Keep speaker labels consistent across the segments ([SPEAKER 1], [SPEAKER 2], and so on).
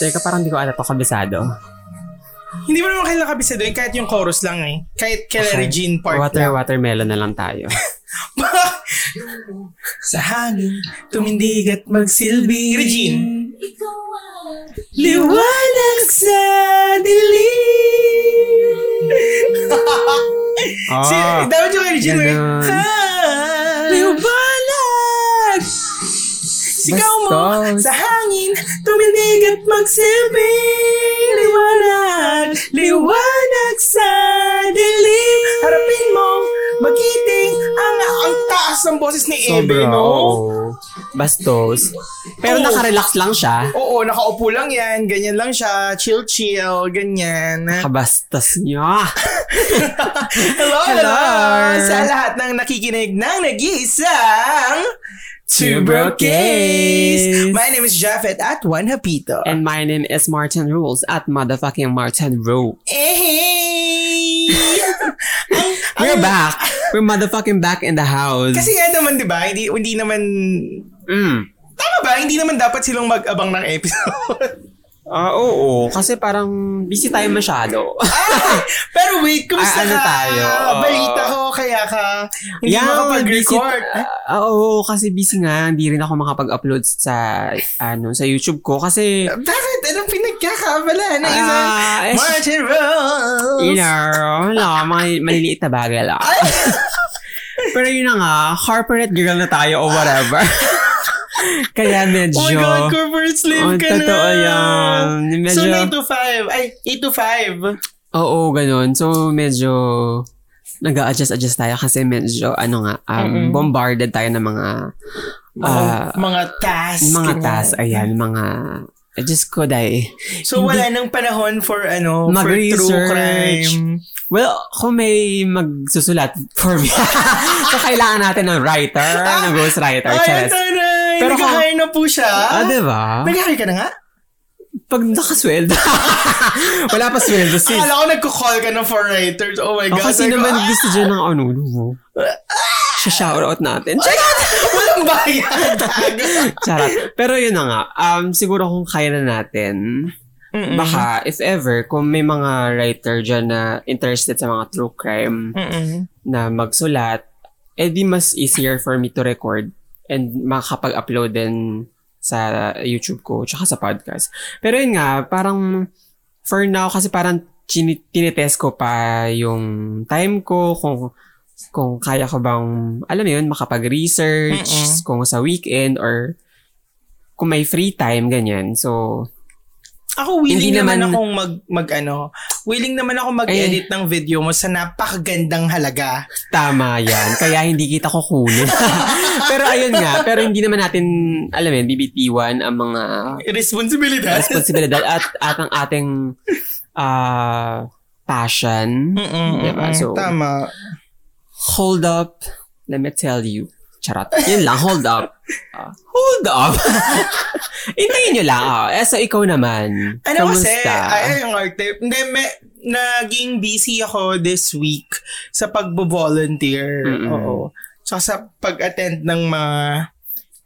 [SPEAKER 1] Teka, parang hindi ko ata to kabisado.
[SPEAKER 2] Hindi mo naman kailangan kabisado yun, kahit yung chorus lang eh. Kahit kay
[SPEAKER 1] Okay.
[SPEAKER 2] Regine part
[SPEAKER 1] Water,
[SPEAKER 2] lang.
[SPEAKER 1] watermelon na lang tayo.
[SPEAKER 2] Sa hangin, tumindig at magsilbi. Regine. Liwanag sa dilim.
[SPEAKER 1] Oh,
[SPEAKER 2] Si, dapat yung kay Regine. may,
[SPEAKER 1] ganun.
[SPEAKER 2] "Ah, Liwanag! Sigaw mo
[SPEAKER 1] Bastos.
[SPEAKER 2] sa hangin, tumindig at magsilbi. Liwanag, liwanag sa dilim. Harapin mo, magiting ang, ang taas ng boses ni Ebe,
[SPEAKER 1] sobra.
[SPEAKER 2] no?
[SPEAKER 1] oo. Bastos. Pero
[SPEAKER 2] Oo.
[SPEAKER 1] nakarelax lang siya.
[SPEAKER 2] Oo, nakaupo lang yan. Ganyan lang siya. Chill-chill. Ganyan.
[SPEAKER 1] Kabastos niya.
[SPEAKER 2] Hello, hello,
[SPEAKER 1] Hello.
[SPEAKER 2] Sa lahat ng nakikinig ng nag-iisang Two Bro Case. My name is Jafet at Juan Hapito.
[SPEAKER 1] And my name is Martin Rules at motherfucking Martin Rule.
[SPEAKER 2] Eh, hey! Ang-
[SPEAKER 1] We're
[SPEAKER 2] ang-
[SPEAKER 1] back. We're motherfucking back in the house.
[SPEAKER 2] Kasi nga naman, di ba? Hindi, hindi naman...
[SPEAKER 1] mm.
[SPEAKER 2] Tama ba? Hindi naman dapat silang mag-abang ng episode.
[SPEAKER 1] Ah, oo. Kasi parang busy tayo masyado.
[SPEAKER 2] Ah, Pero wait,
[SPEAKER 1] Ah,
[SPEAKER 2] kumusta
[SPEAKER 1] ano
[SPEAKER 2] ka?
[SPEAKER 1] tayo?
[SPEAKER 2] Balita ko, kaya ka hindi
[SPEAKER 1] Yan,
[SPEAKER 2] makapag-record.
[SPEAKER 1] busy- Ah, oo, kasi busy nga. Hindi rin ako makapag-upload sa, ano, sa YouTube ko. Kasi,
[SPEAKER 2] Ah, Bakit? Anong pinagkakabala na isang
[SPEAKER 1] Ah, eh,
[SPEAKER 2] Martin Rose?
[SPEAKER 1] you know, wala, mga maliliit na bagay lang. Pero yun na nga, corporate girl na tayo or whatever. Kaya medyo...
[SPEAKER 2] Oh my God, corporate slave
[SPEAKER 1] Oh,
[SPEAKER 2] ka na.
[SPEAKER 1] totoo yan.
[SPEAKER 2] So,
[SPEAKER 1] Medyo,
[SPEAKER 2] 9 to 5. Ay, 8 to 5.
[SPEAKER 1] oo, ganun. So, medyo nag adjust adjust tayo kasi medyo, ano nga, um, bombarded tayo ng mga, ah,
[SPEAKER 2] mga tasks.
[SPEAKER 1] mga tasks, ayan, mga, eh, Diyos ko, dahil.
[SPEAKER 2] So, wala nang panahon for, ano, for true
[SPEAKER 1] Mag-research.
[SPEAKER 2] crime.
[SPEAKER 1] Well, kung may magsusulat for me, so kailangan natin ng writer, ng ghostwriter,
[SPEAKER 2] Ay,
[SPEAKER 1] chess.
[SPEAKER 2] taray.
[SPEAKER 1] Pero kung-
[SPEAKER 2] Nag-hire na po siya.
[SPEAKER 1] Ah, diba?
[SPEAKER 2] Nag-hire ka na nga?
[SPEAKER 1] Pag nakasweldo. Wala pa sweldo, sis.
[SPEAKER 2] Akala ko nagko-call ka na for writers. Oh my
[SPEAKER 1] O,
[SPEAKER 2] God.
[SPEAKER 1] kasi
[SPEAKER 2] Sabi ko,
[SPEAKER 1] naman
[SPEAKER 2] ah,
[SPEAKER 1] gusto dyan ng ano, ano, ano. Siya shoutout natin. Check!
[SPEAKER 2] Walang bayad.
[SPEAKER 1] Charot. Pero yun na nga, um, siguro kung kaya na natin,
[SPEAKER 2] Mm-mm.
[SPEAKER 1] baka if ever, kung may mga writer dyan na interested sa mga true crime
[SPEAKER 2] Mm-mm.
[SPEAKER 1] na magsulat, eh di mas easier for me to record and makakapag-upload din sa YouTube ko tsaka sa podcast. Pero yun nga, parang for now kasi parang chini- tinitest ko pa yung time ko kung kung kaya ko bang alam mo yun makapag-research
[SPEAKER 2] Mm-mm.
[SPEAKER 1] kung sa weekend or kung may free time ganyan. So
[SPEAKER 2] Ako willing
[SPEAKER 1] Hindi
[SPEAKER 2] naman,
[SPEAKER 1] naman- Eh.
[SPEAKER 2] akong mag, mag ano, willing naman ako mag-edit ng video mo sa napakagandang halaga.
[SPEAKER 1] Tama yan. Kaya hindi kita kukunin. pero ayun nga, pero hindi naman natin, alam mo yun, bibitiwan ang mga
[SPEAKER 2] Responsibilidad.
[SPEAKER 1] responsibilidad at, at ang ating ah, passion.
[SPEAKER 2] Mm-mm,
[SPEAKER 1] Diba?
[SPEAKER 2] mm-mm.
[SPEAKER 1] So-
[SPEAKER 2] Tama.
[SPEAKER 1] Hold up. Let me tell you. Charot. Yun lang, hold up. Ah, hold up. Intayin nyo lang. ah. Eh, so ikaw naman.
[SPEAKER 2] Ano kasi,
[SPEAKER 1] Kamusta?
[SPEAKER 2] ay, ay, yung arte. Hindi, me- naging busy ako this week sa pagbo-volunteer.
[SPEAKER 1] Mm-mm.
[SPEAKER 2] Oo. Tsaka sa pag-attend ng mga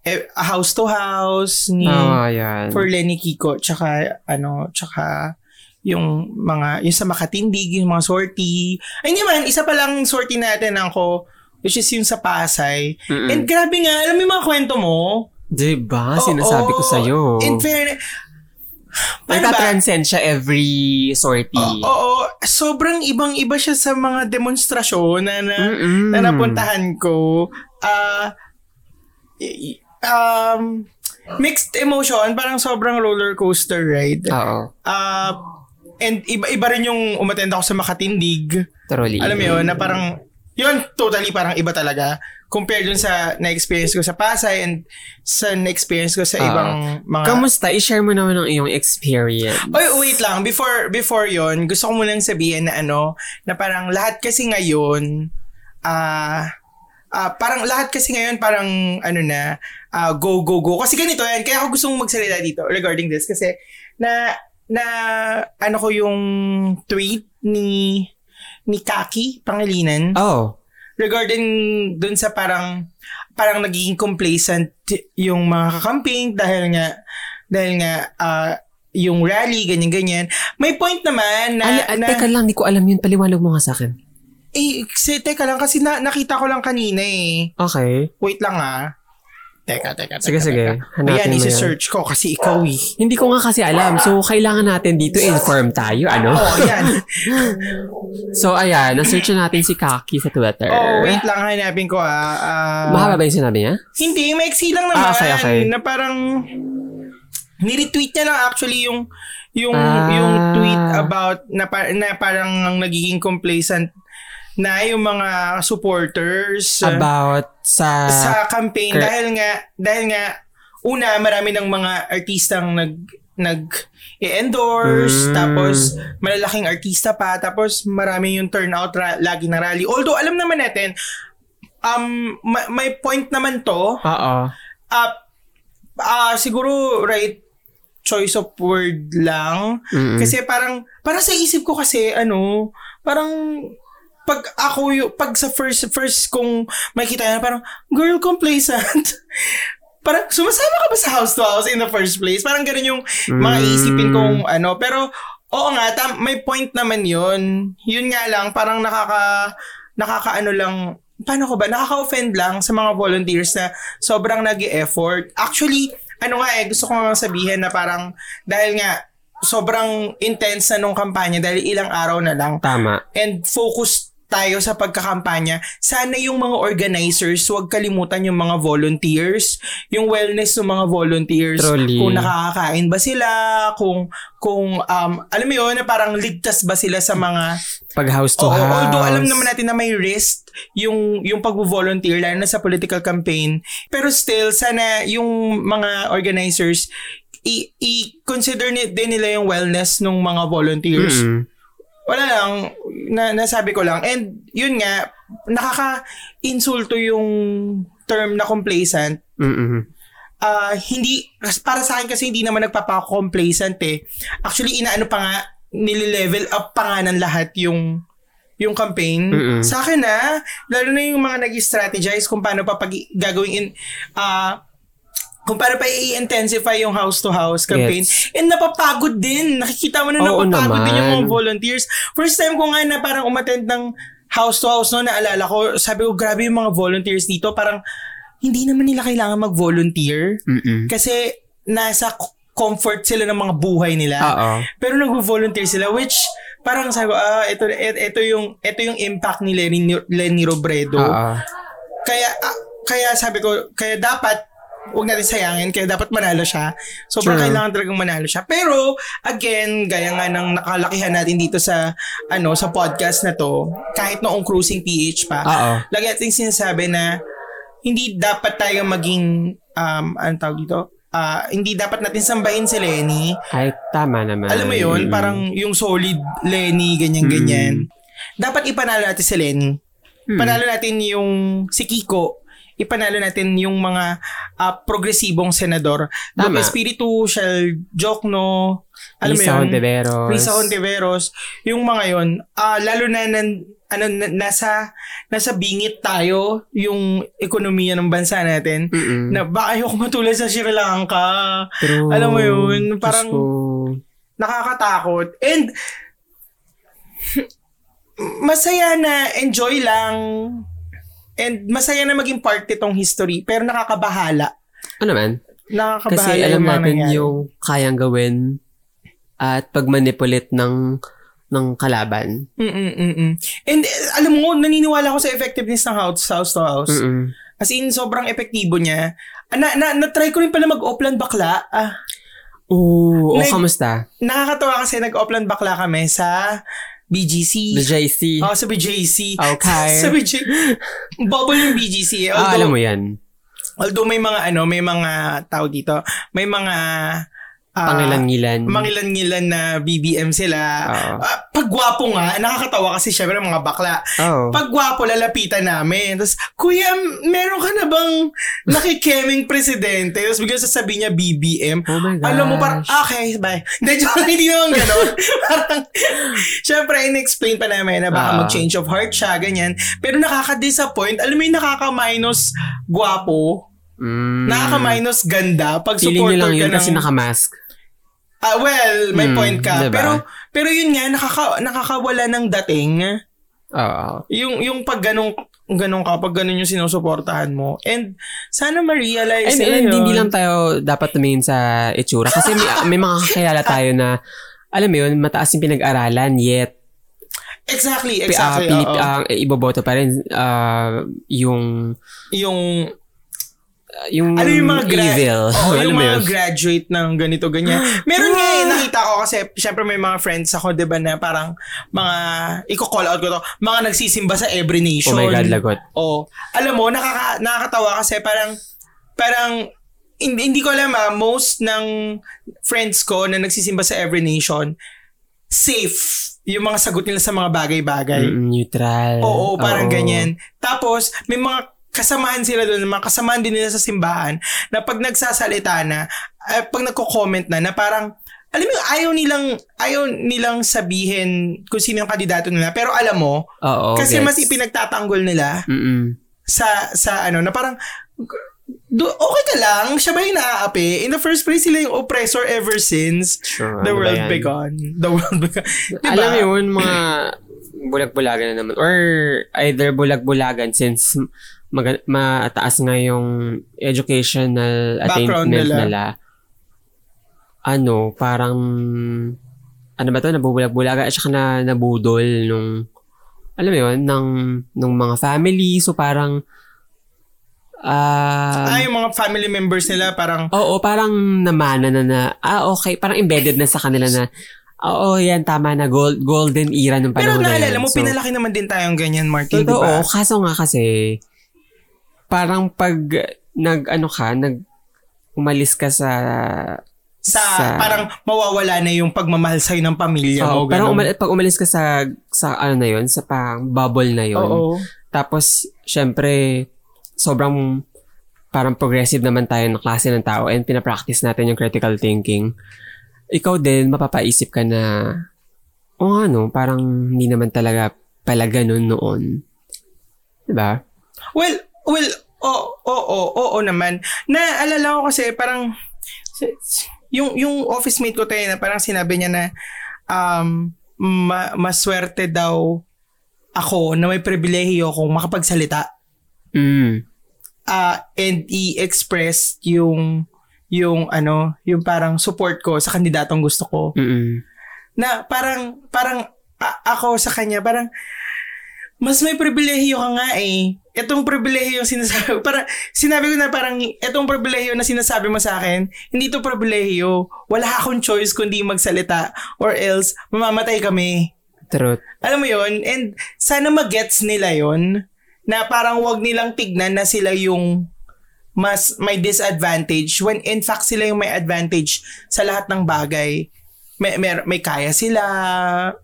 [SPEAKER 2] eh, house to house ni
[SPEAKER 1] Oh, yan.
[SPEAKER 2] for Lenny Kiko tsaka ano tsaka yung mga yung sa Makatindig yung mga sortie ay hindi man isa pa lang sortie natin ako which is yung sa Pasay
[SPEAKER 1] Mm-mm.
[SPEAKER 2] and grabe nga alam mo yung mga kwento mo
[SPEAKER 1] diba? Sinasabi ko
[SPEAKER 2] Oo.
[SPEAKER 1] sa'yo.
[SPEAKER 2] in fairness paano Ano ba
[SPEAKER 1] Nagtatranscend siya every sortie.
[SPEAKER 2] Oo, sobrang ibang-iba siya sa mga demonstrasyon na, na,
[SPEAKER 1] Mm-mm.
[SPEAKER 2] na napuntahan ko. Ah, y- y- um, mixed emotion, parang sobrang roller coaster ride.
[SPEAKER 1] Oo.
[SPEAKER 2] Ah, and iba-iba rin yung umattend ako sa Makatindig.
[SPEAKER 1] Thoroughly.
[SPEAKER 2] Alam mo yun, na parang, yun, totally parang iba talaga. Compared dun sa na-experience ko sa Pasay and sa na-experience ko sa
[SPEAKER 1] Ah.
[SPEAKER 2] ibang mga...
[SPEAKER 1] Kamusta? I-share mo naman ang iyong experience.
[SPEAKER 2] Oy, wait lang. Before before 'yon, gusto ko munang sabihin na ano, na parang lahat kasi ngayon ah ah, parang lahat kasi ngayon parang ano na ah, go go go. Kasi ganito 'yan. Kaya ako gustong magsalita dito regarding this kasi na na ano ko yung tweet ni ni Kaki Pangilinan
[SPEAKER 1] Oh.
[SPEAKER 2] regarding dun sa parang parang nagiging complacent yung mga kakamping dahil nga dahil nga ah, yung rally, ganyan-ganyan. May point naman na...
[SPEAKER 1] Ay, ay,
[SPEAKER 2] na
[SPEAKER 1] teka lang, hindi ko alam yun. Paliwanag mo nga sa akin.
[SPEAKER 2] eh, kasi, teka lang, kasi na, nakita ko lang kanina eh.
[SPEAKER 1] Okay.
[SPEAKER 2] Wait lang ah. Teka, teka, teka.
[SPEAKER 1] Sige, sige.
[SPEAKER 2] teka.
[SPEAKER 1] Hanapin
[SPEAKER 2] Ayan,
[SPEAKER 1] mo yan.
[SPEAKER 2] isi-search ko kasi ikaw eh.
[SPEAKER 1] Hindi ko nga kasi alam. So, kailangan natin dito inform tayo, ano?
[SPEAKER 2] Oh, ayan.
[SPEAKER 1] So, ayan. Nasearch na natin si Kaki sa Twitter.
[SPEAKER 2] oh, wait lang, hanapin ko ah. Ah,
[SPEAKER 1] Mahaba ba yung sinabi niya?
[SPEAKER 2] Hindi, maiksi lang naman.
[SPEAKER 1] Ah, okay, okay.
[SPEAKER 2] Na parang, niretweet niya lang actually yung, yung,
[SPEAKER 1] Ah.
[SPEAKER 2] yung tweet about, na, par- na parang ang nagiging complacent na yung mga supporters uh,
[SPEAKER 1] About sa...
[SPEAKER 2] sa campaign
[SPEAKER 1] Cor-
[SPEAKER 2] dahil nga dahil nga una marami ng mga artistang nag nag endorse
[SPEAKER 1] Mm.
[SPEAKER 2] tapos malalaking artista pa tapos marami yung turnout ra- lagi na rally although alam naman natin um ma- may point naman to
[SPEAKER 1] Oo.
[SPEAKER 2] ah ah, siguro right choice of word lang
[SPEAKER 1] Mm-mm.
[SPEAKER 2] kasi parang para sa isip ko kasi ano, parang pag ako yung, pag sa first first kong makita na parang girl complacent. parang sumasama ka ba sa house to house in the first place? Parang ganun yung mga
[SPEAKER 1] Mm.
[SPEAKER 2] isipin kong ano, pero oo nga tam, may point naman 'yun. 'Yun nga lang parang nakaka nakakaano lang paano ko ba nakaka-offend lang sa mga volunteers na sobrang nag-effort. Actually, ano nga eh gusto ko nga sabihin na parang dahil nga sobrang intense na nung kampanya dahil ilang araw na lang
[SPEAKER 1] Tama.
[SPEAKER 2] and focus tayo sa pagkakampanya. Sana yung mga organizers, huwag kalimutan yung mga volunteers, yung wellness ng mga volunteers,
[SPEAKER 1] Truly.
[SPEAKER 2] kung nakakakain ba sila, kung kung um, alam mo yun, na parang ligtas ba sila sa mga
[SPEAKER 1] Pag house to
[SPEAKER 2] Oo,
[SPEAKER 1] house.
[SPEAKER 2] although alam naman natin na may risk yung yung pag-volunteer lalo na sa political campaign. Pero still sana yung mga organizers i- i-consider ni- din nila yung wellness ng mga volunteers.
[SPEAKER 1] Mm-mm.
[SPEAKER 2] Wala lang na nasabi ko lang. And yun nga nakaka-insulto yung term na complacent
[SPEAKER 1] Mm-mm.
[SPEAKER 2] ah hindi para sa akin kasi hindi naman nagpapa-complacent eh. Actually inaano pa nga nililevel up pa nga ng lahat yung yung campaign.
[SPEAKER 1] Mm-mm.
[SPEAKER 2] Sa akin na lalo na yung mga nag-strategize kung paano pa pag gagawin in ah kung paano pa i-intensify yung house-to-house campaign. And napapagod din. Nakikita mo na
[SPEAKER 1] Oo
[SPEAKER 2] napapagod din yung mga
[SPEAKER 1] naman.
[SPEAKER 2] volunteers. First time ko nga na parang umattend ng house-to-house no, naalala ko, sabi ko, grabe yung mga volunteers dito. Parang, hindi naman nila kailangan mag-volunteer
[SPEAKER 1] Mm-mm.
[SPEAKER 2] kasi nasa c- comfort sila ng mga buhay nila.
[SPEAKER 1] Oo.
[SPEAKER 2] Pero nag-volunteer sila which parang sabi ko, ah, ito, et- ito, yung, ito yung impact ni Lenny, Lenny Robredo.
[SPEAKER 1] Oo.
[SPEAKER 2] Kaya, ah, kaya sabi ko, kaya dapat huwag natin sayangin, kaya dapat manalo siya. So,
[SPEAKER 1] Sure.
[SPEAKER 2] kailangan talagang manalo siya. Pero, again, gaya nga ng nakalakihan natin dito sa, ano, sa podcast na to, kahit noong Cruising PH pa,
[SPEAKER 1] Oo.
[SPEAKER 2] lagi ating sinasabi na hindi dapat tayo maging um ano tawag dito? Ah, hindi dapat natin sambahin si Lenny.
[SPEAKER 1] Ay, tama naman.
[SPEAKER 2] Alam mo 'yun,
[SPEAKER 1] Mm-mm.
[SPEAKER 2] parang yung solid Lenny ganyan ganyan. Dapat ipanalo natin si Lenny.
[SPEAKER 1] Hmm.
[SPEAKER 2] Panalo natin yung si Kiko. Ipanalo natin yung mga ah, progresibong senador.
[SPEAKER 1] Tama.
[SPEAKER 2] Tama. Espiritu, Shell, Jokno. Alam
[SPEAKER 1] Lisa
[SPEAKER 2] mo 'yun?
[SPEAKER 1] Hontiveros.
[SPEAKER 2] Risa Hontiveros, yung mga yon, ah lalo na nan, ano, na- nasa, nasa bingit tayo yung ekonomiya ng bansa natin.
[SPEAKER 1] Mm-mm.
[SPEAKER 2] Na baka ayoko matulad sa Sri Lanka.
[SPEAKER 1] True.
[SPEAKER 2] Alam mo
[SPEAKER 1] Diyos
[SPEAKER 2] yun, parang-
[SPEAKER 1] ko.
[SPEAKER 2] Nakakatakot. And, masaya na enjoy lang. And masaya na maging part itong history. Pero nakakabahala.
[SPEAKER 1] Ano man?
[SPEAKER 2] Nakakabahala
[SPEAKER 1] Kasi alam
[SPEAKER 2] yung mga
[SPEAKER 1] natin
[SPEAKER 2] nangyari.
[SPEAKER 1] yung kayang gawin at pagmanipulate ng ng kalaban.
[SPEAKER 2] Mm-mm-mm. And eh, alam mo, naniniwala ko sa effectiveness ng house, house to house.
[SPEAKER 1] Mm-mm.
[SPEAKER 2] As in, sobrang epektibo niya. Ah, Na, na, na-try ko rin pala mag-Oplan bakla. Ah,
[SPEAKER 1] Oo, oh,
[SPEAKER 2] Like-
[SPEAKER 1] kamusta?
[SPEAKER 2] nakakatawa kasi nag-Oplan bakla kami sa BGC.
[SPEAKER 1] The JC.
[SPEAKER 2] Oh, sa BJC.
[SPEAKER 1] Okay.
[SPEAKER 2] sa BJ... Bubble yung BGC. eh. Although,
[SPEAKER 1] ah, alam mo yan.
[SPEAKER 2] although may mga ano, may mga tao dito, may mga ah,
[SPEAKER 1] Pangilan-ngilan.
[SPEAKER 2] mangilan-ngilan na BBM sila.
[SPEAKER 1] Oo.
[SPEAKER 2] Ah, paggwapo nga, nakakatawa kasi syempre mga bakla.
[SPEAKER 1] oh.
[SPEAKER 2] Pagwapo, lalapitan namin. Tapos, kuya, meron ka na bang nakikeming presidente? Tapos biglang sasabihin niya BBM.
[SPEAKER 1] oh my gosh.
[SPEAKER 2] Alam mo, parang, ah, okay, bye. Hindi, joke lang, hindi naman gano'n. parang, syempre, in-explain pa namin na
[SPEAKER 1] Ah.
[SPEAKER 2] baka mag-change of heart siya, ganyan. Pero nakaka-disappoint. Alam mo yung nakaka-minus gwapo,
[SPEAKER 1] Mm.
[SPEAKER 2] nakaka-minus ganda pag
[SPEAKER 1] Feeling
[SPEAKER 2] supporter
[SPEAKER 1] nyo lang
[SPEAKER 2] ka
[SPEAKER 1] yun
[SPEAKER 2] ng...
[SPEAKER 1] kasi nakamask.
[SPEAKER 2] Ah, well, may
[SPEAKER 1] Hmm,
[SPEAKER 2] point ka.
[SPEAKER 1] diba?
[SPEAKER 2] Pero pero yun nga nakaka, nakakawala ng dating
[SPEAKER 1] Oo.
[SPEAKER 2] yung yung pag ganong ganong ka, pag ganun yung sinusuportahan mo. And sana ma-realize
[SPEAKER 1] And,
[SPEAKER 2] nila
[SPEAKER 1] and
[SPEAKER 2] yun.
[SPEAKER 1] hindi lang tayo dapat tumingin sa itsura. Kasi may, may mga kakilala tayo na, alam mo yun, mataas yung pinag-aralan, yet pi-
[SPEAKER 2] Exactly,
[SPEAKER 1] ah,
[SPEAKER 2] exactly.
[SPEAKER 1] pilip,
[SPEAKER 2] oo.
[SPEAKER 1] ah, iboboto pa rin ah, yung,
[SPEAKER 2] yung
[SPEAKER 1] ah, yung,
[SPEAKER 2] ano yung mga gra-
[SPEAKER 1] evil.
[SPEAKER 2] Oo,
[SPEAKER 1] alam
[SPEAKER 2] yung
[SPEAKER 1] mo
[SPEAKER 2] mga
[SPEAKER 1] yun? Ah!
[SPEAKER 2] graduate ng ganito ganyan. Meron nga eh, nakita ko kasi syempre may mga friends ako 'di ba na parang mga iko-call out ko to, mga nagsisimba sa every nation.
[SPEAKER 1] oh my God, lagot.
[SPEAKER 2] Oo. alam mo, nakaka, nakakatawa kasi parang, parang, hindi, hindi ko alam ah, most ng friends ko na nagsisimba sa Every Nation, safe yung mga sagot nila sa mga bagay-bagay.
[SPEAKER 1] Mm, neutral.
[SPEAKER 2] Oo, parang
[SPEAKER 1] Oo.
[SPEAKER 2] ganyan. Tapos, may mga kasamahan sila doon, mga kasamahan din nila sa simbahan, na pag nagsasalita na, eh, pag nagko-comment na, na parang, alam mo, yung ayaw nilang, ayaw nilang sabihin kung sino yung kandidato nila. Pero alam mo,
[SPEAKER 1] Oo. Oh,
[SPEAKER 2] kasi
[SPEAKER 1] gets.
[SPEAKER 2] mas ipinagtatanggol nila
[SPEAKER 1] Mm-mm.
[SPEAKER 2] sa sa ano na parang do, okay ka lang siya ba yung naaapi in the first place sila yung oppressor ever since
[SPEAKER 1] Sure, ano
[SPEAKER 2] the
[SPEAKER 1] ba
[SPEAKER 2] world
[SPEAKER 1] yan?
[SPEAKER 2] began the world began diba?
[SPEAKER 1] Alam mo yun, mga bulag-bulagan na naman. Or either bulag-bulagan since mag- mataas nga yung educational
[SPEAKER 2] Background
[SPEAKER 1] attainment
[SPEAKER 2] nila.
[SPEAKER 1] nila. Ano, parang, ano ba to, nabubulag-bulagan at saka na nabudol nung, alam mo yun, ng, nung mga family. So parang, ah,
[SPEAKER 2] ah, yung mga family members nila parang
[SPEAKER 1] Oo, parang namana na na, ah okay, parang embedded na sa kanila na, ah, oo yan, tama na, gold, golden era ng
[SPEAKER 2] pero
[SPEAKER 1] panahon na yan.
[SPEAKER 2] naalala mo
[SPEAKER 1] So,
[SPEAKER 2] pinalaki naman din tayong ganyan Martin
[SPEAKER 1] Totoo,
[SPEAKER 2] diba
[SPEAKER 1] kaso nga kasi, parang pag nag, ano ka, nag, umalis ka sa,
[SPEAKER 2] sa,
[SPEAKER 1] sa-
[SPEAKER 2] parang mawawala na yung pagmamahal sa'yo ng pamilya
[SPEAKER 1] Oo,
[SPEAKER 2] mo
[SPEAKER 1] parang
[SPEAKER 2] ganun.
[SPEAKER 1] umal- pag umalis ka sa, sa ano na yun, sa pang bubble na yun.
[SPEAKER 2] oo
[SPEAKER 1] Tapos, syempre, sobrang parang progressive naman tayo ng klase ng tao and pinapractice natin yung critical thinking. Ikaw din, mapapaisip ka na, o oh, ano, parang hindi naman talaga pala ganun noon. Diba?
[SPEAKER 2] Well, well, oo, oo, oo, oo naman. Naalala ko kasi parang yung yung office mate ko tayo na parang sinabi niya na um ma- maswerte daw ako na may pribilehiyo kung makapagsalita
[SPEAKER 1] Mm.
[SPEAKER 2] ah and i-express yung yung ano, yung parang support ko sa kandidatong gusto ko
[SPEAKER 1] Mm-mm.
[SPEAKER 2] na parang parang a- ako sa kanya parang mas may pribilehiyo ka nga eh. Itong pribilehiyo yung sinasabi para sinabi ko na parang itong pribilehiyo na sinasabi mo sa akin, hindi to pribilehiyo. Wala akong choice kundi magsalita or else mamamatay kami.
[SPEAKER 1] Truth.
[SPEAKER 2] Alam mo yon And sana magets nila yon na parang wag nilang tignan na sila yung mas may disadvantage when in fact sila yung may advantage sa lahat ng bagay. May, may, may kaya sila,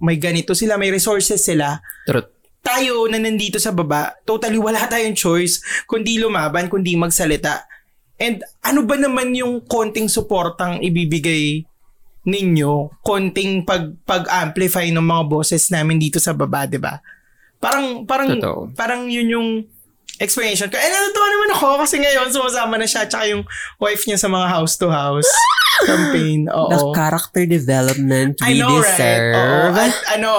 [SPEAKER 2] may ganito sila, may resources sila.
[SPEAKER 1] Truth.
[SPEAKER 2] Tayo na nandito sa baba, totally wala tayong choice kundi lumaban, kundi magsalita. And ano ba naman yung konting suportang ibibigay ninyo, konting pag pag-amplify ng mga boses namin dito sa baba, 'di ba? Parang parang
[SPEAKER 1] Totoo.
[SPEAKER 2] parang yun yung explanation ko. And natutuwa naman ako kasi ngayon sumasama na siya tsaka yung wife niya sa mga house to house campaign.
[SPEAKER 1] The
[SPEAKER 2] Oo.
[SPEAKER 1] character development we
[SPEAKER 2] I know,
[SPEAKER 1] deserve.
[SPEAKER 2] right? Oo. At ano,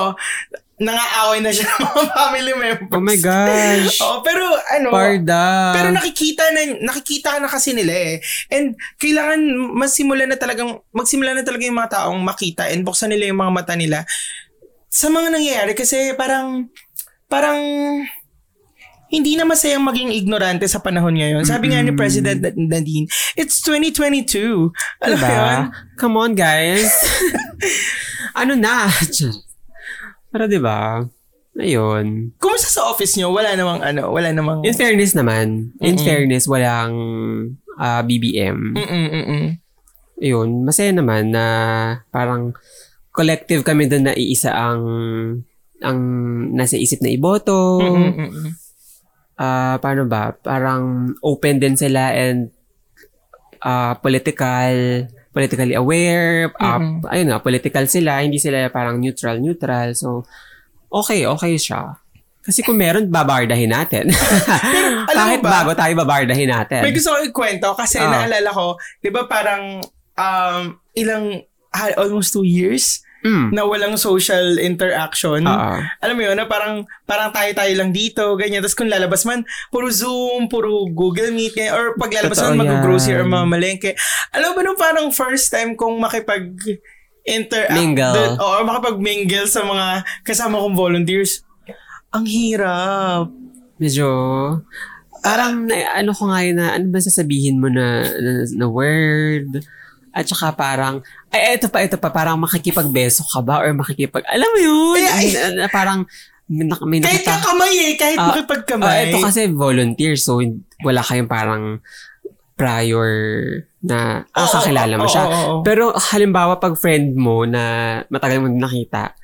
[SPEAKER 2] nangaaway na siya ng mga family members.
[SPEAKER 1] Oh my gosh.
[SPEAKER 2] Oo, pero ano,
[SPEAKER 1] Parda.
[SPEAKER 2] pero nakikita na nakikita na kasi nila eh. And kailangan magsimula na talagang magsimula na talaga yung mga taong makita and buksan nila yung mga mata nila sa mga nangyayari kasi parang parang hindi na masayang maging ignorante sa panahon ngayon. Sabi nga ni President Nadine, it's 2022. Alam mo
[SPEAKER 1] Diba?
[SPEAKER 2] yun?
[SPEAKER 1] Come on, guys. ano na? Pero diba? Ayun.
[SPEAKER 2] Kumusta sa office nyo? Wala namang ano, wala namang...
[SPEAKER 1] In fairness naman, in
[SPEAKER 2] Mm-mm.
[SPEAKER 1] fairness, walang ah, BBM.
[SPEAKER 2] Mm-mm, mm-mm.
[SPEAKER 1] Ayun, masaya naman na parang collective kami doon na iisa ang ang nasa isip na iboto.
[SPEAKER 2] Mm-mm, mm-mm.
[SPEAKER 1] Ah, paano ba? Parang open din sila and ah, political, politically aware. ah,
[SPEAKER 2] Mm-mm.
[SPEAKER 1] ayun nga, political sila. Hindi sila parang neutral-neutral. So, okay, okay siya. Kasi kung meron, babardahin natin.
[SPEAKER 2] alam mo
[SPEAKER 1] Kahit
[SPEAKER 2] ba-
[SPEAKER 1] bago tayo, babardahin natin.
[SPEAKER 2] May gusto ko ikwento kasi
[SPEAKER 1] Ah.
[SPEAKER 2] naalala ko, di ba parang um, ilang ah, almost two years
[SPEAKER 1] Mm.
[SPEAKER 2] na walang social interaction.
[SPEAKER 1] Oo.
[SPEAKER 2] Alam mo yun, na parang, parang tayo-tayo lang dito, ganyan. Tapos kung lalabas man, puro Zoom, puro Google Meet, ganyan. or pag lalabas
[SPEAKER 1] Totoo
[SPEAKER 2] man, mag-grocery
[SPEAKER 1] yan.
[SPEAKER 2] or mamalengke. Alam mo nung parang first time kong makipag interact
[SPEAKER 3] Mingle.
[SPEAKER 2] o makapag-mingle sa mga kasama kong volunteers. Ang hirap.
[SPEAKER 1] Medyo, parang, na, ano ko nga yun na, ano ba sasabihin mo na, na, na word? At saka parang, ay, eto pa, eto pa, parang makikipagbeso ka ba? Or makikipag, alam mo yun?
[SPEAKER 2] Ay, ay.
[SPEAKER 1] Na- na- parang, may, nak- may
[SPEAKER 2] Kahit eh.
[SPEAKER 1] nakita.
[SPEAKER 2] kakamay eh, kahit
[SPEAKER 1] Ah, Ah,
[SPEAKER 2] makipagkamay.
[SPEAKER 1] ito kasi volunteer, so hin- wala kayong parang prior na, ah,
[SPEAKER 2] Oo,
[SPEAKER 1] kakilala mo
[SPEAKER 2] oo,
[SPEAKER 1] siya.
[SPEAKER 2] oo, oo.
[SPEAKER 1] Pero halimbawa pag friend mo na matagal mo din nakita,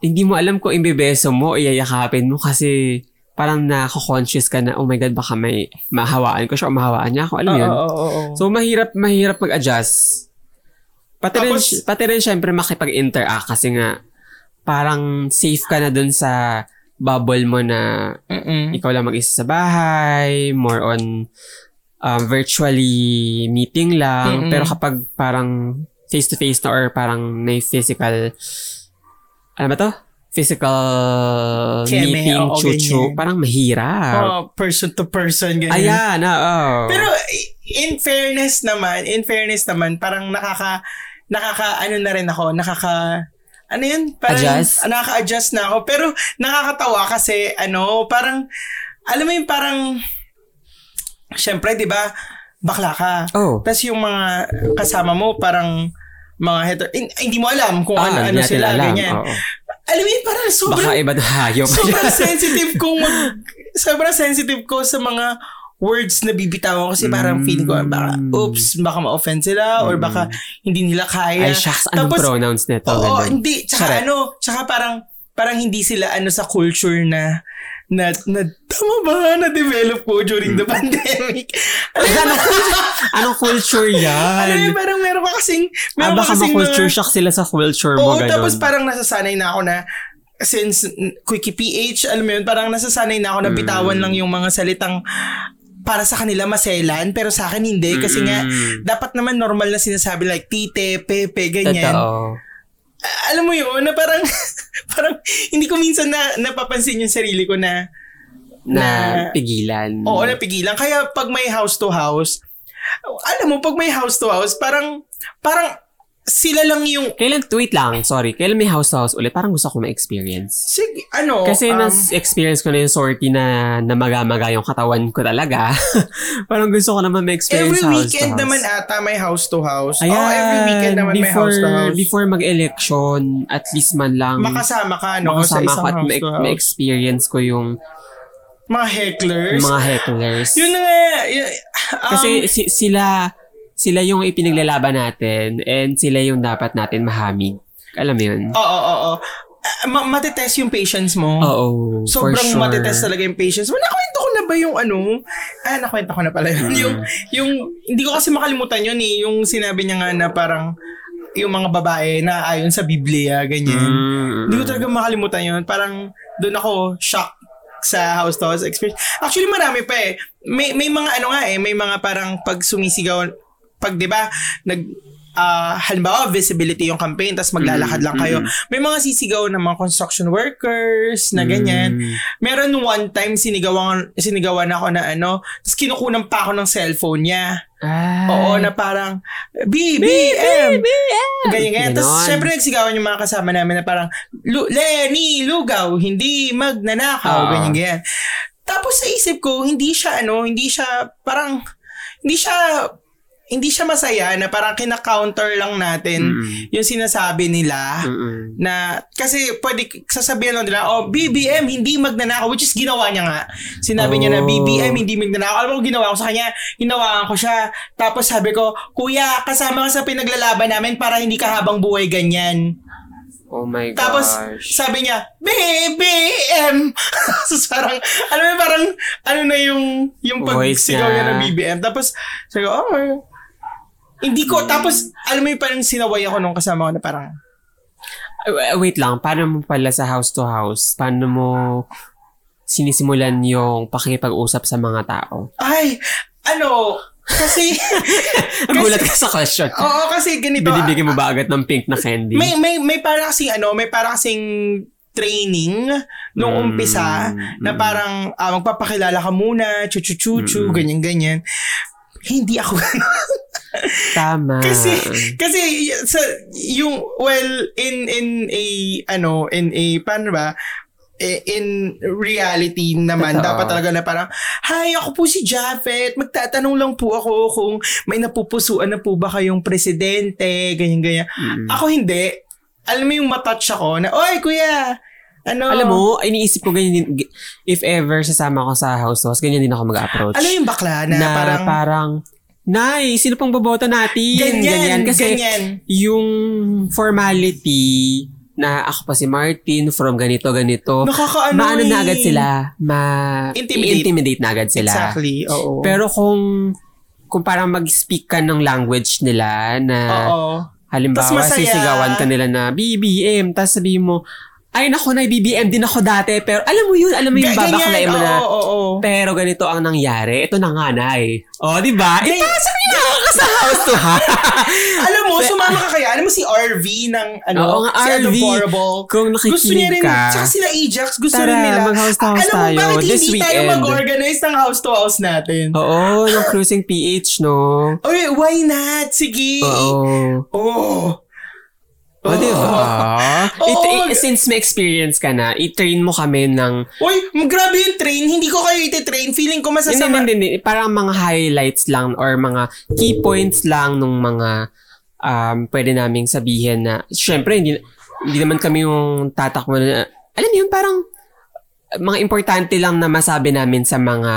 [SPEAKER 1] hindi mo alam kung imbebeso mo o yayakapin mo kasi parang nakakonsyos ka na, oh my God, baka may mahawaan ko siya o mahawaan niya ako. Alam mo
[SPEAKER 2] Oo,
[SPEAKER 1] yun?
[SPEAKER 2] oo, oo, oo.
[SPEAKER 1] So, mahirap, mahirap mag-adjust. Pati rin,
[SPEAKER 2] Tapos-
[SPEAKER 1] pati rin syempre makipag-interact kasi nga parang safe ka na dun sa bubble mo na
[SPEAKER 2] Mm-mm.
[SPEAKER 1] ikaw lang mag-isa sa bahay, more on um, virtually meeting lang.
[SPEAKER 2] Mm-mm.
[SPEAKER 1] Pero kapag parang face-to-face na or parang may physical, ano ba to? Physical
[SPEAKER 2] Keme,
[SPEAKER 1] meeting,
[SPEAKER 2] oo,
[SPEAKER 1] chuchu,
[SPEAKER 2] ganyan.
[SPEAKER 1] parang mahirap.
[SPEAKER 2] Oo, person to person, ganyan.
[SPEAKER 1] Ayan, ah, oh. oo.
[SPEAKER 2] Pero in fairness naman, in fairness naman, parang nakaka, nakaka, ano na rin ako, nakaka, ano yun? Parang,
[SPEAKER 1] Adjust?
[SPEAKER 2] Nakaka-adjust na ako. Pero nakakatawa kasi, ano, parang, alam mo yun, parang, syempre, di ba, bakla ka.
[SPEAKER 1] oh,
[SPEAKER 2] Tapos yung mga kasama mo, parang, mga hetero, hin- hindi mo alam kung ano,
[SPEAKER 1] ah,
[SPEAKER 2] ano
[SPEAKER 1] hindi natin
[SPEAKER 2] sila,
[SPEAKER 1] alam.
[SPEAKER 2] ganyan.
[SPEAKER 1] oo.
[SPEAKER 2] Alam mo yun, parang sobrang
[SPEAKER 1] Baka iba na hayop.
[SPEAKER 2] sobrang sensitive kong mag, sobrang sensitive ko sa mga words na bibitawan kasi
[SPEAKER 1] Mm.
[SPEAKER 2] parang feeling ko baka oops baka ma-offend sila or baka hindi nila kaya
[SPEAKER 1] Ay, shucks, anong
[SPEAKER 2] Tapos,
[SPEAKER 1] pronouns nito?
[SPEAKER 2] oo
[SPEAKER 1] Ganun.
[SPEAKER 2] hindi tsaka
[SPEAKER 1] Correct.
[SPEAKER 2] ano tsaka parang parang hindi sila ano sa culture na na, na tama ba na develop ko during
[SPEAKER 1] Mm.
[SPEAKER 2] the pandemic
[SPEAKER 1] anong, culture, anong culture yan?
[SPEAKER 2] alam mo yun, parang meron ka kasing
[SPEAKER 1] Ah,
[SPEAKER 2] meron ka
[SPEAKER 1] baka
[SPEAKER 2] kasing mga-
[SPEAKER 1] ma-culture shock sila sa culture mo,
[SPEAKER 2] Oo,
[SPEAKER 1] ganun.
[SPEAKER 2] tapos parang nasasanay na ako na since mm, Quickie PH, alam mo yun, parang nasasanay na ako na
[SPEAKER 1] Mm.
[SPEAKER 2] bitawan lang yung mga salitang para sa kanila maselan, pero sa akin hindi. Kasi nga,
[SPEAKER 1] Mm-mm.
[SPEAKER 2] dapat naman normal na sinasabi like tite, pepe, ganyan.
[SPEAKER 1] Totoo.
[SPEAKER 2] Ah, Alam mo yun, na parang, parang hindi ko minsan na, napapansin yung sarili ko na,
[SPEAKER 1] na
[SPEAKER 2] na-
[SPEAKER 1] pigilan.
[SPEAKER 2] oo, napigilan. Kaya pag may house to house, alam mo, pag may house to house, parang, parang sila lang yung,
[SPEAKER 1] Kailan, wait lang, sorry. Kailan may house to house ulit? Parang gusto ko ma-experience.
[SPEAKER 2] sige, ano,
[SPEAKER 1] Kasi
[SPEAKER 2] um,
[SPEAKER 1] nas-experience ko na yung sortie na namagamaga yung katawan ko talaga. parang gusto ko naman ma-experience
[SPEAKER 2] Every
[SPEAKER 1] sa house
[SPEAKER 2] weekend
[SPEAKER 1] to house.
[SPEAKER 2] naman ata may house to house.
[SPEAKER 1] Ayan,
[SPEAKER 2] oh, every weekend naman
[SPEAKER 1] before,
[SPEAKER 2] may house to house.
[SPEAKER 1] Before mag-election, at least man lang
[SPEAKER 2] makasama ka, no?
[SPEAKER 1] makasama
[SPEAKER 2] sa isang
[SPEAKER 1] ko at
[SPEAKER 2] house to
[SPEAKER 1] ma-
[SPEAKER 2] house.
[SPEAKER 1] ma-experience ko yung,
[SPEAKER 2] mga hecklers.
[SPEAKER 1] yung mga hecklers.
[SPEAKER 2] Yun na nga. yun- um,
[SPEAKER 1] Kasi si- sila sila yung ipinaglalaban natin and sila yung dapat natin mahamig. Alam mo yun?
[SPEAKER 2] oo, oo, oo. Ah, ma- matetest yung patience mo.
[SPEAKER 1] Oo, Oh, for
[SPEAKER 2] Sobrang
[SPEAKER 1] sure.
[SPEAKER 2] matetest talaga yung patience mo. Nakwento ko na ba yung ano? Ah, nakwento ko na pala yun.
[SPEAKER 1] Mm.
[SPEAKER 2] yung, yung, hindi ko kasi makalimutan yun eh. Yung sinabi niya nga na parang yung mga babae na ayon sa Biblia, ganyan.
[SPEAKER 1] Mm.
[SPEAKER 2] Hindi ko talaga makalimutan yun. Parang doon ako shocked sa house to house experience. Actually, marami pa eh. May, may mga ano nga eh, may mga parang pag sumisigaw, pag di ba, nag, ah, halimbawa, visibility yung campaign, tapos maglalakad lang kayo. May mga sisigaw ng mga construction workers, na ganyan.
[SPEAKER 1] Mm.
[SPEAKER 2] Meron one time, sinigawan, sinigawan ako na ano, tapos kinukunan pa ako ng cellphone niya.
[SPEAKER 1] Ay.
[SPEAKER 2] Oo, na parang, B, B, M, Ganyan, ganyan. Tapos,
[SPEAKER 1] Ganon.
[SPEAKER 2] syempre, nagsigawan yung mga kasama namin na parang, "Lu- Lenny, lugaw, hindi
[SPEAKER 1] Ah.
[SPEAKER 2] magnanakaw, ganyan, ganyan. Tapos, sa isip ko, hindi siya, ano, hindi siya, parang, hindi siya, hindi siya masaya na parang kina-counter lang natin
[SPEAKER 1] Mm.
[SPEAKER 2] yung sinasabi nila
[SPEAKER 1] Mm-mm.
[SPEAKER 2] na kasi pwede sasabihin lang nila oh BBM hindi magnanakaw which is ginawa niya nga sinabi niya na
[SPEAKER 1] Oh.
[SPEAKER 2] BBM hindi magnanakaw alam mo kung ginawa ko sa kanya hinawakan ko siya tapos sabi ko kuya kasama ka sa pinaglalaban namin para hindi ka habang buhay ganyan
[SPEAKER 1] Oh my gosh.
[SPEAKER 2] tapos sabi niya BBM so parang ano yun, parang ano na yung yung
[SPEAKER 1] Voice niya.
[SPEAKER 2] pagsigaw niya na BBM tapos sabi ko oh hindi
[SPEAKER 1] Hmm.
[SPEAKER 2] ko tapos alam mo yung parang sinaway ako nung kasama ko na parang
[SPEAKER 1] Uh, Wait lang, paano mo pala sa house to house? Paano mo sinisimulan yung pakikipag-usap sa mga tao?
[SPEAKER 2] Ay, ano, Kasi,
[SPEAKER 1] Nagulat ka sa question. ko.
[SPEAKER 2] oo, kasi ganito. ah,
[SPEAKER 1] Binibigyan mo ba agad ng pink na candy?
[SPEAKER 2] May, may, may parang kasing, ano, may parang kasing training nung
[SPEAKER 1] Mm,
[SPEAKER 2] umpisa na
[SPEAKER 1] mm.
[SPEAKER 2] parang ah, magpapakilala ka muna, chu-chu-chu-chu,
[SPEAKER 1] Mm.
[SPEAKER 2] ganyan-ganyan. Hindi ako ganun.
[SPEAKER 1] Tama.
[SPEAKER 2] Kasi
[SPEAKER 1] Ah.
[SPEAKER 2] kasi y- sa yung well in in a ano in a paano ba Eh, in reality naman
[SPEAKER 1] Totoo.
[SPEAKER 2] dapat talaga na parang hi ako po si Jafet magtatanong lang po ako kung may napupusuan na po ba kayong presidente ganyan ganyan
[SPEAKER 1] Mm.
[SPEAKER 2] ako hindi alam mo yung matouch ako na oy kuya ano
[SPEAKER 1] Alam mo, iniisip ko ganyan din, if ever sasama ko sa house to house, ganyan din ako mag-approach.
[SPEAKER 2] alam mo yung bakla na,
[SPEAKER 1] na,
[SPEAKER 2] parang,
[SPEAKER 1] parang, Nay, sino pang boboto natin?
[SPEAKER 2] ganyan ganyan,
[SPEAKER 1] Kasi yung formality na ako pa si Martin from ganito, ganito,
[SPEAKER 2] nakakaano
[SPEAKER 1] maano
[SPEAKER 2] eh.
[SPEAKER 1] na agad sila, ma
[SPEAKER 2] Intimidate.
[SPEAKER 1] intimidate na agad sila.
[SPEAKER 2] exactly oo
[SPEAKER 1] Pero kung kung parang mag-speak ka ng language nila na
[SPEAKER 2] oo Tas
[SPEAKER 1] halimbawa
[SPEAKER 2] masaya.
[SPEAKER 1] sisigawan ka nila na BBM, tapos sabihin mo, ay nako na BBM din ako dati, pero alam mo yun, alam mo yung
[SPEAKER 2] Ga- ganyan,
[SPEAKER 1] babaklay mo
[SPEAKER 2] oo,
[SPEAKER 1] na,
[SPEAKER 2] Oo, oo.
[SPEAKER 1] pero ganito ang nangyari, ito na nga na eh. O, di ba?
[SPEAKER 2] Ganyan.
[SPEAKER 1] Itaas mo na ako sa house to house.
[SPEAKER 2] Alam mo, sumama ka kaya. Alam mo si RV ng, ano,
[SPEAKER 1] Oo nga,
[SPEAKER 2] si
[SPEAKER 1] RV.
[SPEAKER 2] Adorable.
[SPEAKER 1] Kung nakikinig
[SPEAKER 2] Gusto niya rin,
[SPEAKER 1] ka,
[SPEAKER 2] tsaka sila Ajax, gusto
[SPEAKER 1] Tara,
[SPEAKER 2] rin nila. Ah,
[SPEAKER 1] mag-house to house
[SPEAKER 2] Alam mo,
[SPEAKER 1] tayo
[SPEAKER 2] bakit
[SPEAKER 1] this
[SPEAKER 2] hindi tayo
[SPEAKER 1] weekend?
[SPEAKER 2] mag-organize ng house to house natin?
[SPEAKER 1] oo, ng cruising PH, no?
[SPEAKER 2] Oy, why not? Sige.
[SPEAKER 1] Oh. Oo.
[SPEAKER 2] Oh.
[SPEAKER 1] O, di ba?
[SPEAKER 2] Oo.
[SPEAKER 1] It- it- since may experience ka na, i-train mo kami ng
[SPEAKER 2] Uy, grabe yung train. Hindi ko kayo ititrain. Feeling ko
[SPEAKER 1] Hindi,
[SPEAKER 2] masasama.
[SPEAKER 1] hindi, hindi. Parang mga highlights lang or mga key points lang nung mga um, pwede naming sabihin na, syempre, hindi, hindi naman kami yung tatakbo na, alam mo yun, parang mga importante lang na masabi namin sa mga,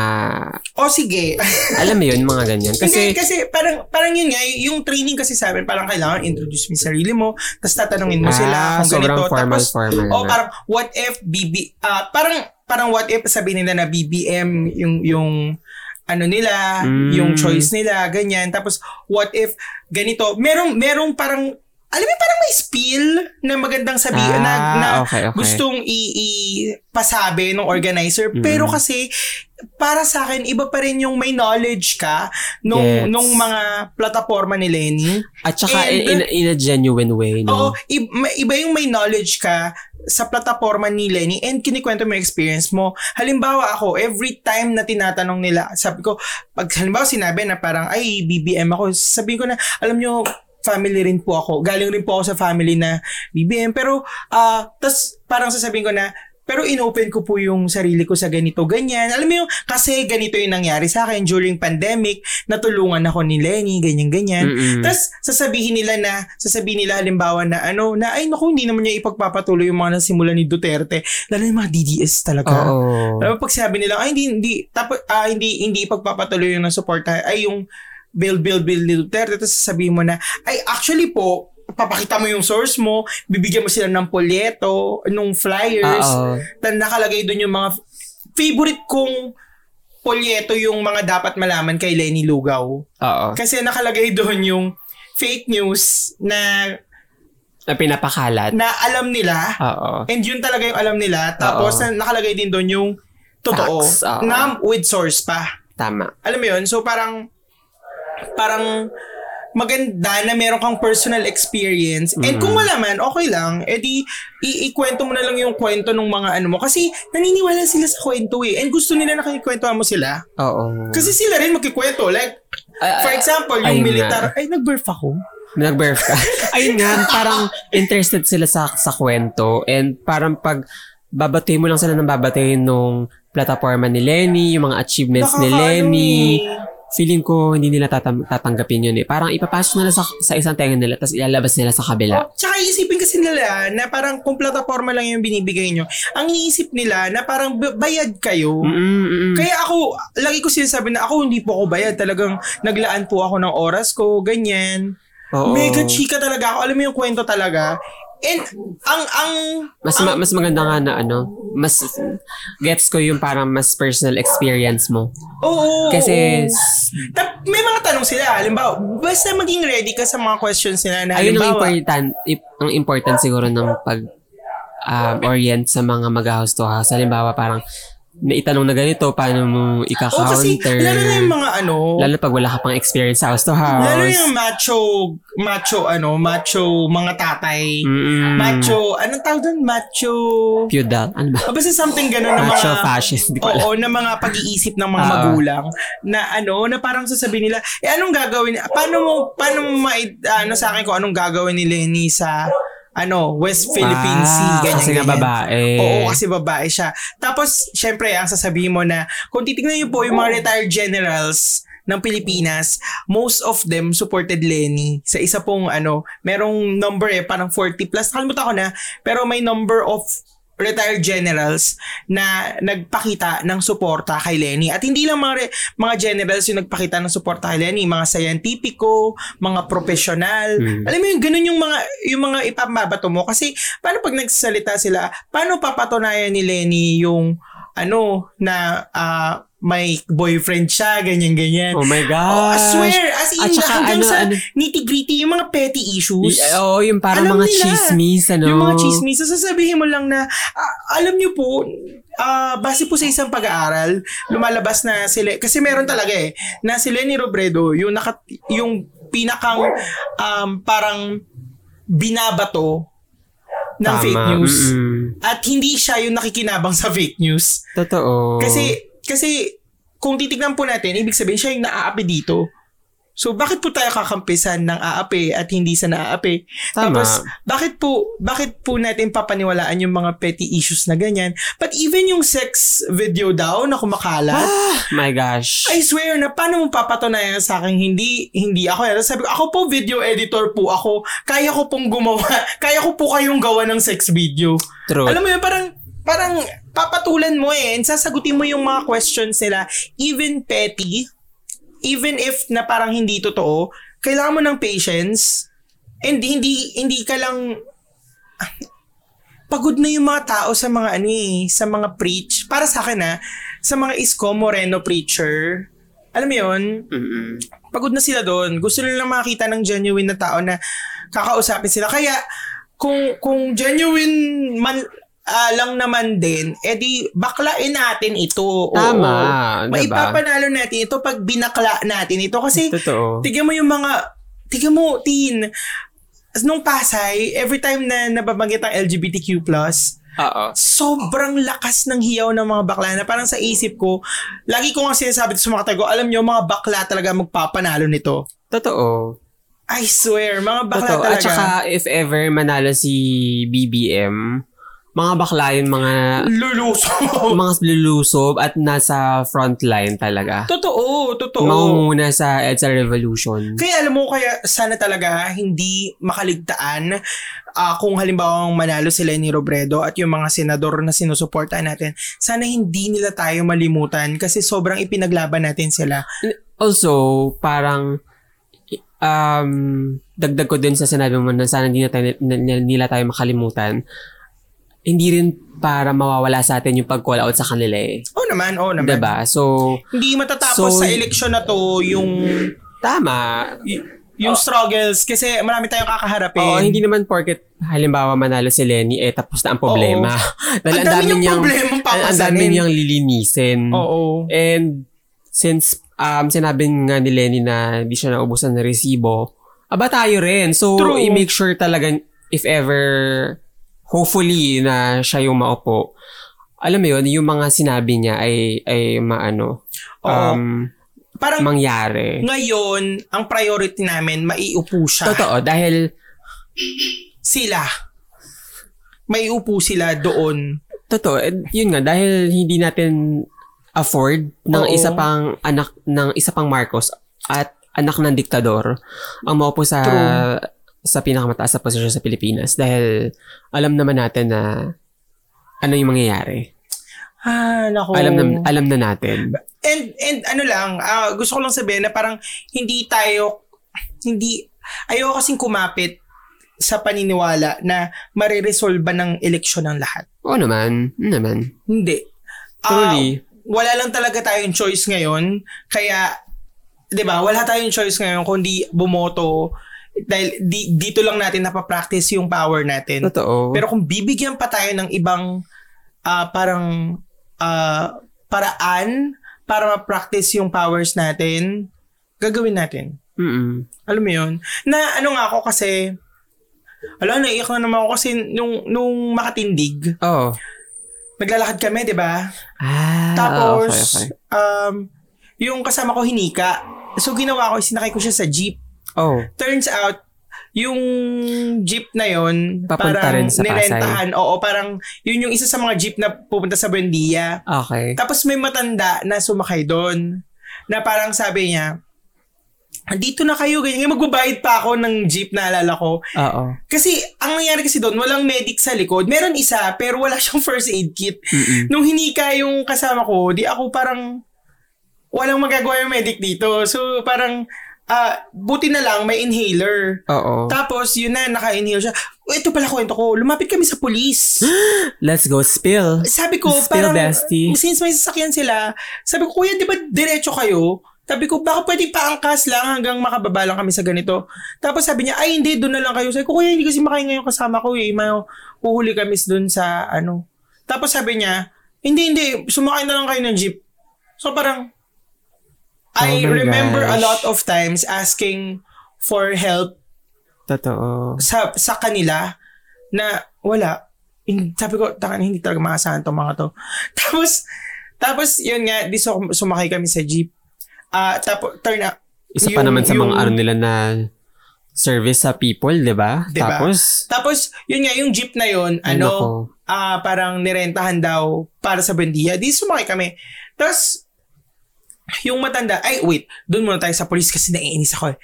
[SPEAKER 2] O Oh, sige.
[SPEAKER 1] alam mo yun, mga ganyan.
[SPEAKER 2] Kasi,
[SPEAKER 1] Kasi,
[SPEAKER 2] kasi parang, parang yun nga, yung training kasi sa amin, parang kailangan introduce mo yung sarili mo, tapos tatanungin mo sila
[SPEAKER 1] ah,
[SPEAKER 2] kung
[SPEAKER 1] sobrang
[SPEAKER 2] ganito.
[SPEAKER 1] formal,
[SPEAKER 2] tapos,
[SPEAKER 1] formal.
[SPEAKER 2] O
[SPEAKER 1] na.
[SPEAKER 2] parang what if BB ah, parang parang what if sabi nila na BBM yung yung ano nila,
[SPEAKER 1] Mm.
[SPEAKER 2] yung choice nila, ganyan. Tapos what if ganito, merong merong parang alam mo yung parang may spiel na magandang sabi
[SPEAKER 1] Ah,
[SPEAKER 2] na, na
[SPEAKER 1] okay, okay.
[SPEAKER 2] gustong i- ipasabi ng organizer
[SPEAKER 1] Mm.
[SPEAKER 2] pero kasi para sa akin iba pa rin yung may knowledge ka nung
[SPEAKER 1] Gets.
[SPEAKER 2] nung mga plataforma ni Lenny.
[SPEAKER 1] At saka, in,
[SPEAKER 2] and-
[SPEAKER 1] in, in a genuine way, no?
[SPEAKER 2] Oo, i- ma- iba yung may knowledge ka sa plataforma ni Lenny and kinikwento mo yung experience mo. Halimbawa ako, every time na tinatanong nila, sabi ko, pag halimbawa sinabi na parang, ay, BBM ako, sabihin ko na, alam nyo, family rin po ako. Galing rin po ako sa family na BBM. Pero, ah, tas parang sasabihin ko na, pero inopen ko po yung sarili ko sa ganito, ganyan. Alam mo yung, kasi ganito yung nangyari sa akin during pandemic, natulungan ako ni Lenny, ganyan, ganyan.
[SPEAKER 1] Mm-mm.
[SPEAKER 2] Tapos sasabihin nila na, sasabihin nila halimbawa na ano, na ay naku, hindi naman niya ipagpapatuloy yung mga nasimula ni Duterte. Lalo yung mga DDS talaga.
[SPEAKER 1] Oo.
[SPEAKER 2] Alam mo, pag sabi nila, ay hindi, hindi, tapo, ah, hindi, hindi ipagpapatuloy yung nasuporta, ay yung build, build, build ni Duterte. Tapos sasabihin mo na, ay actually po, papakita mo yung source mo, bibigyan mo sila ng polyeto, nung flyers,
[SPEAKER 1] Ah, Oo.
[SPEAKER 2] na nakalagay doon yung mga favorite kong polyeto yung mga dapat malaman kay Lenny Lugaw.
[SPEAKER 1] Oo.
[SPEAKER 2] Kasi nakalagay doon yung fake news na
[SPEAKER 1] Na pinapakalat.
[SPEAKER 2] na alam nila
[SPEAKER 1] Oo.
[SPEAKER 2] and yun talaga yung alam nila tapos
[SPEAKER 1] Oo.
[SPEAKER 2] na, nakalagay din doon yung totoo
[SPEAKER 1] Facts, oo.
[SPEAKER 2] na with source pa.
[SPEAKER 1] Tama.
[SPEAKER 2] Alam mo yun? So parang parang maganda na meron kang personal experience. And kung wala man, okay lang. E di, i- ikwento mo na lang yung kwento ng mga ano mo. Kasi naniniwala sila sa kwento eh. And gusto nila na kinikwentuhan mo sila.
[SPEAKER 1] Oo.
[SPEAKER 2] Kasi sila rin magkikwento. Like,
[SPEAKER 1] Ah,
[SPEAKER 2] for example, yung
[SPEAKER 1] ayun nga.
[SPEAKER 2] militar, ay, nag-birth ako.
[SPEAKER 1] Nag-birth ka. Ayun nga, parang interested sila sa sa kwento and parang pag babatuhin mo lang sila ng babatuhin nung plataforma ni Lenny, yung mga achievements ni
[SPEAKER 2] Nakakaano
[SPEAKER 1] Lenny.
[SPEAKER 2] eh.
[SPEAKER 1] Feeling ko hindi nila tatam- tatanggapin yun eh. Parang ipapasok nila sa, sa isang tenga nila tapos ilalabas nila sa kabila.
[SPEAKER 2] Oh, tsaka iisipin kasi nila na parang kung plataforma lang yung binibigay nyo, ang iniisip nila na parang b- bayad kayo.
[SPEAKER 1] Mm-mm, mm-mm.
[SPEAKER 2] Kaya ako, lagi ko sinasabi na ako hindi po ako bayad. Talagang naglaan po ako ng oras ko, ganyan.
[SPEAKER 1] Oo.
[SPEAKER 2] Mega chika talaga ako. Alam mo yung kwento talaga. And ang, ang,
[SPEAKER 1] Mas, ma- mas maganda nga na ano, mas gets ko yung parang mas personal experience mo.
[SPEAKER 2] oo.
[SPEAKER 1] Kasi
[SPEAKER 2] oo. Tap- may mga tanong sila. Halimbawa, basta maging ready ka sa mga questions nila na
[SPEAKER 1] Ayun ang
[SPEAKER 2] halimbawa,
[SPEAKER 1] important, ip- ang important siguro ng pag um, orient sa mga mag-house to house. Halimbawa parang na itanong na ganito, paano mo
[SPEAKER 2] Oo, kasi
[SPEAKER 1] ika-counter.
[SPEAKER 2] lalo na yung mga ano,
[SPEAKER 1] Lalo pag wala ka pang experience sa house to house.
[SPEAKER 2] lalo yung macho, macho ano, macho mga tatay.
[SPEAKER 1] Mm-mm.
[SPEAKER 2] Macho, anong tawag doon? Macho...
[SPEAKER 1] Feudal. Ano ba?
[SPEAKER 2] Ah, Basta something ganun na
[SPEAKER 1] Macho
[SPEAKER 2] mga...
[SPEAKER 1] fascist. Hindi ko alam.
[SPEAKER 2] Oo, na mga pag-iisip ng mga
[SPEAKER 1] Ah.
[SPEAKER 2] magulang na ano, na parang sasabihin nila, eh anong gagawin? Paano mo, paano mo ma, ano sa akin kung anong gawin ni Lenny sa, ano, West Philippine Sea,
[SPEAKER 1] Ah,
[SPEAKER 2] ganyan,
[SPEAKER 1] Kasi nga
[SPEAKER 2] ganyan.
[SPEAKER 1] babae.
[SPEAKER 2] Oo, kasi babae siya. Tapos, syempre, ang sasabihin mo na, kung titignan niyo po yung mga retired generals ng Pilipinas, most of them supported Lenny sa isa pong ano, merong number eh, parang 40 plus, nakalimutan ko na, pero may number of retired generals na nagpakita ng suporta kay Lenny. At hindi lang mga, re- mga generals yung nagpakita ng suporta kay Lenny, mga scientifico, mga profesional.
[SPEAKER 1] Mm.
[SPEAKER 2] Alam mo yung ganun yung mga, yung mga ipambabato mo. Kasi paano pag nagsasalita sila, paano papatunayan ni Lenny yung ano na ah, may boyfriend siya, ganyan-ganyan.
[SPEAKER 1] Oh my gosh.
[SPEAKER 2] Oh, I swear, as in,
[SPEAKER 1] At saka
[SPEAKER 2] hanggang
[SPEAKER 1] ano,
[SPEAKER 2] sa
[SPEAKER 1] ano-
[SPEAKER 2] nitty-gritty, yung mga petty issues.
[SPEAKER 1] Y- oh, Oo, yung parang
[SPEAKER 2] Alam
[SPEAKER 1] mga
[SPEAKER 2] nila.
[SPEAKER 1] chismis, ano.
[SPEAKER 2] Yung mga chismis, sasabihin mo lang na, ah, alam nyo po, ah, base po sa isang pag-aaral, lumalabas na sila, kasi meron talaga eh, na si Lenny Robredo, yung, naka, yung pinakang um, parang binabato ng
[SPEAKER 1] Tama.
[SPEAKER 2] fake news.
[SPEAKER 1] Mm-mm.
[SPEAKER 2] At hindi siya yung nakikinabang sa fake news.
[SPEAKER 1] Totoo.
[SPEAKER 2] Kasi, kasi kung titignan po natin, ibig sabihin siya yung naaapi dito. So, bakit po tayo kakampisan ng aapi at hindi sa naaapi?
[SPEAKER 1] Tama.
[SPEAKER 2] Tapos, bakit po, bakit po natin papaniwalaan yung mga petty issues na ganyan? But even yung sex video daw na kumakalat,
[SPEAKER 1] my gosh.
[SPEAKER 2] I swear na paano mo papatunayan sa akin hindi hindi ako yan. Sabi ko, ako po video editor po ako. Kaya ko pong gumawa. Kaya ko po kayong gawa ng sex video.
[SPEAKER 1] True.
[SPEAKER 2] Alam mo yun, parang, parang papatulan mo eh. And sasagutin mo yung mga questions nila. Even petty, even if na parang hindi totoo, kailangan mo ng patience. And hindi, hindi ka lang, pagod na yung mga tao sa mga ano eh, sa mga preach. Para sa akin ah, sa mga Isko Moreno preacher, alam mo yun,
[SPEAKER 1] Mm-mm.
[SPEAKER 2] pagod na sila doon. Gusto nila makita ng genuine na tao na kakausapin sila. Kaya kung kung genuine man ah, lang naman din, edi baklain natin ito.
[SPEAKER 1] Tama,
[SPEAKER 2] Oo.
[SPEAKER 1] diba?
[SPEAKER 2] Maipapanalo natin ito pag binakla natin ito kasi
[SPEAKER 1] Totoo.
[SPEAKER 2] Tignan mo yung mga, tignan mo, teen, nung Pasay, every time na nababanggit ang LGBTQ+,
[SPEAKER 1] Oo.
[SPEAKER 2] sobrang lakas ng hiyaw ng mga bakla na parang sa isip ko, lagi ko nga sinasabi sa mga tago, alam nyo, mga bakla talaga magpapanalo nito.
[SPEAKER 1] Totoo.
[SPEAKER 2] I swear, mga bakla
[SPEAKER 1] Totoo.
[SPEAKER 2] talaga.
[SPEAKER 1] At saka, if ever manalo si BBM, mga bakla yung mga
[SPEAKER 2] luluso.
[SPEAKER 1] mga lulusob at nasa front line talaga.
[SPEAKER 2] totoo, totoo.
[SPEAKER 1] Mangunguna sa EDSA Revolution.
[SPEAKER 2] Kaya alam mo, kaya sana talaga hindi makaligtaan ah, kung halimbawa manalo si Lenny Robredo at yung mga senador na sinusuportahan natin, sana hindi nila tayo malimutan kasi sobrang ipinaglaban natin sila.
[SPEAKER 1] Also, parang um, dagdag ko din sa sinabi mo na sana hindi na tayo, na- na- nila tayo makalimutan. Hindi rin para mawawala sa atin yung pag-call out sa kanila eh.
[SPEAKER 2] Oo naman, oo naman.
[SPEAKER 1] Diba? So,
[SPEAKER 2] Hindi matatapos
[SPEAKER 1] So,
[SPEAKER 2] sa eleksyon na to yung
[SPEAKER 1] tama.
[SPEAKER 2] y- yung struggles kasi marami tayong kakaharapin.
[SPEAKER 1] Oh. Oo, hindi naman porket halimbawa manalo si Lenny eh tapos na ang problema. Dahil
[SPEAKER 2] Ang dami niyang problema ang
[SPEAKER 1] ang- ang dami
[SPEAKER 2] papasanin.
[SPEAKER 1] niyang lilinisin.
[SPEAKER 2] Oo.
[SPEAKER 1] And since um, sinabi nga ni Lenny na hindi siya naubusan ng resibo, aba tayo rin. So,
[SPEAKER 2] True.
[SPEAKER 1] i-make sure talaga if ever, hopefully, na siya yung maupo. Alam mo yun, yung mga sinabi niya ay, ay maano,
[SPEAKER 2] Oo.
[SPEAKER 1] um,
[SPEAKER 2] Parang
[SPEAKER 1] mangyari.
[SPEAKER 2] ngayon, ang priority namin, maiupo siya.
[SPEAKER 1] Totoo, dahil
[SPEAKER 2] Sila. Maiupo sila doon.
[SPEAKER 1] Totoo. And yun nga, dahil hindi natin afford ng
[SPEAKER 2] Oo.
[SPEAKER 1] isa pang anak, ng isa pang Marcos at anak ng diktador ang maupo sa
[SPEAKER 2] True.
[SPEAKER 1] sa pinakamataas na posisyon sa Pilipinas dahil alam naman natin na ano yung mangyayari.
[SPEAKER 2] Ah, nako.
[SPEAKER 1] Alam na alam na natin.
[SPEAKER 2] And and ano lang, ah, gusto ko lang sabihin na parang hindi tayo hindi ayoko kasing kumapit sa paniniwala na mariresolba ng eleksyon ng lahat.
[SPEAKER 1] Oo naman, oo naman.
[SPEAKER 2] Hindi. Ah,
[SPEAKER 1] Truly.
[SPEAKER 2] wala lang talaga tayong choice ngayon. Kaya, di ba, wala tayong choice ngayon kundi bumoto dahil di, dito lang natin napapractice yung power natin.
[SPEAKER 1] totoo.
[SPEAKER 2] Pero kung bibigyan pa tayo ng ibang ah, parang ah, paraan para ma-practice yung powers natin, gagawin natin.
[SPEAKER 1] Mm-mm.
[SPEAKER 2] Alam mo yun? Na ano nga ako kasi, ala, naiyak na naman ako kasi nung, nung makatindig,
[SPEAKER 1] Oh.
[SPEAKER 2] naglalakad kami, di ba?
[SPEAKER 1] Ah,
[SPEAKER 2] Tapos,
[SPEAKER 1] okay, okay.
[SPEAKER 2] um, yung kasama ko hinika. So, ginawa ko, sinakay ko siya sa jeep.
[SPEAKER 1] Oh,
[SPEAKER 2] Turns out, yung jeep na yon
[SPEAKER 1] Papunta rin
[SPEAKER 2] parang
[SPEAKER 1] sa
[SPEAKER 2] nirentahan. Oo, parang yun yung isa sa mga jeep na pupunta sa Buendia.
[SPEAKER 1] okay.
[SPEAKER 2] Tapos may matanda na sumakay doon na parang sabi niya, dito na kayo, ganyan. Magbabayad pa ako ng jeep, naalala ko.
[SPEAKER 1] Oo.
[SPEAKER 2] Kasi, ang nangyari kasi doon, walang medic sa likod. Meron isa, pero wala siyang first aid kit.
[SPEAKER 1] Mm-mm.
[SPEAKER 2] Nung hinika yung kasama ko, di ako parang, walang magagawa yung medic dito. So, parang, ah, buti na lang, may inhaler.
[SPEAKER 1] Oo.
[SPEAKER 2] Tapos, yun na, naka-inhale siya. Oh, Ito pala kwento ko, lumapit kami sa polis.
[SPEAKER 1] Let's go spill.
[SPEAKER 2] Sabi ko,
[SPEAKER 1] Spill,
[SPEAKER 2] parang,
[SPEAKER 1] Dusty.
[SPEAKER 2] since may sasakyan sila, sabi ko, kuya, di ba diretso kayo? Sabi ko, baka pwede paangkas lang hanggang makababa lang kami sa ganito. Tapos sabi niya, ay hindi, doon na lang kayo. Sabi ko, kuya, hindi kasi makahinga yung kasama ko eh. May uhuli kami doon sa ano. Tapos sabi niya, hindi, hindi, sumakay na lang kayo ng jeep. So parang,
[SPEAKER 1] Oh
[SPEAKER 2] I
[SPEAKER 1] my
[SPEAKER 2] remember
[SPEAKER 1] gosh.
[SPEAKER 2] a lot of times asking for help
[SPEAKER 1] Totoo.
[SPEAKER 2] sa sa kanila na wala. In, sabi ko, tangan, hindi talaga makasahan tong mga to. Tapos, tapos, yun nga, di sum- sumakay kami sa jeep. Ah, tapos, turn out,
[SPEAKER 1] Isa pa
[SPEAKER 2] Yung-
[SPEAKER 1] naman sa mga
[SPEAKER 2] yung-
[SPEAKER 1] ano nila na service sa people, di ba?
[SPEAKER 2] Di ba?
[SPEAKER 1] Tapos,
[SPEAKER 2] tapos, yun nga, yung jeep na yun,
[SPEAKER 1] Ay, nako.
[SPEAKER 2] ano, ah parang nirentahan daw para sa bandiya. Di sumakay kami. Tapos, yung matanda, ay wait, doon muna tayo sa police kasi naiinis ako eh.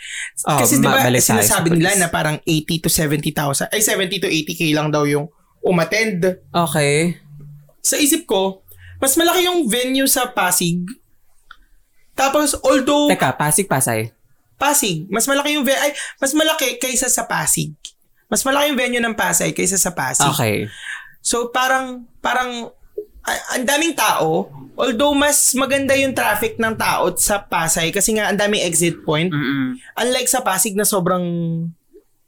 [SPEAKER 1] Oh,
[SPEAKER 2] kasi di ba
[SPEAKER 1] mabalik tayo sa
[SPEAKER 2] sinasabi nila
[SPEAKER 1] police.
[SPEAKER 2] na parang 80 to 70,000, ay 70 to 80k lang daw yung umattend.
[SPEAKER 1] okay.
[SPEAKER 2] sa isip ko, mas malaki yung venue sa Pasig. Tapos, although
[SPEAKER 1] Teka, Pasig-Pasay.
[SPEAKER 2] Pasig, mas malaki yung ve- ay, mas malaki kaysa sa Pasig. Mas malaki yung venue ng Pasay kaysa sa Pasig.
[SPEAKER 1] Okay.
[SPEAKER 2] So, parang, parang, a- ang daming tao, although mas maganda yung traffic ng tao sa Pasay kasi nga ang daming exit point.
[SPEAKER 1] Mm-mm.
[SPEAKER 2] Unlike sa Pasig na sobrang...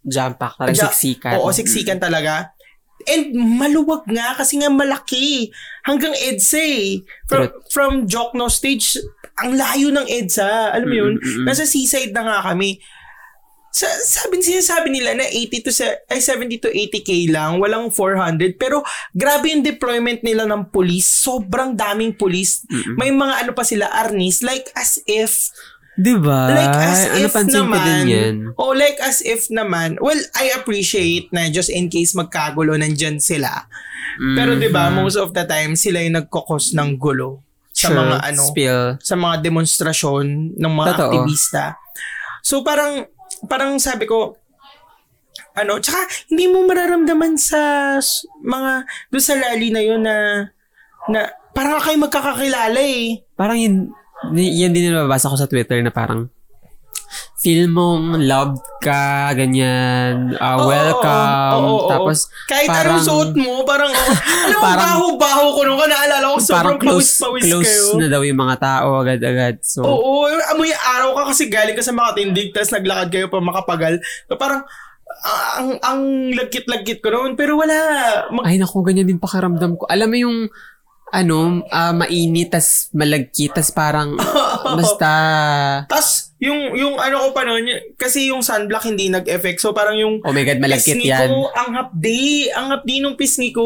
[SPEAKER 1] Jump pack talaga,
[SPEAKER 2] Ja-
[SPEAKER 1] siksikan.
[SPEAKER 2] Oo, siksikan talaga. And maluwag nga kasi nga malaki. Hanggang EDSA eh. From,
[SPEAKER 1] Correct.
[SPEAKER 2] from Jokno stage, ang layo ng EDSA. Alam mo yun?
[SPEAKER 1] Mm, mm, mm.
[SPEAKER 2] Nasa seaside na nga kami. Sa, sabi, sinasabi nila na 80 to, se- ay 70 to 80k lang, walang 400. Pero grabe yung deployment nila ng police. Sobrang daming police.
[SPEAKER 1] Mm-mm.
[SPEAKER 2] May mga ano pa sila, arnis. Like as if
[SPEAKER 1] Di ba?
[SPEAKER 2] Like as
[SPEAKER 1] ano,
[SPEAKER 2] if
[SPEAKER 1] pansin
[SPEAKER 2] naman.
[SPEAKER 1] ko din yan.
[SPEAKER 2] Oh, like as if naman. Well, I appreciate na just in case magkagulo nandyan sila. Mm. Pero 'di ba, most of the time sila yung nagkokos ng gulo
[SPEAKER 1] Mm-hmm. Sure,
[SPEAKER 2] sa mga ano,
[SPEAKER 1] Spill.
[SPEAKER 2] sa mga demonstrasyon ng mga
[SPEAKER 1] Totoo.
[SPEAKER 2] aktivista. So parang parang sabi ko ano, tsaka hindi mo mararamdaman sa s- mga doon sa rally na yun na na parang kayo magkakakilala eh.
[SPEAKER 1] Parang yun, ni- yan din yung nababasa ko sa Twitter na parang feel mong loved ka, ganyan, ah,
[SPEAKER 2] Oo,
[SPEAKER 1] welcome,
[SPEAKER 2] oo, oo, oo.
[SPEAKER 1] tapos
[SPEAKER 2] Kahit
[SPEAKER 1] parang,
[SPEAKER 2] anong suot mo, parang, oh, alam mo,
[SPEAKER 1] Parang-
[SPEAKER 2] baho-baho ko nung naalala ko,
[SPEAKER 1] parang
[SPEAKER 2] sobrang
[SPEAKER 1] close,
[SPEAKER 2] pawis-pawis
[SPEAKER 1] close
[SPEAKER 2] kayo.
[SPEAKER 1] na daw yung mga tao agad-agad. So,
[SPEAKER 2] Oo, amoy araw ka kasi galing ka sa makatindig, tapos naglakad kayo pa makapagal. So, Parang, ah, ang, ang lagkit-lagkit ko noon, pero wala. Mag-
[SPEAKER 1] ay naku, ganyan din pakiramdam ko. Alam mo yung, ano, ah, mainit, tas malagkit, tas parang, basta,
[SPEAKER 2] tas yung, yung ano ko pa noon, y- kasi yung sunblock hindi nag-effect, so parang yung
[SPEAKER 1] oh my God, malagkit
[SPEAKER 2] pisngi
[SPEAKER 1] yan.
[SPEAKER 2] ko, ang hapdi, ang hapdi nung pisngi ko.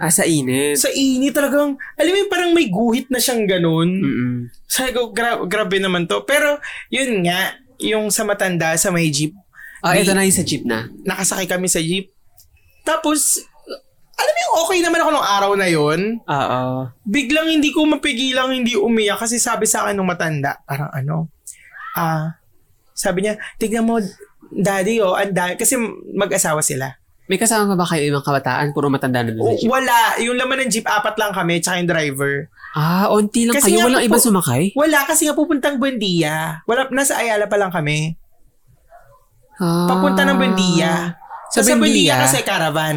[SPEAKER 1] Ah, sa init.
[SPEAKER 2] Sa ini talagang, alam mo yung parang may guhit na siyang ganun.
[SPEAKER 1] Mm-mm.
[SPEAKER 2] Sabi ko, gra- grabe naman to. Pero, yun nga, yung sa matanda, sa may jeep,
[SPEAKER 1] Ah, ito na yung sa jeep na.
[SPEAKER 2] nakasakay kami sa jeep. Tapos, alam mo yung okay naman ako nung araw na yun.
[SPEAKER 1] Oo.
[SPEAKER 2] Biglang hindi ko mapigilang hindi umiyak kasi sabi sa akin nung matanda, parang ano, ah, sabi niya, tignan mo, daddy, oh, ang dami. Kasi mag-asawa sila.
[SPEAKER 1] May kasama pa ba kayo ibang kabataan? Puro matanda na doon sa
[SPEAKER 2] O,
[SPEAKER 1] jeep.
[SPEAKER 2] wala, yung laman ng jeep, apat lang kami, tsaka yung driver.
[SPEAKER 1] Ah, onti lang
[SPEAKER 2] Kasi
[SPEAKER 1] kayo.
[SPEAKER 2] nga
[SPEAKER 1] Walang
[SPEAKER 2] po-
[SPEAKER 1] iba sumakay?
[SPEAKER 2] Wala, kasi nga pupuntang Buendia. Wala, nasa Ayala pa lang kami.
[SPEAKER 1] Ah.
[SPEAKER 2] Papunta ng Buendia.
[SPEAKER 1] Sa
[SPEAKER 2] Sa, sa
[SPEAKER 1] Buendia?
[SPEAKER 2] Buendia kasi caravan.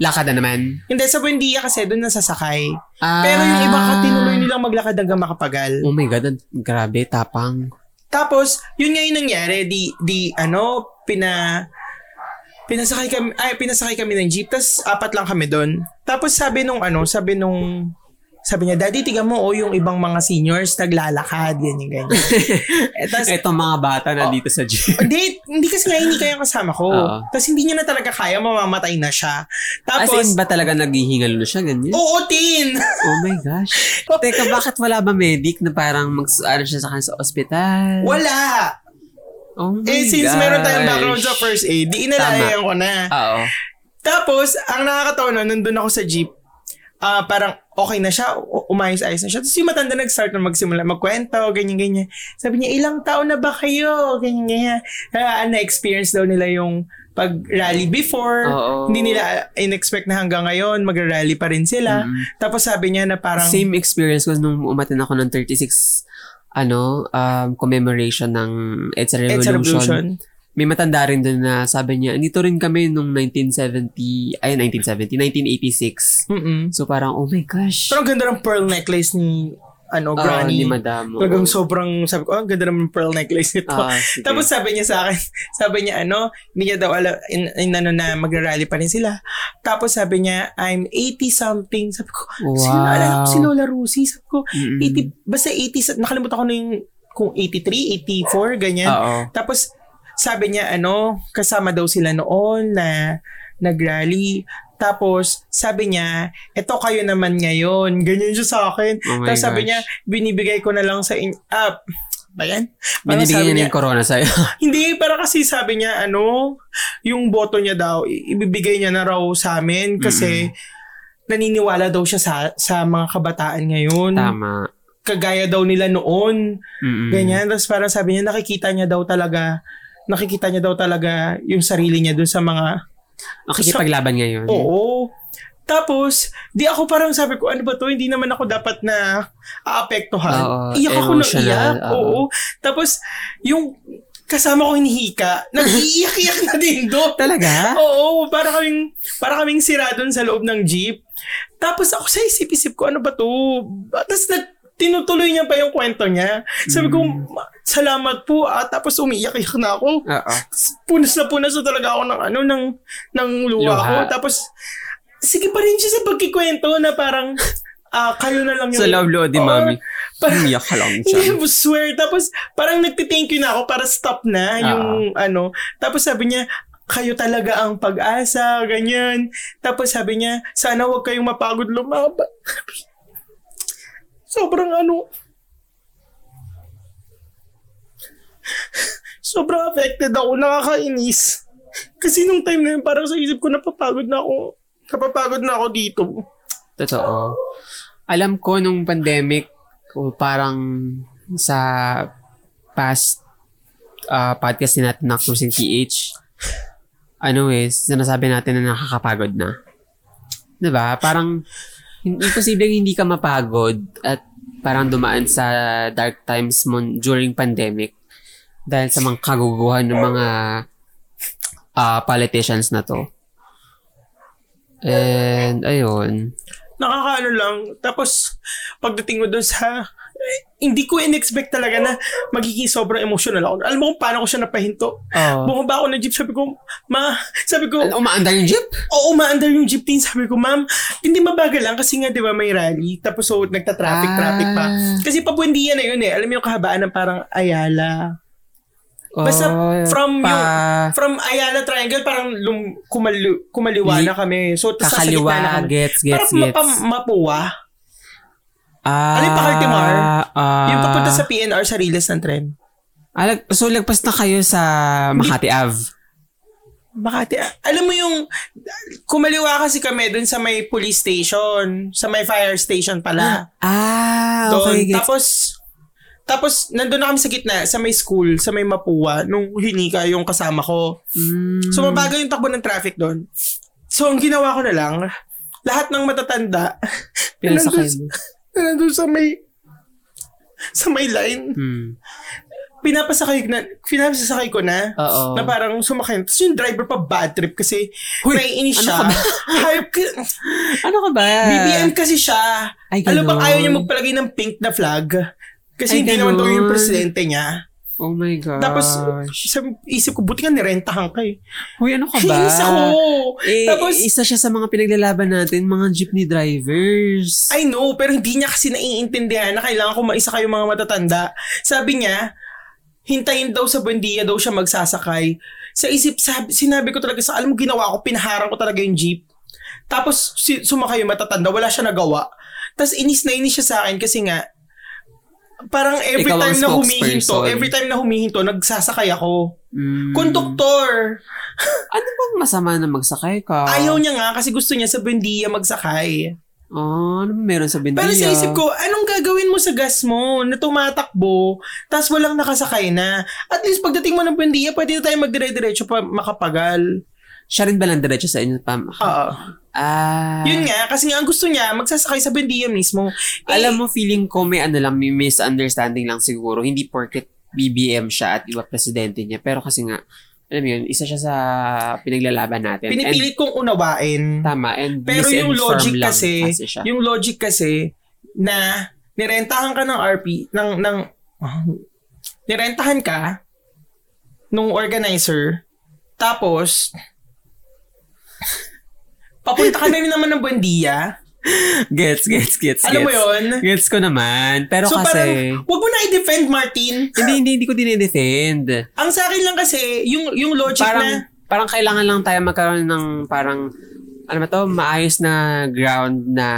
[SPEAKER 1] Lakad na naman.
[SPEAKER 2] Hindi, sa Buendia kasi doon nasasakay.
[SPEAKER 1] Ah.
[SPEAKER 2] Pero yung iba ka, tinuloy nilang maglakad hanggang makapagal.
[SPEAKER 1] Oh my God, ang- grabe, tapang.
[SPEAKER 2] Tapos, yun nga yung nangyari. Di, di, ano, pina... Pinasakay kami, ay, pinasakay kami ng jeep. Tapos, apat lang kami doon. Tapos, sabi nung, ano, sabi nung Sabi niya, Daddy, tiga mo, oh, yung ibang mga seniors naglalakad, ganyan, ganyan. Eh, tas- Oh.
[SPEAKER 1] Itong mga bata na dito sa gym.
[SPEAKER 2] hindi, hindi kasi nga hindi kaya kasama ko.
[SPEAKER 1] Oo.
[SPEAKER 2] Tapos hindi niya na talaga kaya, mamamatay na siya.
[SPEAKER 1] As
[SPEAKER 2] Tapos,
[SPEAKER 1] in, ba talaga naghihingal na siya? Ganyan?
[SPEAKER 2] oo, tin!
[SPEAKER 1] Oh my gosh. Teka, bakit wala ba medic na parang mag ano siya sa kanya sa ospital?
[SPEAKER 2] Wala!
[SPEAKER 1] Oh my
[SPEAKER 2] Eh, since
[SPEAKER 1] gosh.
[SPEAKER 2] meron tayong background sa first aid, di inalayan ko na.
[SPEAKER 1] Oo.
[SPEAKER 2] Tapos, ang nakakatawa nun, nandun ako sa jeep, ah parang okay na siya, u- umayos-ayos na siya. Tapos yung matanda nag-start na magsimula, magkwento, ganyan-ganyan. Sabi niya, ilang taon na ba kayo? Ganyan-ganyan. Ah, na-experience daw nila yung pag-rally before.
[SPEAKER 1] Oo.
[SPEAKER 2] Hindi nila in-expect na hanggang ngayon, mag-rally pa rin sila.
[SPEAKER 1] Mm.
[SPEAKER 2] Tapos sabi niya na parang,
[SPEAKER 1] Same experience ko nung umatin ako ng 36 ano, um, commemoration ng EDSA Revolution.
[SPEAKER 2] it's a revolution.
[SPEAKER 1] May matanda rin doon na sabi niya, dito rin kami nung 1970, ay 1970, 1986.
[SPEAKER 2] Mm-mm.
[SPEAKER 1] So parang, oh my gosh.
[SPEAKER 2] Pero ang ganda ng pearl necklace ni ano,
[SPEAKER 1] Ah, ni
[SPEAKER 2] granny.
[SPEAKER 1] madam. oo.
[SPEAKER 2] Talagang sobrang, sabi ko, "Ah, ang ganda naman ng pearl necklace nito.
[SPEAKER 1] Ah, sige.
[SPEAKER 2] Tapos sabi niya sa akin, sabi niya ano, hindi niya daw alam, in, in ano na magra-rally pa rin sila. Tapos sabi niya, I'm 80 something. Sabi ko,
[SPEAKER 1] wow.
[SPEAKER 2] sino alam ko si Lola Rusi? Sabi ko,
[SPEAKER 1] Mm-mm.
[SPEAKER 2] 80, basta 80, sa- nakalimutan ko na yung kung 83, 84, ganyan.
[SPEAKER 1] Oo.
[SPEAKER 2] Tapos sabi niya ano, kasama daw sila noon na nag-rally. Tapos sabi niya, eto kayo naman ngayon. Ganyan siya sa akin.
[SPEAKER 1] Oh my
[SPEAKER 2] Tapos sabi
[SPEAKER 1] gosh.
[SPEAKER 2] niya, binibigay ko na lang sa inyo. Ah, ba yan? Parang
[SPEAKER 1] Binibigyan
[SPEAKER 2] sabi
[SPEAKER 1] niya na yung corona sa'yo.
[SPEAKER 2] hindi, para kasi sabi niya, ano, yung boto niya daw, i- ibibigay niya na raw sa amin kasi naniniwala daw siya sa, sa mga kabataan ngayon.
[SPEAKER 1] Tama.
[SPEAKER 2] Kagaya daw nila noon.
[SPEAKER 1] Mm-mm.
[SPEAKER 2] Ganyan. Tapos parang sabi niya, nakikita niya daw talaga, nakikita niya daw talaga yung sarili niya dun sa mga,
[SPEAKER 1] Nakikipaglaban ngayon.
[SPEAKER 2] oo. Tapos, di ako parang sabi ko, ano ba to, hindi naman ako dapat na
[SPEAKER 1] Oo,
[SPEAKER 2] aapektuhan. iyak ako ng
[SPEAKER 1] emotional,
[SPEAKER 2] iyak.
[SPEAKER 1] oo.
[SPEAKER 2] Oo. Tapos, yung kasama ko hinihika, nag-iiyak-iyak na din doon.
[SPEAKER 1] Talaga?
[SPEAKER 2] Oo, para kaming, para kaming sira doon sa loob ng jeep. Tapos ako sa isip-isip ko, ano ba to? Tapos nag, tinutuloy niya pa yung kwento niya. Sabi ko,
[SPEAKER 1] Mm.
[SPEAKER 2] "Ma- salamat po. Ah, tapos umiyak-iyak na ako.
[SPEAKER 1] Oo.
[SPEAKER 2] S- Punas na punas na talaga ako ng ano, ng, ng luha,
[SPEAKER 1] Luha.
[SPEAKER 2] ko. Tapos, sige pa rin siya sa pagkikwento na parang, ah, kayo na lang yung...
[SPEAKER 1] Sa love load ni
[SPEAKER 2] Oo.
[SPEAKER 1] mami.
[SPEAKER 2] Parang-
[SPEAKER 1] Umiyak ka lang
[SPEAKER 2] Hindi,
[SPEAKER 1] dyan.
[SPEAKER 2] I swear. Tapos, parang nagtitank you na ako para stop na yung ano. Tapos sabi niya, kayo talaga ang pag-asa, ganyan. Tapos sabi niya, sana huwag kayong mapagod lumaban. Sobrang ano, sobrang affected ako, nakakainis. Kasi nung time na yun, parang sa isip ko, napapagod na ako. Napapagod na ako dito.
[SPEAKER 1] Totoo. Alam ko nung pandemic, o parang sa past ah, podcast din natin na Cruising PH, ano eh, sinasabi natin na nakakapagod na. 'Di ba Parang hin- imposible hindi ka mapagod at parang dumaan sa dark times mo during pandemic dahil sa mga kaguguhan ng mga ah, politicians na to. And ayun.
[SPEAKER 2] nakakaano lang. Tapos, pagdating ko doon sa, eh, hindi ko in-expect talaga na magiging sobrang emotional ako. Alam mo kung paano ko siya napahinto?
[SPEAKER 1] Oh.
[SPEAKER 2] Bumaba ako ng jeep, sabi ko, ma, sabi ko,
[SPEAKER 1] Ano, umaandar yung jeep?
[SPEAKER 2] oo, maandar yung jeep din. Sabi ko, ma'am, hindi mabagal lang kasi nga, di ba, may rally. Tapos, so, nagta-traffic, traffic pa.
[SPEAKER 1] Ah.
[SPEAKER 2] Kasi pabuendia na yun eh. Alam mo yung kahabaan ng parang Ayala. Basta
[SPEAKER 1] Oh,
[SPEAKER 2] from
[SPEAKER 1] pa,
[SPEAKER 2] From Ayala Triangle, parang lum, kumalu, kumaliwa
[SPEAKER 1] Li-
[SPEAKER 2] na kami. So, tas sa
[SPEAKER 1] kakaliwa,
[SPEAKER 2] gitna na kami.
[SPEAKER 1] gets, gets, gets.
[SPEAKER 2] Parang mapa- mapuwa.
[SPEAKER 1] Ah,
[SPEAKER 2] Ano yung Pakaltimar?
[SPEAKER 1] ah,
[SPEAKER 2] yung papunta sa PNR sa Riles ng tren.
[SPEAKER 1] Alag, so, lagpas na kayo sa Makati Ave.
[SPEAKER 2] Makati. Alam mo yung, kumaliwa kasi kami dun sa may police station, sa may fire station pala.
[SPEAKER 1] Ah, okay,
[SPEAKER 2] Doon.
[SPEAKER 1] gets.
[SPEAKER 2] Tapos, tapos, nandun na kami sa gitna, sa may school, sa may Mapua, nung hinika yung kasama ko.
[SPEAKER 1] Mm,
[SPEAKER 2] So, mabagal yung takbo ng traffic doon. So, ang ginawa ko na lang, lahat ng matatanda,
[SPEAKER 1] pinasakay mo.
[SPEAKER 2] na nandun sa may, sa may line,
[SPEAKER 1] Hmm.
[SPEAKER 2] pinapasakay, na, pinapasakay ko na.
[SPEAKER 1] Oo.
[SPEAKER 2] Na parang sumakay. Tapos yung driver pa bad trip kasi
[SPEAKER 1] Huy,
[SPEAKER 2] naiinis siya.
[SPEAKER 1] ano ka
[SPEAKER 2] Hype ka-
[SPEAKER 1] Ano ka ba?
[SPEAKER 2] BBM kasi siya.
[SPEAKER 1] Ay,
[SPEAKER 2] Alam
[SPEAKER 1] ganun.
[SPEAKER 2] bang ayaw niya magpalagay ng pink na flag? Kasi
[SPEAKER 1] Ay,
[SPEAKER 2] hindi naman daw
[SPEAKER 1] ganun.
[SPEAKER 2] yung presidente niya.
[SPEAKER 1] Oh my gosh.
[SPEAKER 2] Tapos, sabi, isip ko, buti nga nirentahan ka eh.
[SPEAKER 1] Uy, ano ka ba?
[SPEAKER 2] Kainis ako.
[SPEAKER 1] Eh,
[SPEAKER 2] Tapos-
[SPEAKER 1] isa siya sa mga pinaglalaban natin, mga jeepney drivers.
[SPEAKER 2] I know, pero hindi niya kasi naiintindihan na kailangan ko maisa kayo mga matatanda. Sabi niya, hintayin daw sa Buendia daw siya magsasakay. Sa isip, sabi, sinabi ko talaga sa, alam mo, ginawa ko, pinaharang ko talaga yung jeep. Tapos, si, sumakay yung matatanda, wala siya nagawa. Tapos, inis na inis siya sa akin kasi nga, parang every
[SPEAKER 1] Ikaw ang
[SPEAKER 2] time na humihinto,
[SPEAKER 1] spokesperson.
[SPEAKER 2] every time na humihinto, nagsasakay ako.
[SPEAKER 1] Mm.
[SPEAKER 2] Konduktor!
[SPEAKER 1] Ano bang masama na magsakay ka?
[SPEAKER 2] Ayaw niya nga kasi gusto niya sa Buendia magsakay.
[SPEAKER 1] Oh, ano ba meron sa Bendia?
[SPEAKER 2] Pero sa isip ko, anong gagawin mo sa gas mo na tumatakbo, tas walang nakasakay na? At least pagdating mo ng Buendia, pwede na tayo magdire-diretso pa makapagal.
[SPEAKER 1] Siya rin ba lang diretso sa inyo? Pam?
[SPEAKER 2] Oo.
[SPEAKER 1] Ah.
[SPEAKER 2] Yun nga, kasi nga ang gusto niya, magsasakay sa Buendia mismo. Eh,
[SPEAKER 1] Alam mo, feeling ko may ano lang, may misunderstanding lang siguro. Hindi porket BBM siya at iba presidente niya. Pero kasi nga, alam mo yun, isa siya sa pinaglalaban natin.
[SPEAKER 2] pinipilit kong
[SPEAKER 1] And,
[SPEAKER 2] unawain.
[SPEAKER 1] tama, and
[SPEAKER 2] Pero
[SPEAKER 1] misinform
[SPEAKER 2] yung logic
[SPEAKER 1] lang
[SPEAKER 2] kasi,
[SPEAKER 1] siya.
[SPEAKER 2] Yung logic kasi, na nirentahan ka ng RP, ng, ng, ah, nirentahan ka nung organizer, tapos, papunta ka na rin naman ng Buendia,
[SPEAKER 1] Gets, gets, gets, gets.
[SPEAKER 2] Alam mo yun?
[SPEAKER 1] Gets ko naman. Pero
[SPEAKER 2] so
[SPEAKER 1] kasi,
[SPEAKER 2] parang, wag mo na i-defend, Martin.
[SPEAKER 1] hindi, hindi, hindi ko dinedefend.
[SPEAKER 2] Ang sa akin lang kasi, yung, yung logic
[SPEAKER 1] parang,
[SPEAKER 2] na,
[SPEAKER 1] parang kailangan lang tayo magkaroon ng parang, alam mo to, maayos na ground na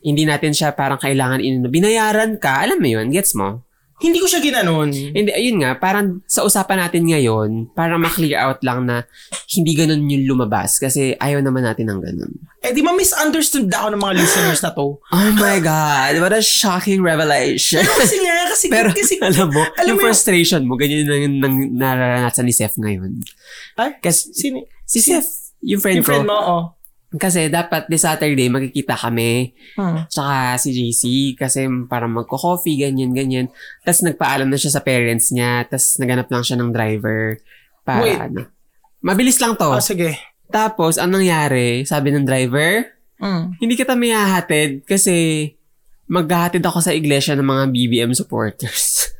[SPEAKER 1] hindi natin siya parang kailangan inano. Binayaran ka, alam mo yun, gets mo?
[SPEAKER 2] hindi ko siya ginanon.
[SPEAKER 1] Hindi, ayun nga, parang sa usapan natin ngayon, parang ma-clear out lang na hindi ganun yung lumabas kasi ayaw naman natin ng ganun.
[SPEAKER 2] Eh di ma-misunderstood ako ng mga listeners na to.
[SPEAKER 1] Oh my God, what a shocking revelation.
[SPEAKER 2] Kasi nga, kasi,
[SPEAKER 1] Pero
[SPEAKER 2] kasi,
[SPEAKER 1] alam mo,
[SPEAKER 2] alam
[SPEAKER 1] yung
[SPEAKER 2] mo yung-
[SPEAKER 1] frustration mo, ganyan lang yung nang nararanasan ni Seth ngayon.
[SPEAKER 2] Ay?
[SPEAKER 1] Kasi,
[SPEAKER 2] sino,
[SPEAKER 1] si Seth, yung friend
[SPEAKER 2] yung friend
[SPEAKER 1] ko,
[SPEAKER 2] mo, oh.
[SPEAKER 1] kasi dapat this Saturday magkikita kami,
[SPEAKER 2] Hmm.
[SPEAKER 1] tsaka si JC, kasi parang magko-coffee, ganyan, ganyan. Tapos nagpaalam na siya sa parents niya, tapos naganap lang siya ng driver para
[SPEAKER 2] Wait.
[SPEAKER 1] ano. Mabilis lang to.
[SPEAKER 2] Oh, sige.
[SPEAKER 1] Tapos, ang nangyari, sabi ng driver,
[SPEAKER 2] Hmm.
[SPEAKER 1] hindi kita may hahatid kasi maghahatid ako sa iglesia ng mga BBM supporters.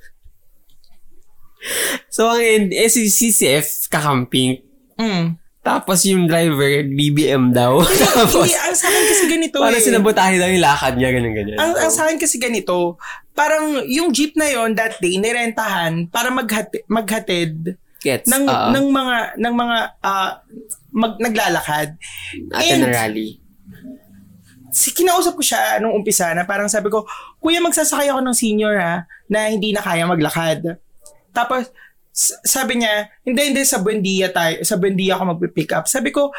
[SPEAKER 1] so, ang end, eh, si CCF kakamping.
[SPEAKER 2] Hmm.
[SPEAKER 1] Tapos yung driver, BBM daw. Tapos,
[SPEAKER 2] Hindi, ang sa akin kasi ganito
[SPEAKER 1] parang
[SPEAKER 2] eh.
[SPEAKER 1] sinabotahe daw yung lakad niya, ganyan-ganyan.
[SPEAKER 2] ang, ang sa akin kasi ganito, parang yung jeep na yon that day, nirentahan para maghati, maghatid
[SPEAKER 1] Gets.
[SPEAKER 2] ng,
[SPEAKER 1] Oo.
[SPEAKER 2] ng mga, ng mga, ah, mag, naglalakad.
[SPEAKER 1] Ate na
[SPEAKER 2] and-
[SPEAKER 1] rally.
[SPEAKER 2] si kinausap ko siya nung umpisa na parang sabi ko, Kuya, magsasakay ako ng senior ha, na hindi na kaya maglakad. Tapos, s- sabi niya, hindi, hindi, sa Buendia tayo, sa Buendia ako magpipick up. Sabi ko,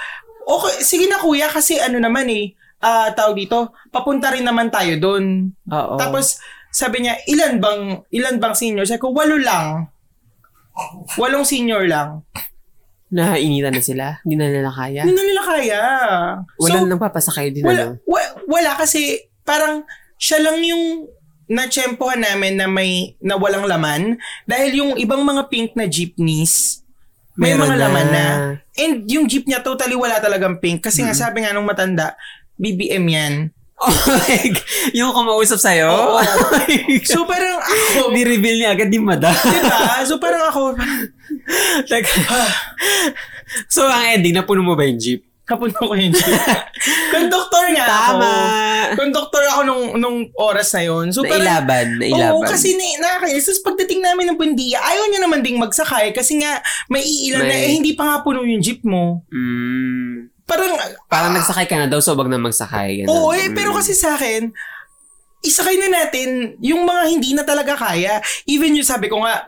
[SPEAKER 2] okay, sige na kuya, kasi ano naman eh, ah tawag dito, papunta rin naman tayo doon.
[SPEAKER 1] Oo.
[SPEAKER 2] Tapos, sabi niya, ilan bang, ilan bang senior? Sabi ko, walo lang. Walong senior lang.
[SPEAKER 1] Nainitan na sila. Hindi na nila kaya.
[SPEAKER 2] Hindi na nila kaya.
[SPEAKER 1] Wala
[SPEAKER 2] So,
[SPEAKER 1] nang papasakay din ano? na lang.
[SPEAKER 2] wala, wa- wala kasi parang siya lang yung natsyempohan namin na may na walang laman dahil yung ibang mga pink na jeepneys may
[SPEAKER 1] Meron
[SPEAKER 2] mga laman na and yung jeep niya totally wala talagang pink kasi
[SPEAKER 1] Mm.
[SPEAKER 2] nga sabi nga nung matanda BBM yan.
[SPEAKER 1] Oh my God. Yung kumausap sa'yo? Oh
[SPEAKER 2] Oo.
[SPEAKER 1] my God.
[SPEAKER 2] So parang ako,
[SPEAKER 1] Ni-reveal niya agad ni Madam.
[SPEAKER 2] diba? So parang ako,
[SPEAKER 1] like, so, ang ending, napuno mo ba yung jeep?
[SPEAKER 2] kapunta ko yung jeep. Conductor nga
[SPEAKER 1] Tama!
[SPEAKER 2] ako. Conductor ako nung, nung oras na yun. So parang,
[SPEAKER 1] nailaban, nailaban.
[SPEAKER 2] Oo, kasi na, nakakainis. Tapos pagdating namin ng Bundia, ayaw niya naman ding magsakay kasi nga may iilan na
[SPEAKER 1] May-
[SPEAKER 2] eh, hindi pa nga puno yung jeep mo.
[SPEAKER 1] Mm,
[SPEAKER 2] Parang,
[SPEAKER 1] parang nagsakay ka na daw, so wag na magsakay. ganun.
[SPEAKER 2] oo eh, pero
[SPEAKER 1] Mm.
[SPEAKER 2] kasi sa akin, isakay na natin yung mga hindi na talaga kaya. Even yung sabi ko nga,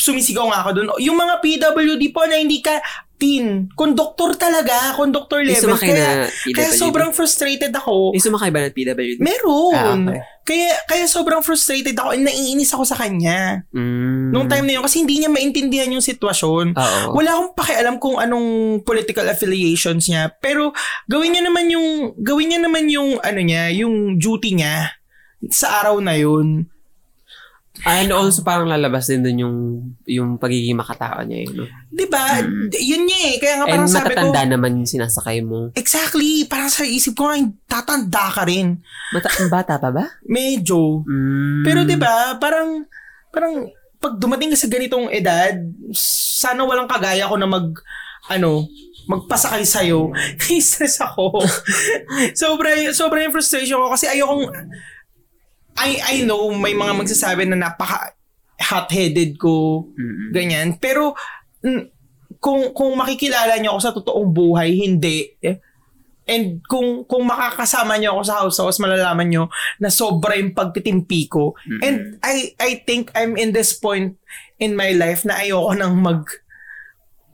[SPEAKER 2] sumisigaw nga ako doon, yung mga PWD po na hindi ka teen, konduktor talaga, konduktor
[SPEAKER 1] Yung
[SPEAKER 2] level.
[SPEAKER 1] Mm. sumakay na
[SPEAKER 2] Kaya,
[SPEAKER 1] PWD.
[SPEAKER 2] kaya sobrang frustrated ako.
[SPEAKER 1] Yung sumakay ba na PWD?
[SPEAKER 2] Meron.
[SPEAKER 1] Ah, okay.
[SPEAKER 2] Kaya, kaya sobrang frustrated ako and naiinis ako sa kanya.
[SPEAKER 1] Mm.
[SPEAKER 2] Nung time na yun, kasi hindi niya maintindihan yung sitwasyon.
[SPEAKER 1] Oo.
[SPEAKER 2] Wala akong pakialam kung anong political affiliations niya. Pero gawin niya naman yung, gawin niya naman yung, ano niya, yung duty niya sa araw na yun.
[SPEAKER 1] And ano, also, parang lalabas din dun yung, yung pagiging makatao niya. Yun, no?
[SPEAKER 2] Di ba? D- Yun niya eh. Kaya nga
[SPEAKER 1] Mm. And
[SPEAKER 2] parang sabi ko,
[SPEAKER 1] matatanda naman yung sinasakay mo.
[SPEAKER 2] exactly, parang sa isip ko nga, tatanda ka rin.
[SPEAKER 1] Mata- bata pa ba?
[SPEAKER 2] Medyo.
[SPEAKER 1] Mm.
[SPEAKER 2] Pero di ba, parang, parang, pag dumating ka sa ganitong edad, sana walang kagaya ko na mag, ano, magpasakay sa'yo. Stress ako. sobra, sobra yung frustration ko kasi ayokong, I, I know may mga magsasabi na napaka hot-headed ko,
[SPEAKER 1] Mm-mm.
[SPEAKER 2] ganyan. Pero, mm, kung, kung makikilala niyo ako sa totoong buhay, hindi. And kung, kung makakasama niyo ako sa house house, malalaman niyo na sobra yung pagtitimpi ko. And I, I think I'm in this point in my life na ayoko nang mag,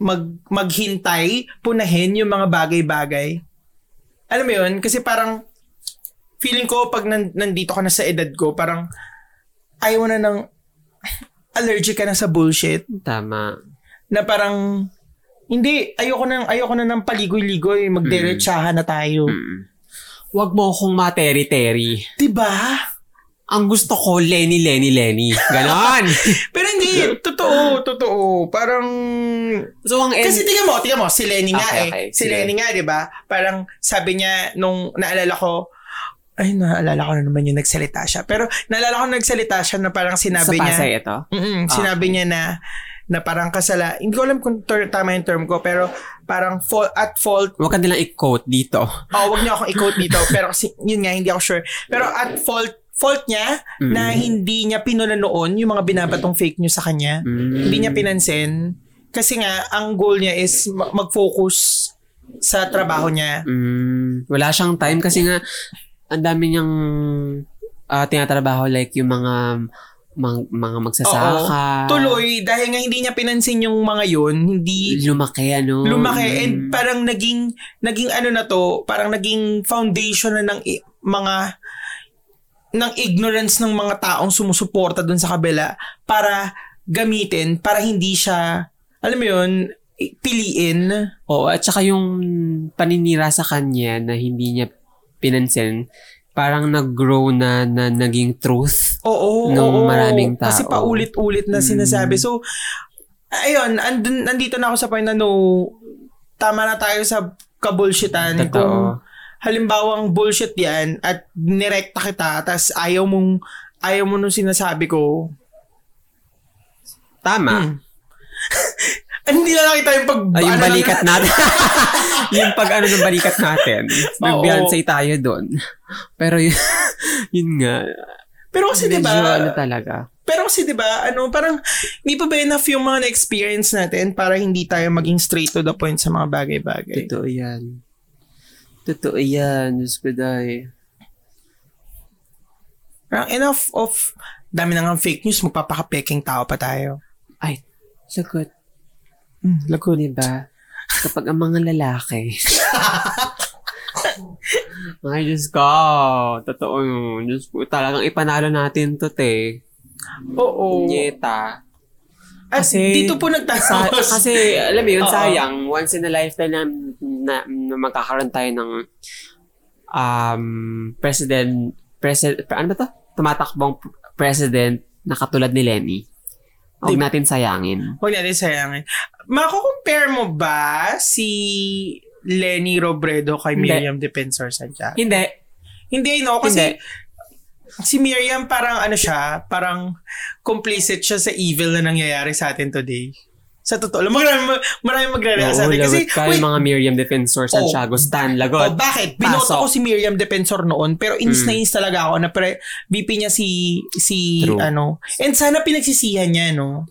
[SPEAKER 2] mag, maghintay, punahin yung mga bagay-bagay. Alam mo yun? Kasi parang, feeling ko pag nan- nandito ka na sa edad ko, parang, ayaw na nang, allergic ka na sa bullshit
[SPEAKER 1] Tama.
[SPEAKER 2] na parang hindi ayoko na ayoko na ng paligoy-ligoy magderechahan na tayo.
[SPEAKER 1] Mm-mm. Huwag Mm. mo akong materi-teri.
[SPEAKER 2] 'Di ba?
[SPEAKER 1] Ang gusto ko, Lenny, Lenny, Lenny. Ganon!
[SPEAKER 2] Pero hindi totoo, totoo. Parang
[SPEAKER 1] so, ang end...
[SPEAKER 2] kasi tingnan mo, tingnan mo si Lenny nga
[SPEAKER 1] Okay,
[SPEAKER 2] eh.
[SPEAKER 1] okay.
[SPEAKER 2] Si
[SPEAKER 1] Sige.
[SPEAKER 2] Lenny nga 'di ba? Parang sabi niya nung naalala ko ay, naalala ko na naman yung nagsalita siya. Pero naalala ko nagsalita siya na parang
[SPEAKER 1] sa
[SPEAKER 2] sinabi niya.
[SPEAKER 1] Pasay ito?
[SPEAKER 2] Mm-mm, sinabi niya na na parang kasala. Hindi ko alam kung ter- tama yung term ko, pero parang fault, at fault
[SPEAKER 1] Huwag ka nilang i-quote dito.
[SPEAKER 2] Oh, wag niyo akong i-quote dito. Pero kasi, yun nga, hindi ako sure. Pero at fault, fault niya
[SPEAKER 1] Mm.
[SPEAKER 2] na hindi niya pinuna noon yung mga binabatong fake news sa kanya.
[SPEAKER 1] Mm.
[SPEAKER 2] Hindi niya pinansin. Kasi nga, ang goal niya is ma- mag-focus sa trabaho niya.
[SPEAKER 1] Mm, wala siyang time kasi nga ang dami niyang ah, tinatrabaho like yung mga mang- mga magsasaka.
[SPEAKER 2] Tuloy, dahil nga hindi niya pinansin yung mga yun, hindi
[SPEAKER 1] Lumaki ano.
[SPEAKER 2] lumaki and
[SPEAKER 1] Mm.
[SPEAKER 2] parang naging naging ano na to, parang naging foundation na ng i- mga ng ignorance ng mga taong sumusuporta dun sa kabila para gamitin para hindi siya alam mo yun i- piliin
[SPEAKER 1] Oo, at saka yung paninira sa kanya na hindi niya pinansin, parang nag-grow na, na naging truth.
[SPEAKER 2] oo
[SPEAKER 1] Ng
[SPEAKER 2] oo
[SPEAKER 1] maraming tao.
[SPEAKER 2] kasi paulit-ulit na
[SPEAKER 1] Mm.
[SPEAKER 2] sinasabi so ayun andun, nandito na ako sa point na no tama na tayo sa kabullshitan Kung-
[SPEAKER 1] Totoo.
[SPEAKER 2] halimbawa ang bullshit yan at nirekta kita tas ayaw mong ayaw mo nung sinasabi ko
[SPEAKER 1] Tama.
[SPEAKER 2] Ah, hindi na nakita yung pag
[SPEAKER 1] Ay, Ah, yung
[SPEAKER 2] ano Hmm. lang
[SPEAKER 1] balikat
[SPEAKER 2] na-
[SPEAKER 1] natin. yung pag ano ng balikat natin. Nag-beyonce tayo doon. Pero yun, yun nga.
[SPEAKER 2] pero kasi
[SPEAKER 1] medyo
[SPEAKER 2] diba
[SPEAKER 1] ano talaga.
[SPEAKER 2] pero kasi diba ano parang hindi pa ba enough yung mga experience natin para hindi tayo maging straight to the point sa mga bagay-bagay
[SPEAKER 1] Totoo yan. Totoo yan. Diyos ko dahi.
[SPEAKER 2] parang enough of dami na nga fake news magpapakapeking tao pa tayo
[SPEAKER 1] Ay, lagot.
[SPEAKER 2] mm,
[SPEAKER 1] Lagot. Diba? Kapag ang mga lalaki. Ay, Diyos ko. Totoo yun. Diyos ko. Talagang ipanalo natin to, te.
[SPEAKER 2] oo
[SPEAKER 1] Nyeta.
[SPEAKER 2] at
[SPEAKER 1] Kasi-
[SPEAKER 2] dito po
[SPEAKER 1] Sa-
[SPEAKER 2] nagtatapos
[SPEAKER 1] kasi, alam mo yun,
[SPEAKER 2] Oo.
[SPEAKER 1] sayang. Once in a lifetime na, na, na magkakaroon tayo ng um, president, president, ano ba to? Tumatakbong president na katulad ni Lenny. Huwag
[SPEAKER 2] Di-
[SPEAKER 1] natin sayangin.
[SPEAKER 2] Huwag natin sayangin. Makukompare mo ba si Lenny Robredo kay
[SPEAKER 1] Hindi.
[SPEAKER 2] Miriam Defensor Santiago?
[SPEAKER 1] Hindi.
[SPEAKER 2] Hindi, no? Kasi si Miriam parang ano siya, parang complicit siya sa evil na nangyayari sa atin today. Sa totoo lang. Marami, marami magre-react sa
[SPEAKER 1] Oo,
[SPEAKER 2] atin. Kasi,
[SPEAKER 1] lagot tayo
[SPEAKER 2] wait,
[SPEAKER 1] mga Miriam Defensor Santiago, Stan,
[SPEAKER 2] oh,
[SPEAKER 1] lagot.
[SPEAKER 2] bakit? Binoto
[SPEAKER 1] Pasok. Hmm.
[SPEAKER 2] ko si Miriam Defensor noon, pero ins na ins talaga ako na pre, BP niya si, si,
[SPEAKER 1] True.
[SPEAKER 2] ano. And sana pinagsisihan niya, no?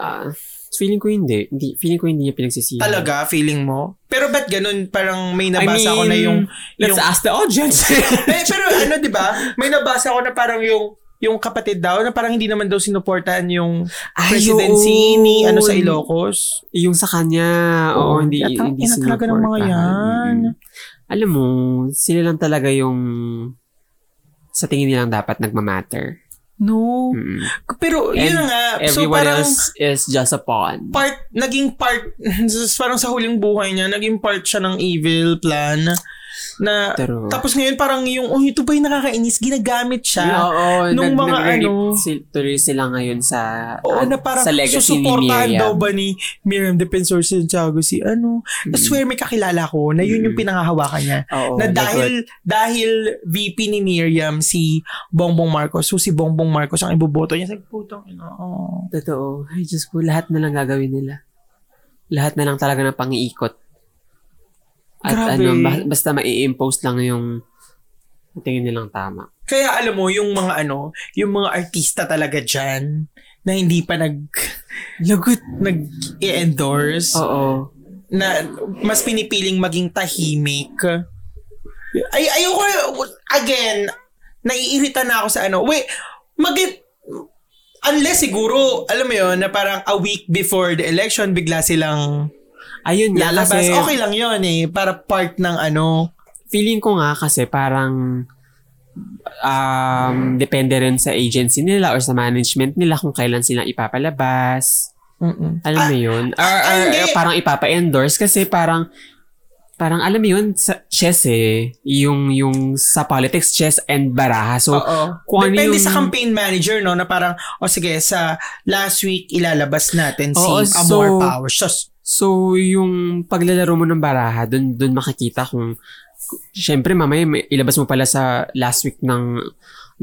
[SPEAKER 1] Ah, feeling ko hindi. hindi. Feeling ko hindi niya pinagsisihan.
[SPEAKER 2] Talaga, feeling mo? Pero ba't ganun? Parang may nabasa ko na yung...
[SPEAKER 1] Let's
[SPEAKER 2] yung-
[SPEAKER 1] ask the audience.
[SPEAKER 2] Eh, pero ano, di ba? May nabasa ko na parang yung yung kapatid daw na parang hindi naman daw sinuportahan yung presidency ni ano sa Ilocos.
[SPEAKER 1] Yung sa kanya. Oo, hindi,
[SPEAKER 2] Ina-
[SPEAKER 1] hindi
[SPEAKER 2] ina talaga ng mga
[SPEAKER 1] sinuportahan.
[SPEAKER 2] yan.
[SPEAKER 1] Mm-mm. Alam mo, sila lang talaga yung sa tingin nilang dapat nagmamatter.
[SPEAKER 2] No.
[SPEAKER 1] Mm-mm.
[SPEAKER 2] Pero yun
[SPEAKER 1] And
[SPEAKER 2] nga. So
[SPEAKER 1] Everyone
[SPEAKER 2] parang
[SPEAKER 1] else is just a pawn.
[SPEAKER 2] part, naging part, parang sa huling buhay niya, naging part siya ng evil plan. Na,
[SPEAKER 1] True.
[SPEAKER 2] tapos ngayon parang yung, oh, ito ba yung nakakainis? Ginagamit siya.
[SPEAKER 1] Oo,
[SPEAKER 2] nung mga ano-
[SPEAKER 1] si- tuloy sila ngayon sa
[SPEAKER 2] Oo,
[SPEAKER 1] at-
[SPEAKER 2] na parang
[SPEAKER 1] sa legacy ni
[SPEAKER 2] susuportahan
[SPEAKER 1] Miriam.
[SPEAKER 2] daw ba ni Miriam Defensor Santiago si ano? I swear may kakilala ko na yun yung
[SPEAKER 1] Mm.
[SPEAKER 2] pinangahawakan niya.
[SPEAKER 1] Oo, like
[SPEAKER 2] na
[SPEAKER 1] what-
[SPEAKER 2] dahil dahil VP ni Miriam si Bongbong Marcos, so si Bongbong Marcos ang iboboto niya. Sabi, putong, ina, oh.
[SPEAKER 1] Totoo. Ay, Diyos ko, lahat na lang gagawin nila. Lahat na lang talaga ng pangiikot. At
[SPEAKER 2] Grabe.
[SPEAKER 1] ano, ba- basta mai-impose lang yung tingin nilang tama.
[SPEAKER 2] Kaya alam mo, yung mga ano, yung mga artista talaga dyan, na hindi pa nag, lagot, nag-endorse,
[SPEAKER 1] Oo.
[SPEAKER 2] na mas pinipiling maging tahimik. Ay, ayoko, again, naiirita na ako sa ano, wait, mag unless siguro, alam mo yun, na parang a week before the election, bigla silang
[SPEAKER 1] Ayun nga,
[SPEAKER 2] lalabas.
[SPEAKER 1] kasi
[SPEAKER 2] okay lang yun eh, para part ng ano,
[SPEAKER 1] feeling ko nga kasi parang um, depende rin sa agency nila or sa management nila kung kailan sila ipapalabas.
[SPEAKER 2] mm
[SPEAKER 1] Alam mo yun? Or,
[SPEAKER 2] ah,
[SPEAKER 1] or-
[SPEAKER 2] hindi.
[SPEAKER 1] or parang ipapa-endorse kasi parang parang alam mo yun sa chess eh yung yung sa politics chess and baraha so
[SPEAKER 2] Oo.
[SPEAKER 1] kung ano
[SPEAKER 2] Depende
[SPEAKER 1] yung-
[SPEAKER 2] sa campaign manager, no? Na parang, o sige, sa last week, ilalabas natin si
[SPEAKER 1] Oo,
[SPEAKER 2] A
[SPEAKER 1] so-
[SPEAKER 2] More Power. Sus,
[SPEAKER 1] So, yung paglalaro mo ng baraha, dun, dun makikita kung, syempre mamaya may- ilabas mo pala sa last week ng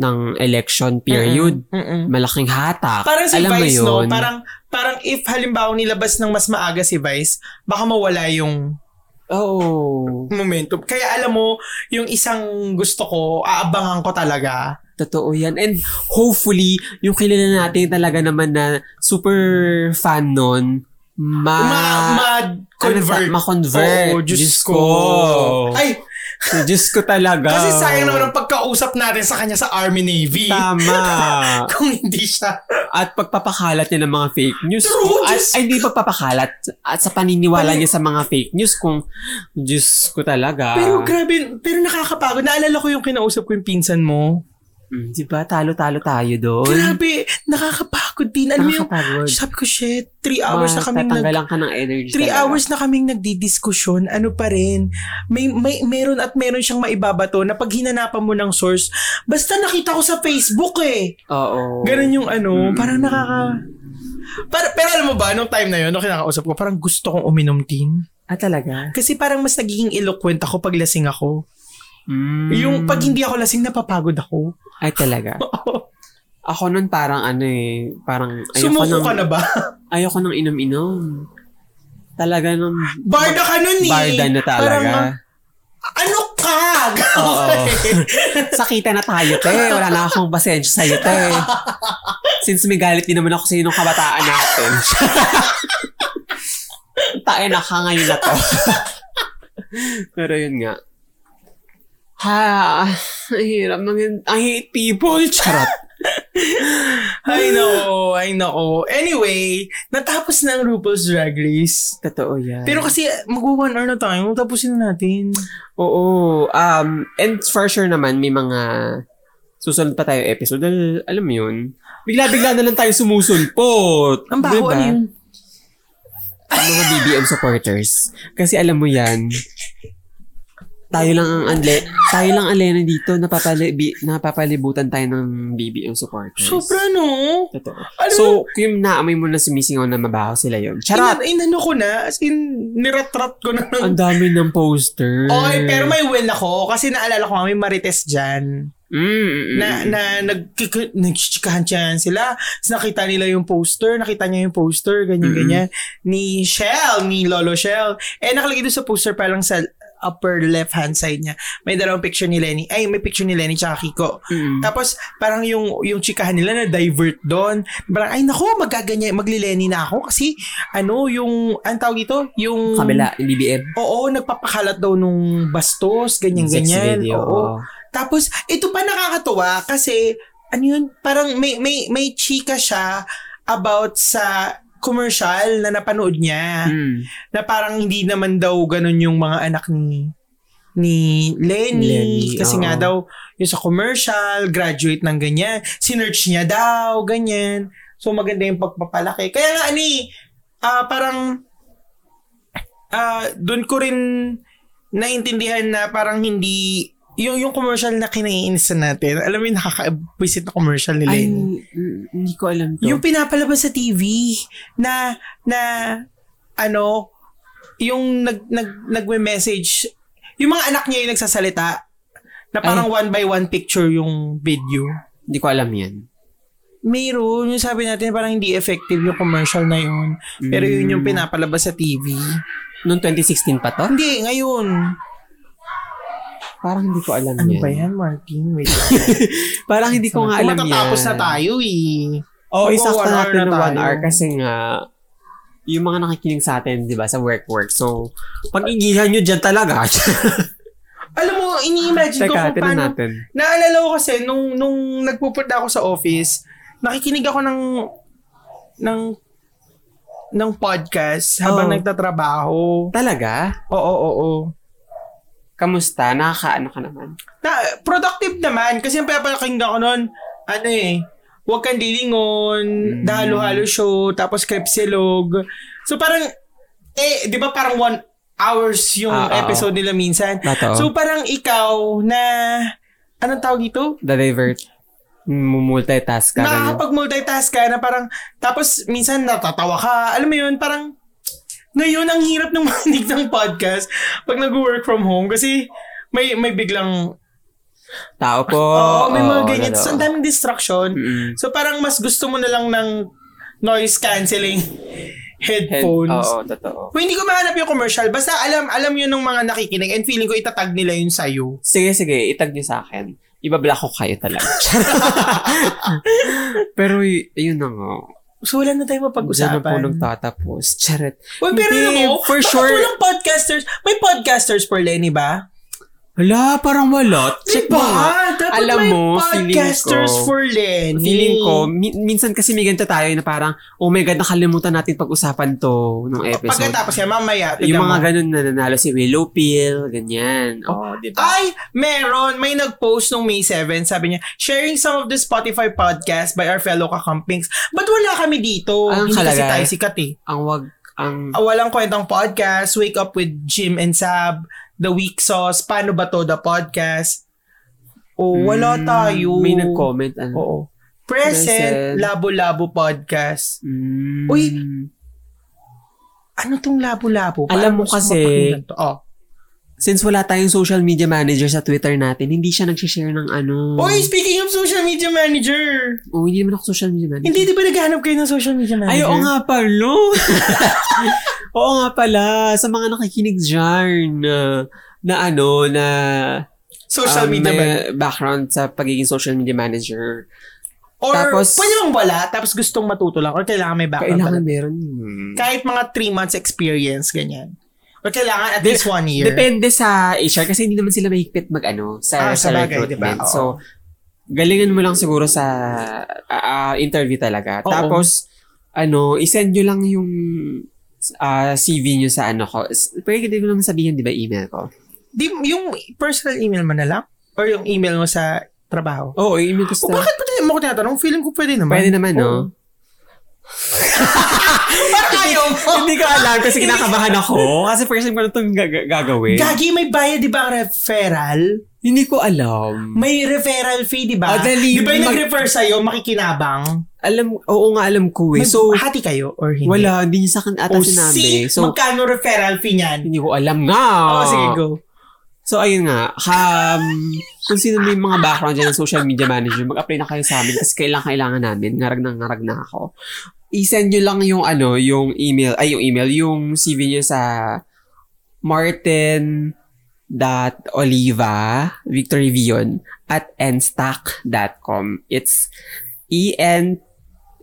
[SPEAKER 1] ng election period,
[SPEAKER 2] Mm-mm.
[SPEAKER 1] malaking hatak.
[SPEAKER 2] Parang si
[SPEAKER 1] Alam mo
[SPEAKER 2] Vice,
[SPEAKER 1] yun?
[SPEAKER 2] no? Parang, parang if halimbawa nilabas ng mas maaga si Vice, baka mawala yung
[SPEAKER 1] Oo.
[SPEAKER 2] momentum. Kaya alam mo, yung isang gusto ko, aabangan ko talaga.
[SPEAKER 1] Totoo yan. And hopefully, yung kilala natin talaga naman na super fan nun, ma...
[SPEAKER 2] Ma-
[SPEAKER 1] Ah, ano
[SPEAKER 2] ma-convert.
[SPEAKER 1] ta- ma-convert.
[SPEAKER 2] Oo, Diyos,
[SPEAKER 1] Diyos
[SPEAKER 2] ko.
[SPEAKER 1] ko.
[SPEAKER 2] Ay,
[SPEAKER 1] Diyos ko talaga.
[SPEAKER 2] kasi sayang naman ang pagkausap natin sa kanya sa Army Navy.
[SPEAKER 1] Tama.
[SPEAKER 2] Kung hindi siya.
[SPEAKER 1] At pagpapakalat niya ng mga fake news.
[SPEAKER 2] True,
[SPEAKER 1] Kung- at,
[SPEAKER 2] Diyos
[SPEAKER 1] ay, hindi pagpapakalat. At sa paniniwala
[SPEAKER 2] Pali-
[SPEAKER 1] niya sa mga fake news kung, Diyos ko talaga.
[SPEAKER 2] Pero grabe, pero nakakapagod. Naalala ko yung kinausap ko yung pinsan mo.
[SPEAKER 1] Mm, di ba, talo-talo tayo doon.
[SPEAKER 2] Grabe, nakakapagod din. Alam mo yung,
[SPEAKER 1] Nakakapagod.
[SPEAKER 2] sabi ko, shit, three hours na kaming nag...
[SPEAKER 1] Matatanggalan ka ng energy.
[SPEAKER 2] Three
[SPEAKER 1] talaga.
[SPEAKER 2] hours na kaming nagdidiskusyon, ano pa rin. May, may, meron at meron siyang maibabato na pag hinanapan mo ng source, basta nakita ko sa Facebook eh.
[SPEAKER 1] Oo.
[SPEAKER 2] Ganun yung
[SPEAKER 1] Mm.
[SPEAKER 2] ano, parang nakaka... Para, pero alam mo ba, nung time na yun, nung kinakausap ko, parang gusto kong uminom din.
[SPEAKER 1] Ah, talaga?
[SPEAKER 2] Kasi parang mas nagiging eloquent ako pag lasing ako.
[SPEAKER 1] Mm.
[SPEAKER 2] Yung pag hindi ako lasing, napapagod ako.
[SPEAKER 1] Ay, talaga. Ako nun parang ano eh, parang ayoko
[SPEAKER 2] Sumuko
[SPEAKER 1] nang,
[SPEAKER 2] ka na ba?
[SPEAKER 1] ayoko nang inom-inom. Talaga nung
[SPEAKER 2] Barda ka nun eh.
[SPEAKER 1] barda na
[SPEAKER 2] Parang,
[SPEAKER 1] talaga.
[SPEAKER 2] ano ka?
[SPEAKER 1] Oo. Sakita na tayo, te. Wala na akong pasensya sa'yo, te. Since may galit din naman ako sa'yo nung kabataan natin. Tae na ka ngayon na to. Pero yun nga. Ha, ang hirap ng yun. I hate people. Charot.
[SPEAKER 2] Ay nako, ay nako. Anyway, natapos na ang RuPaul's Drag Race.
[SPEAKER 1] Totoo yan.
[SPEAKER 2] Pero kasi mag-one hour na tayo, tapusin na natin.
[SPEAKER 1] Oo. Um, and for sure naman, may mga susunod pa tayo episode. Dahil, alam mo yun, bigla-bigla na lang tayo sumusulpot.
[SPEAKER 2] Ang baho,
[SPEAKER 1] Diba?
[SPEAKER 2] ano yun?
[SPEAKER 1] Ang mga BBM supporters. Kasi alam mo yan, tayo lang ang anle, tayo lang alena dito napapali, bi, napapalibutan tayo ng BBM supporters.
[SPEAKER 2] Sobra no.
[SPEAKER 1] Totoo.
[SPEAKER 2] Alam
[SPEAKER 1] so, kung yung naamoy mo na sumisingaw na mabaho sila yon. Charot!
[SPEAKER 2] In, inano ko na, as in, niratrat ko na.
[SPEAKER 1] Ang
[SPEAKER 2] ng-
[SPEAKER 1] dami ng poster.
[SPEAKER 2] Okay, pero may win ako kasi naalala ko nga may Marites dyan
[SPEAKER 1] Mm, mm,
[SPEAKER 2] na,
[SPEAKER 1] mm.
[SPEAKER 2] na nagkik- nagchichikahan dyan sila. Tapos nakita nila yung poster, nakita niya yung poster, ganyan-ganyan. Ni Shell, ni Lolo Shell. Eh, nakalagay doon sa poster pa lang sa upper left-hand side niya. May dalawang picture ni Lenny. Ay, may picture ni Lenny tsaka Kiko.
[SPEAKER 1] Mm.
[SPEAKER 2] Tapos, parang yung, yung chikahan nila na divert doon. Parang, ay nako, magaganyan, maglileni na ako kasi, ano, yung, ang tawag ito? Yung...
[SPEAKER 1] Kabila, yung BBM.
[SPEAKER 2] Oo, nagpapakalat daw nung bastos, ganyan-ganyan.
[SPEAKER 1] Sexy video,
[SPEAKER 2] Oo. Tapos, ito pa nakakatuwa kasi, ano yun, parang may, may, may chika siya about sa commercial na napanood niya.
[SPEAKER 1] Mm.
[SPEAKER 2] Na parang hindi naman daw ganun yung mga anak ni ni Lenny.
[SPEAKER 1] Lenny,
[SPEAKER 2] kasi
[SPEAKER 1] oo.
[SPEAKER 2] nga daw, yung sa commercial, graduate ng ganyan. Sinerch niya daw, ganyan. So, maganda yung pagpapalaki. Kaya nga, ani, ah parang, ah doon ko rin naintindihan na parang hindi yung yung commercial na kinaiinsan natin. Alam mo yung nakaka-visit na commercial nila.
[SPEAKER 1] Ay,
[SPEAKER 2] yun.
[SPEAKER 1] n- hindi ko alam to.
[SPEAKER 2] Yung pinapalabas sa TV na na ano yung nag nag nagme-message yung mga anak niya yung nagsasalita na parang one by one picture yung video.
[SPEAKER 1] Hindi ko alam yan.
[SPEAKER 2] Mayroon, yung sabi natin parang hindi effective yung commercial na yun. Pero yun
[SPEAKER 1] Mm.
[SPEAKER 2] yung pinapalabas sa TV.
[SPEAKER 1] Noong 2016 pa to?
[SPEAKER 2] Hindi, ngayon.
[SPEAKER 1] Parang hindi ko alam
[SPEAKER 2] Ano
[SPEAKER 1] yan.
[SPEAKER 2] ba yan, Martin? Wait.
[SPEAKER 1] Parang hindi ko nga alam yan.
[SPEAKER 2] Matatapos na tayo eh.
[SPEAKER 1] Oo, oh,
[SPEAKER 2] Mag-
[SPEAKER 1] isakta
[SPEAKER 2] one hour
[SPEAKER 1] natin
[SPEAKER 2] na
[SPEAKER 1] ng one
[SPEAKER 2] tayo.
[SPEAKER 1] hour kasi nga, yung mga nakikinig sa atin, di ba, sa work-work. So, pag-igihan nyo dyan talaga.
[SPEAKER 2] Alam mo, ini-imagine ko
[SPEAKER 1] Teka,
[SPEAKER 2] kung
[SPEAKER 1] tinan
[SPEAKER 2] paano...
[SPEAKER 1] natin.
[SPEAKER 2] Naalala ko kasi, nung, nung nagpupunta ako sa office, nakikinig ako ng... ng ng podcast habang
[SPEAKER 1] Oo.
[SPEAKER 2] nagtatrabaho.
[SPEAKER 1] Talaga?
[SPEAKER 2] Oo, oo, oo.
[SPEAKER 1] Kamusta? Nakakaano ka naman?
[SPEAKER 2] Na, productive naman. Kasi yung papakinggan ko noon, ano eh, huwag kang dilingon,
[SPEAKER 1] Mm.
[SPEAKER 2] dahalo-halo show, tapos krepsilog. So parang, eh, di ba parang one hours yung
[SPEAKER 1] Ah, ah,
[SPEAKER 2] episode nila minsan.
[SPEAKER 1] Totoo.
[SPEAKER 2] So parang ikaw na, anong tawag ito?
[SPEAKER 1] The divert. Multitask ka. ganun.
[SPEAKER 2] Nakakapag-multitask ka na parang, tapos minsan natatawa ka. Alam mo yun, parang, ngayon ang hirap ng manig ng podcast pag nag-work from home kasi may may biglang
[SPEAKER 1] Tao po.
[SPEAKER 2] Oo, may mga
[SPEAKER 1] oo, Mm.
[SPEAKER 2] ganyan.
[SPEAKER 1] totoo.
[SPEAKER 2] Tapos ang daming distraction.
[SPEAKER 1] Mm-mm.
[SPEAKER 2] So parang mas gusto mo na lang ng noise cancelling
[SPEAKER 1] Head-
[SPEAKER 2] headphones.
[SPEAKER 1] Oo, totoo.
[SPEAKER 2] Well, hindi ko mahanap yung commercial. Basta alam alam yun ng mga nakikinig and feeling ko itatag nila yun sa'yo.
[SPEAKER 1] Sige, sige. Itag niyo sa akin. Ibablock ko kayo talaga. Pero, y- yun na nga.
[SPEAKER 2] So wala na
[SPEAKER 1] Diyan
[SPEAKER 2] tayo
[SPEAKER 1] na po
[SPEAKER 2] mapag-usapan.
[SPEAKER 1] nung tatapos. Charet.
[SPEAKER 2] Uy, pero
[SPEAKER 1] Hindi,
[SPEAKER 2] alam mo,
[SPEAKER 1] for
[SPEAKER 2] bakit
[SPEAKER 1] sure-
[SPEAKER 2] walang podcasters? May podcasters for Lenny ba?
[SPEAKER 1] Hala, parang wala. Check
[SPEAKER 2] Diba?
[SPEAKER 1] mo nga.
[SPEAKER 2] Dapat
[SPEAKER 1] Alam
[SPEAKER 2] may
[SPEAKER 1] mo, feeling
[SPEAKER 2] podcasters
[SPEAKER 1] ko-
[SPEAKER 2] for Lenny.
[SPEAKER 1] Feeling ko, mi- minsan kasi may ganito tayo na parang, oh my God, nakalimutan natin pag-usapan to nung episode.
[SPEAKER 2] Ah, Pagkatapos yan, mamaya.
[SPEAKER 1] yung
[SPEAKER 2] tignan
[SPEAKER 1] mga
[SPEAKER 2] mo.
[SPEAKER 1] ganun na nanalo si Willow Pill, ganyan. Oh, di ba?
[SPEAKER 2] Ay, meron. May nag-post nung May 7. Sabi niya, sharing some of the Spotify podcast by our fellow kakampings. Ba't wala kami dito?
[SPEAKER 1] Ang
[SPEAKER 2] Hindi kasi
[SPEAKER 1] kalagay.
[SPEAKER 2] tayo sikat eh.
[SPEAKER 1] Ang wag, ang,
[SPEAKER 2] Ah, Walang kwentang podcast. Wake Up with Jim and Sab. The Week Sauce. Paano ba to the podcast? O, Oh,
[SPEAKER 1] Mm,
[SPEAKER 2] wala tayo.
[SPEAKER 1] May nag-comment. Ano?
[SPEAKER 2] Oo.
[SPEAKER 1] Present.
[SPEAKER 2] Present, Labo-Labo Podcast.
[SPEAKER 1] Mm.
[SPEAKER 2] Oh. Uy, Ano tong Labo-Labo?
[SPEAKER 1] Alam mo
[SPEAKER 2] Paano
[SPEAKER 1] kasi-
[SPEAKER 2] mapakinggan to? Oh.
[SPEAKER 1] Since wala tayong social media manager sa Twitter natin, hindi siya nagsishare ng ano.
[SPEAKER 2] Uy, speaking of social media manager.
[SPEAKER 1] Oh, hindi naman ako social media manager.
[SPEAKER 2] Hindi, di ba naghahanap kayo ng social media manager?
[SPEAKER 1] Ay, oo nga pala. oo nga pala. Sa mga nakikinig dyan na, na ano, na
[SPEAKER 2] Social
[SPEAKER 1] um,
[SPEAKER 2] media
[SPEAKER 1] may
[SPEAKER 2] manager.
[SPEAKER 1] background sa pagiging social media manager.
[SPEAKER 2] Or
[SPEAKER 1] Tapos-
[SPEAKER 2] pwede bang wala, tapos gustong matuto lang, or kailangan may background
[SPEAKER 1] Kailangan
[SPEAKER 2] pala. Hmm.
[SPEAKER 1] meron.
[SPEAKER 2] Kahit mga 3 months experience, ganyan. Or kailangan at least 1 year.
[SPEAKER 1] Depende sa HR kasi hindi naman sila mahigpit mag ano, sa,
[SPEAKER 2] Ah,
[SPEAKER 1] sa,
[SPEAKER 2] sa bagay,
[SPEAKER 1] recruitment.
[SPEAKER 2] diba? Oo.
[SPEAKER 1] So, galingan mo lang siguro sa ah, ah, interview talaga.
[SPEAKER 2] Oo.
[SPEAKER 1] Tapos, ano, isend nyo lang yung ah, CV nyo sa ano ko. S- Pwede ko lang sabihin, di ba, email ko?
[SPEAKER 2] Di, yung personal email mo na lang? Or yung email mo sa trabaho?
[SPEAKER 1] Oo, email ko sa...
[SPEAKER 2] O Oh, bakit pa din mo ko tinatanong? Feeling ko pwede naman.
[SPEAKER 1] Pwede naman, no?
[SPEAKER 2] Oo. Parang ayaw mo.
[SPEAKER 1] Hindi ko alam kasi kinakabahan ako. Kasi first time ko na itong gag- gagawin.
[SPEAKER 2] Gagi, may bayad di ba ang referral?
[SPEAKER 1] Hindi ko alam.
[SPEAKER 2] May referral fee, di
[SPEAKER 1] Ah,
[SPEAKER 2] ba?
[SPEAKER 1] dali.
[SPEAKER 2] Di ba yung
[SPEAKER 1] Mag-
[SPEAKER 2] nag-refer sa'yo, makikinabang?
[SPEAKER 1] Alam, oo nga alam ko eh.
[SPEAKER 2] Mag-
[SPEAKER 1] So,
[SPEAKER 2] hati kayo or hindi? Oh,
[SPEAKER 1] wala, hindi niya sa akin ata
[SPEAKER 2] O si,
[SPEAKER 1] sinabi. So, Ah,
[SPEAKER 2] magkano referral fee niyan?
[SPEAKER 1] hindi ko alam nga.
[SPEAKER 2] Oh, sige, go.
[SPEAKER 1] So, ayun nga. Um, kung sino may mga background dyan ng social media manager, mag-apply na kayo sa amin kasi kailangan, kailangan namin. Ngarag na ngarag na ako. I-send nyo lang yung ano, yung email, ay yung email, yung CV nyo sa martin dot oliva Victor Rivion at nstack.com. It's e n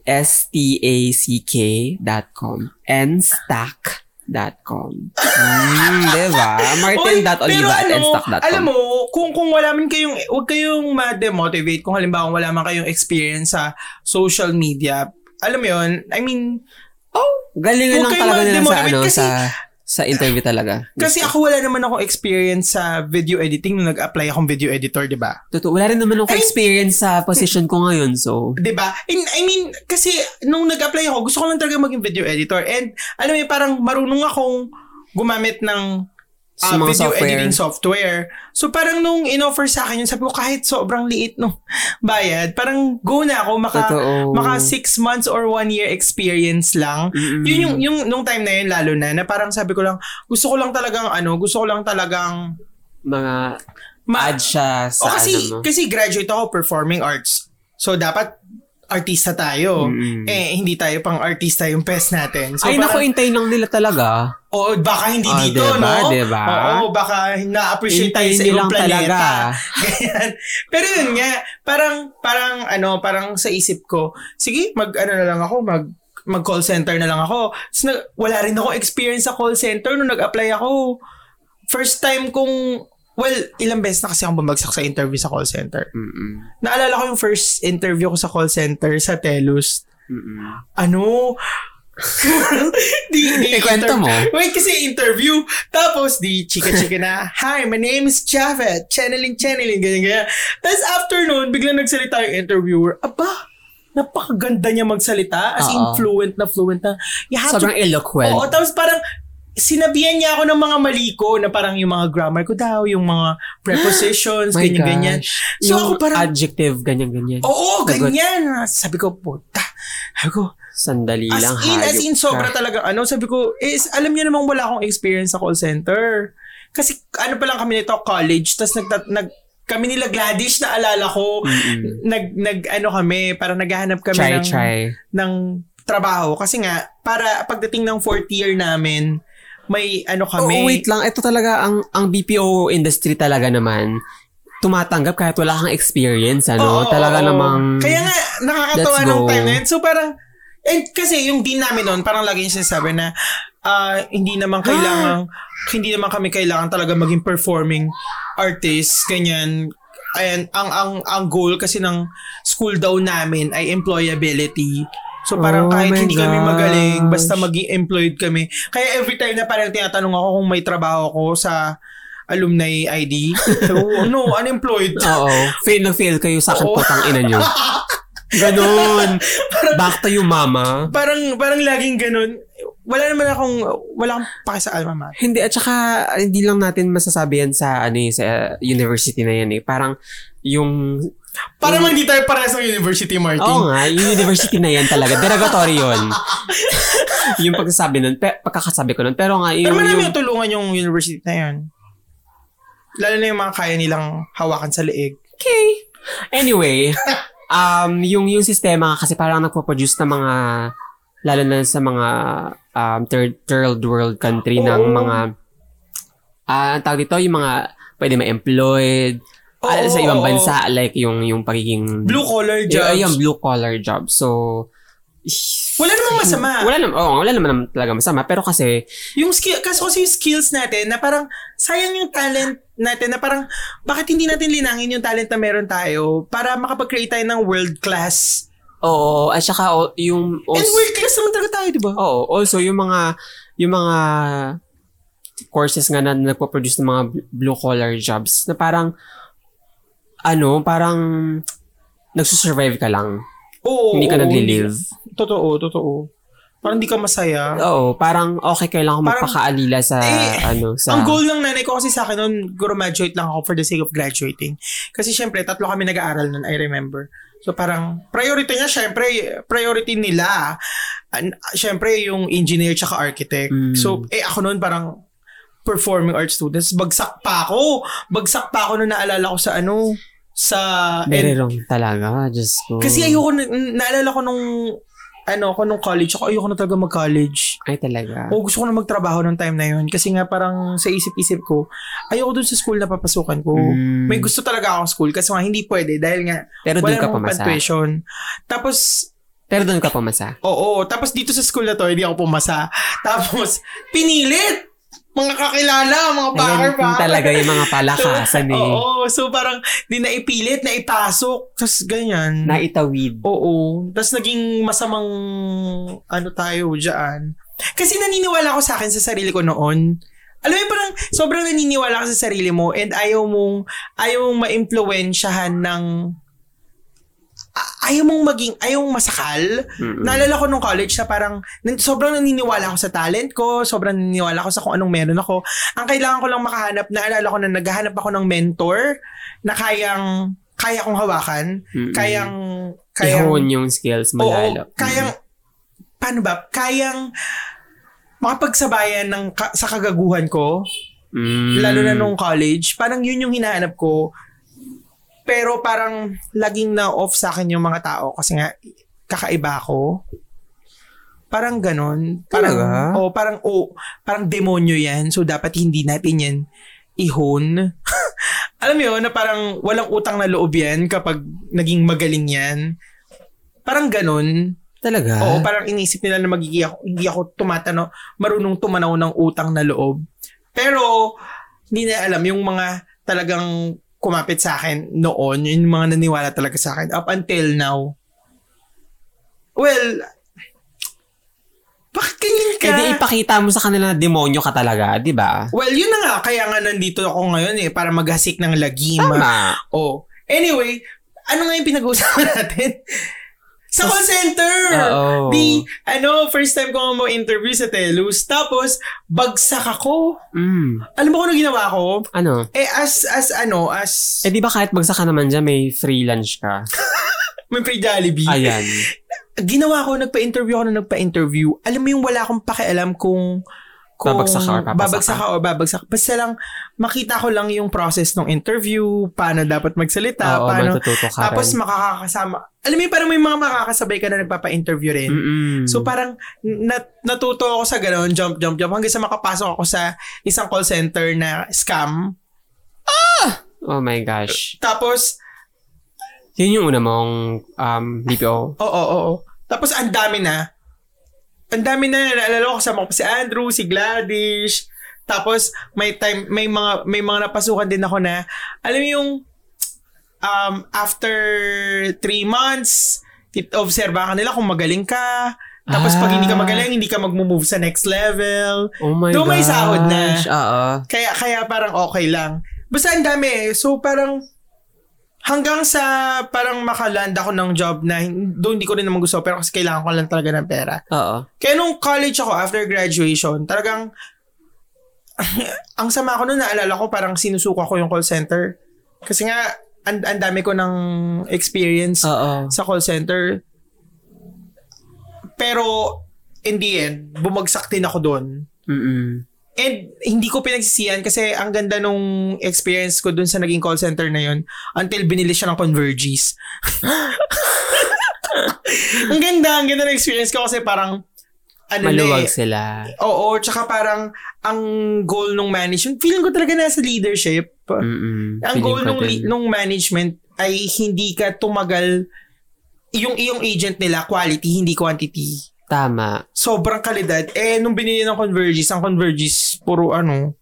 [SPEAKER 1] s t a c k dot com. nstack.com. Mm, diba?
[SPEAKER 2] Oy,
[SPEAKER 1] martin.oliva at
[SPEAKER 2] pero ano,
[SPEAKER 1] nstack.com.
[SPEAKER 2] Alam mo, kung kung wala man kayong wag kayong ma-demotivate kung halimbawa wala man kayong experience sa social media. Alam mo 'yun? I mean, oh,
[SPEAKER 1] Galingan lang
[SPEAKER 2] Huwag kayo
[SPEAKER 1] talaga nila sa
[SPEAKER 2] mag-demotivate
[SPEAKER 1] ano
[SPEAKER 2] kasi-
[SPEAKER 1] sa sa interview talaga.
[SPEAKER 2] kasi ako wala naman akong experience sa video editing nung nag-apply akong video editor, 'di ba?
[SPEAKER 1] Totoo, wala rin naman ako
[SPEAKER 2] Ay!
[SPEAKER 1] experience sa position ko ngayon, so
[SPEAKER 2] 'Di ba? And Diba? I mean, kasi nung nag-apply ako, gusto ko lang talaga maging video editor and alam mo 'yun, parang marunong akong gumamit ng
[SPEAKER 1] Sa
[SPEAKER 2] ah,
[SPEAKER 1] mga
[SPEAKER 2] video
[SPEAKER 1] software.
[SPEAKER 2] editing software. So parang nung inoffer sa akin yun, sabi ko kahit sobrang liit no bayad, parang go na ako maka
[SPEAKER 1] Totoo.
[SPEAKER 2] maka six months or one year experience lang.
[SPEAKER 1] Mm-mm.
[SPEAKER 2] Yun yung, yung nung time na yun lalo na, na parang sabi ko lang, gusto ko lang talagang ano, gusto ko lang talagang
[SPEAKER 1] mga
[SPEAKER 2] ma-
[SPEAKER 1] add siya sa
[SPEAKER 2] O, kasi,
[SPEAKER 1] ano mo.
[SPEAKER 2] kasi graduate ako performing arts. So dapat artista tayo.
[SPEAKER 1] Mm-mm.
[SPEAKER 2] Eh, hindi tayo pang artista yung PES natin. So,
[SPEAKER 1] Ay, naku,
[SPEAKER 2] parang-
[SPEAKER 1] hintayin lang nila talaga.
[SPEAKER 2] Oo, baka hindi
[SPEAKER 1] Ah,
[SPEAKER 2] dito,
[SPEAKER 1] diba,
[SPEAKER 2] no?
[SPEAKER 1] diba?
[SPEAKER 2] Oo, baka na-appreciate tayo sa
[SPEAKER 1] Hintayin nilang
[SPEAKER 2] ibang planeta.
[SPEAKER 1] talaga.
[SPEAKER 2] Ganyan. Pero yun nga, parang, parang, ano, parang sa isip ko, sige, mag, ano na lang ako, mag, mag call center na lang ako. Tapos na, wala rin ako experience sa call center nung nag-apply ako. First time kong, well, ilang beses na kasi akong bumagsak sa interview sa call center.
[SPEAKER 1] Mm-mm.
[SPEAKER 2] Naalala ko yung first interview ko sa call center sa Telus.
[SPEAKER 1] Mm-mm.
[SPEAKER 2] Ano? di, di
[SPEAKER 1] Eh, kwento
[SPEAKER 2] inter-
[SPEAKER 1] mo.
[SPEAKER 2] Wait, kasi interview. Tapos, di chika-chika na, Hi, my name is Chavet. Channeling, channeling, ganyan, ganyan. Tapos afternoon, biglang nagsalita yung interviewer. Aba, napakaganda niya magsalita. As in,
[SPEAKER 1] Oo.
[SPEAKER 2] fluent na fluent na. You have to
[SPEAKER 1] Sobrang eloquent.
[SPEAKER 2] Oo, tapos parang sinabihan niya ako ng mga mali ko na parang yung mga grammar ko daw, yung mga prepositions,
[SPEAKER 1] My gosh.
[SPEAKER 2] ganyan-ganyan. So
[SPEAKER 1] yung
[SPEAKER 2] ako parang,
[SPEAKER 1] adjective, ganyan-ganyan.
[SPEAKER 2] oo,
[SPEAKER 1] Sagot.
[SPEAKER 2] ganyan. Sabi ko, puta. Sabi ko,
[SPEAKER 1] Sandali
[SPEAKER 2] as
[SPEAKER 1] lang,
[SPEAKER 2] in, as
[SPEAKER 1] hayop
[SPEAKER 2] in, sobra
[SPEAKER 1] ka.
[SPEAKER 2] talaga. Ano, sabi ko, is, alam niyo namang wala akong experience sa call center. Kasi ano pa lang kami nito, college, tapos nag, nag, kami nila Gladish, naalala ko,
[SPEAKER 1] Mm-mm.
[SPEAKER 2] nag, nag, ano kami, parang naghahanap kami
[SPEAKER 1] Try,
[SPEAKER 2] ng,
[SPEAKER 1] try.
[SPEAKER 2] ng trabaho. Kasi nga, para pagdating ng fourth year namin, may ano
[SPEAKER 1] Oo,
[SPEAKER 2] kami.
[SPEAKER 1] Oh, wait lang. Ito talaga, ang, ang BPO industry talaga naman, tumatanggap kahit wala kang experience, ano?
[SPEAKER 2] Oo,
[SPEAKER 1] talaga
[SPEAKER 2] oo, oo.
[SPEAKER 1] namang...
[SPEAKER 2] Kaya nga, nakakatawa
[SPEAKER 1] Let's
[SPEAKER 2] ng
[SPEAKER 1] go.
[SPEAKER 2] time na yun. So parang, and kasi yung dean namin noon, parang lagi niya sinasabi na, ah, hindi naman kailangan, hindi naman kami kailangan talaga maging performing artist, ganyan. Ayan, ang, ang, ang goal kasi ng school daw namin ay employability. So parang
[SPEAKER 1] Oh
[SPEAKER 2] kahit
[SPEAKER 1] my
[SPEAKER 2] hindi kami magaling,
[SPEAKER 1] gosh.
[SPEAKER 2] basta maging employed kami. Kaya every time na parang tinatanong ako kung may trabaho ko sa alumni ID. So, "Oh, no, unemployed.
[SPEAKER 1] Oo. Fail na fail kayo sa akin
[SPEAKER 2] Oo.
[SPEAKER 1] putang ina nyo. Ganun. Back to you, mama.
[SPEAKER 2] parang parang laging ganun. Wala naman akong wala akong pake sa alma mater.
[SPEAKER 1] Hindi, at saka hindi lang natin masasabi yan sa, ano, eh, sa university na yan eh. Parang yung...
[SPEAKER 2] Para man di tayo parehas ng university, Martin.
[SPEAKER 1] Mm. Oo nga, yung university na yan talaga. Derogatory yun. yung pagsasabi nun, pe, pagkakasabi ko nun. Pero nga,
[SPEAKER 2] Pero
[SPEAKER 1] yung...
[SPEAKER 2] marami
[SPEAKER 1] yung
[SPEAKER 2] yung tulungan yung university na yan. Lalo na yung mga kaya nilang hawakan sa leeg.
[SPEAKER 1] okay. Anyway, um, yung, yung sistema nga kasi parang nagpo-produce ng mga lalo na sa mga um, third, third world country ng
[SPEAKER 2] Oo.
[SPEAKER 1] mga ah ang tawag dito, yung mga pwede ma-employed ah,
[SPEAKER 2] Oo,
[SPEAKER 1] sa ibang
[SPEAKER 2] oo.
[SPEAKER 1] bansa like yung yung pagiging
[SPEAKER 2] Blue collar
[SPEAKER 1] Y-
[SPEAKER 2] jobs.
[SPEAKER 1] ay, yung blue collar job. So
[SPEAKER 2] Wala namang masama.
[SPEAKER 1] Wala naman, oh, wala naman talaga masama. Pero kasi,
[SPEAKER 2] Yung skill, kasi kasi yung skills natin na parang sayang yung talent natin na parang bakit hindi natin linangin yung talent na meron tayo para makapag-create tayo ng world class.
[SPEAKER 1] oo, at saka oh, yung...
[SPEAKER 2] And
[SPEAKER 1] also-
[SPEAKER 2] world class naman talaga tayo, di ba?
[SPEAKER 1] Oo. Also, yung mga, yung mga courses nga na nagpo-produce ng mga blue-collar jobs na parang, ano, parang nagsusurvive ka lang.
[SPEAKER 2] Oo.
[SPEAKER 1] hindi ka
[SPEAKER 2] oo.
[SPEAKER 1] nagli-live.
[SPEAKER 2] Totoo, totoo. Parang hindi ka masaya.
[SPEAKER 1] Oo. Parang, okay, kailangan ko
[SPEAKER 2] Parang-
[SPEAKER 1] magpakaalila sa,
[SPEAKER 2] Eh,
[SPEAKER 1] ano, sa...
[SPEAKER 2] Ang goal ng nanay ko kasi sa akin noon, graduate lang ako for the sake of graduating. Kasi syempre, tatlo kami nag-aaral noon, I remember. So parang, priority niya syempre, priority nila. An- syempre, yung engineer tsaka architect.
[SPEAKER 1] Mm.
[SPEAKER 2] So, eh ako noon parang performing arts students. Bagsak pa ako. Bagsak pa ako noon naalala ko sa ano, sa...
[SPEAKER 1] Mererong talaga. Diyos ko.
[SPEAKER 2] kasi ayoko, na, naalala ko nung ano ko nung college ako ayoko na talaga mag-college
[SPEAKER 1] Ay, talaga.
[SPEAKER 2] o gusto ko na magtrabaho ng time na yun. Kasi nga parang sa isip-isip ko, ayoko dun sa school na papasukan ko.
[SPEAKER 1] Mm.
[SPEAKER 2] May gusto talaga akong school kasi nga hindi pwede dahil nga
[SPEAKER 1] Pero doon
[SPEAKER 2] wala
[SPEAKER 1] ka
[SPEAKER 2] akong
[SPEAKER 1] pumasa.
[SPEAKER 2] pag-tuition. Tapos,
[SPEAKER 1] Pero doon ka pumasa.
[SPEAKER 2] oo, tapos dito sa school na to, hindi ako pumasa. Tapos, pinilit! Mga kakilala,
[SPEAKER 1] Ayan,
[SPEAKER 2] mga
[SPEAKER 1] yun
[SPEAKER 2] pakar-pakar.
[SPEAKER 1] talaga yung mga
[SPEAKER 2] So,
[SPEAKER 1] palakasan eh.
[SPEAKER 2] Oo, so parang di naipilit, naipasok. Tapos ganyan.
[SPEAKER 1] Naitawid.
[SPEAKER 2] Oo. Tapos naging masamang ano tayo dyan. Kasi naniniwala ko sa akin sa sarili ko noon. Alam mo yun, parang sobrang naniniwala ka sa sarili mo and ayaw mong, ayaw mong ma-impluensyahan ng a- ayaw mong maging, ayaw mong masakal.
[SPEAKER 1] Mm-mm.
[SPEAKER 2] Naalala ko nung college na parang nan- sobrang naniniwala ako sa talent ko, sobrang naniniwala ako sa kung anong meron ako. Ang kailangan ko lang makahanap, naalala ko na naghahanap ako ng mentor na kayang, kaya kong hawakan,
[SPEAKER 1] Mm-mm.
[SPEAKER 2] kayang, kayang,
[SPEAKER 1] I-hone yung skills mo lalo.
[SPEAKER 2] Oo, kayang, paano ba, kayang makapagsabayan ng, ka- sa kagaguhan ko,
[SPEAKER 1] Mm.
[SPEAKER 2] lalo na nung college, parang yun yung hinahanap ko. Pero parang laging na-off sa akin yung mga tao kasi nga kakaiba ako. Parang ganon. Parang,
[SPEAKER 1] Talaga?
[SPEAKER 2] oh, parang, oh, parang demonyo yan. So, dapat hindi natin yan ihon. Alam mo yun, na parang walang utang na loob yan kapag naging magaling yan. Parang ganon.
[SPEAKER 1] Talaga?
[SPEAKER 2] Oo, parang inisip nila na magiging ako, hindi ako tumatano, marunong tumanaw ng utang na loob. Pero, hindi na alam yung mga talagang kumapit sa akin noon, yung mga naniwala talaga sa akin up until now. Well, bakit ganyan ka?
[SPEAKER 1] Eh, di ipakita mo sa kanila na demonyo ka talaga, di ba?
[SPEAKER 2] well, yun na nga, kaya nga nandito ako ngayon eh, para maghasik ng lagima.
[SPEAKER 1] Tama.
[SPEAKER 2] Oh. Anyway, ano nga yung pinag-uusapan natin? Sa call center!
[SPEAKER 1] Oo.
[SPEAKER 2] Di, ano, first time ko nga interview sa Telus. Tapos, bagsak ako.
[SPEAKER 1] Mm.
[SPEAKER 2] Alam mo kung ano ginawa ko?
[SPEAKER 1] Ano?
[SPEAKER 2] Eh, as, as, ano, as,
[SPEAKER 1] Eh di ba kahit bagsak ka naman dyan, may free lunch ka?
[SPEAKER 2] may free Jollibee.
[SPEAKER 1] Ayan.
[SPEAKER 2] Ginawa ko, nagpa-interview ako na nagpa-interview. Alam mo yung wala akong pakialam kung, kung
[SPEAKER 1] Babagsak ka or papasa
[SPEAKER 2] babagsak ka o babagsak. Basta lang, makita ko lang yung process ng interview, paano dapat magsalita,
[SPEAKER 1] Oo,
[SPEAKER 2] paano,
[SPEAKER 1] matututo ka
[SPEAKER 2] tapos
[SPEAKER 1] rin.
[SPEAKER 2] makakasama. Alam mo yung parang may mga makakasabay ka na nagpapa-interview rin.
[SPEAKER 1] Mm-mm.
[SPEAKER 2] So parang nat- natuto ako sa gano'n, jump, jump, jump, hanggang sa makapasok ako sa isang call center na scam.
[SPEAKER 1] oh my gosh.
[SPEAKER 2] Tapos,
[SPEAKER 1] Yun yung una mong um, BPO.
[SPEAKER 2] oo, oo, oo. Tapos ang dami na. Ang dami na, naalala ko kasama ko pa si Andrew, si Gladish. Tapos may time, may mga, may mga napasukan din ako na, alam mo yung, um, after three months, tit- obserba ka nila kung magaling ka. Tapos pag hindi ka
[SPEAKER 1] Ah.
[SPEAKER 2] magaling, hindi ka mag-move sa next level.
[SPEAKER 1] Oh my
[SPEAKER 2] Though
[SPEAKER 1] gosh.
[SPEAKER 2] may sahod na.
[SPEAKER 1] Oo.
[SPEAKER 2] Kaya kaya parang okay lang. Basta ang dami eh. So parang hanggang sa parang makaland ako ng job na hin- doon hindi ko rin naman gusto pero kasi kailangan ko lang talaga ng pera.
[SPEAKER 1] Oo.
[SPEAKER 2] Kaya nung college ako after graduation, talagang ang sama ko noon naalala ko parang sinusuko ko yung call center. Kasi nga ang ang dami ko ng experience
[SPEAKER 1] Oo.
[SPEAKER 2] sa call center. Pero in the end, bumagsak din ako doon.
[SPEAKER 1] Mm-mm.
[SPEAKER 2] And hindi ko pinagsisiyan kasi ang ganda nung experience ko dun sa naging call center na yun until binili siya ng Convergys. ang ganda, ang ganda ng experience ko kasi parang ano na
[SPEAKER 1] Maluwag
[SPEAKER 2] eh.
[SPEAKER 1] sila.
[SPEAKER 2] Oo, tsaka parang ang goal nung management, feeling ko talaga nasa leadership.
[SPEAKER 1] Mm-mm. Hmm,
[SPEAKER 2] Ang
[SPEAKER 1] Feeling
[SPEAKER 2] goal
[SPEAKER 1] ko
[SPEAKER 2] nung,
[SPEAKER 1] din.
[SPEAKER 2] li- nung management ay hindi ka tumagal yung iyong agent nila quality, hindi quantity
[SPEAKER 1] Tama.
[SPEAKER 2] sobrang kalidad. Eh, nung binili ng Convergys, ang Convergys, puro ano,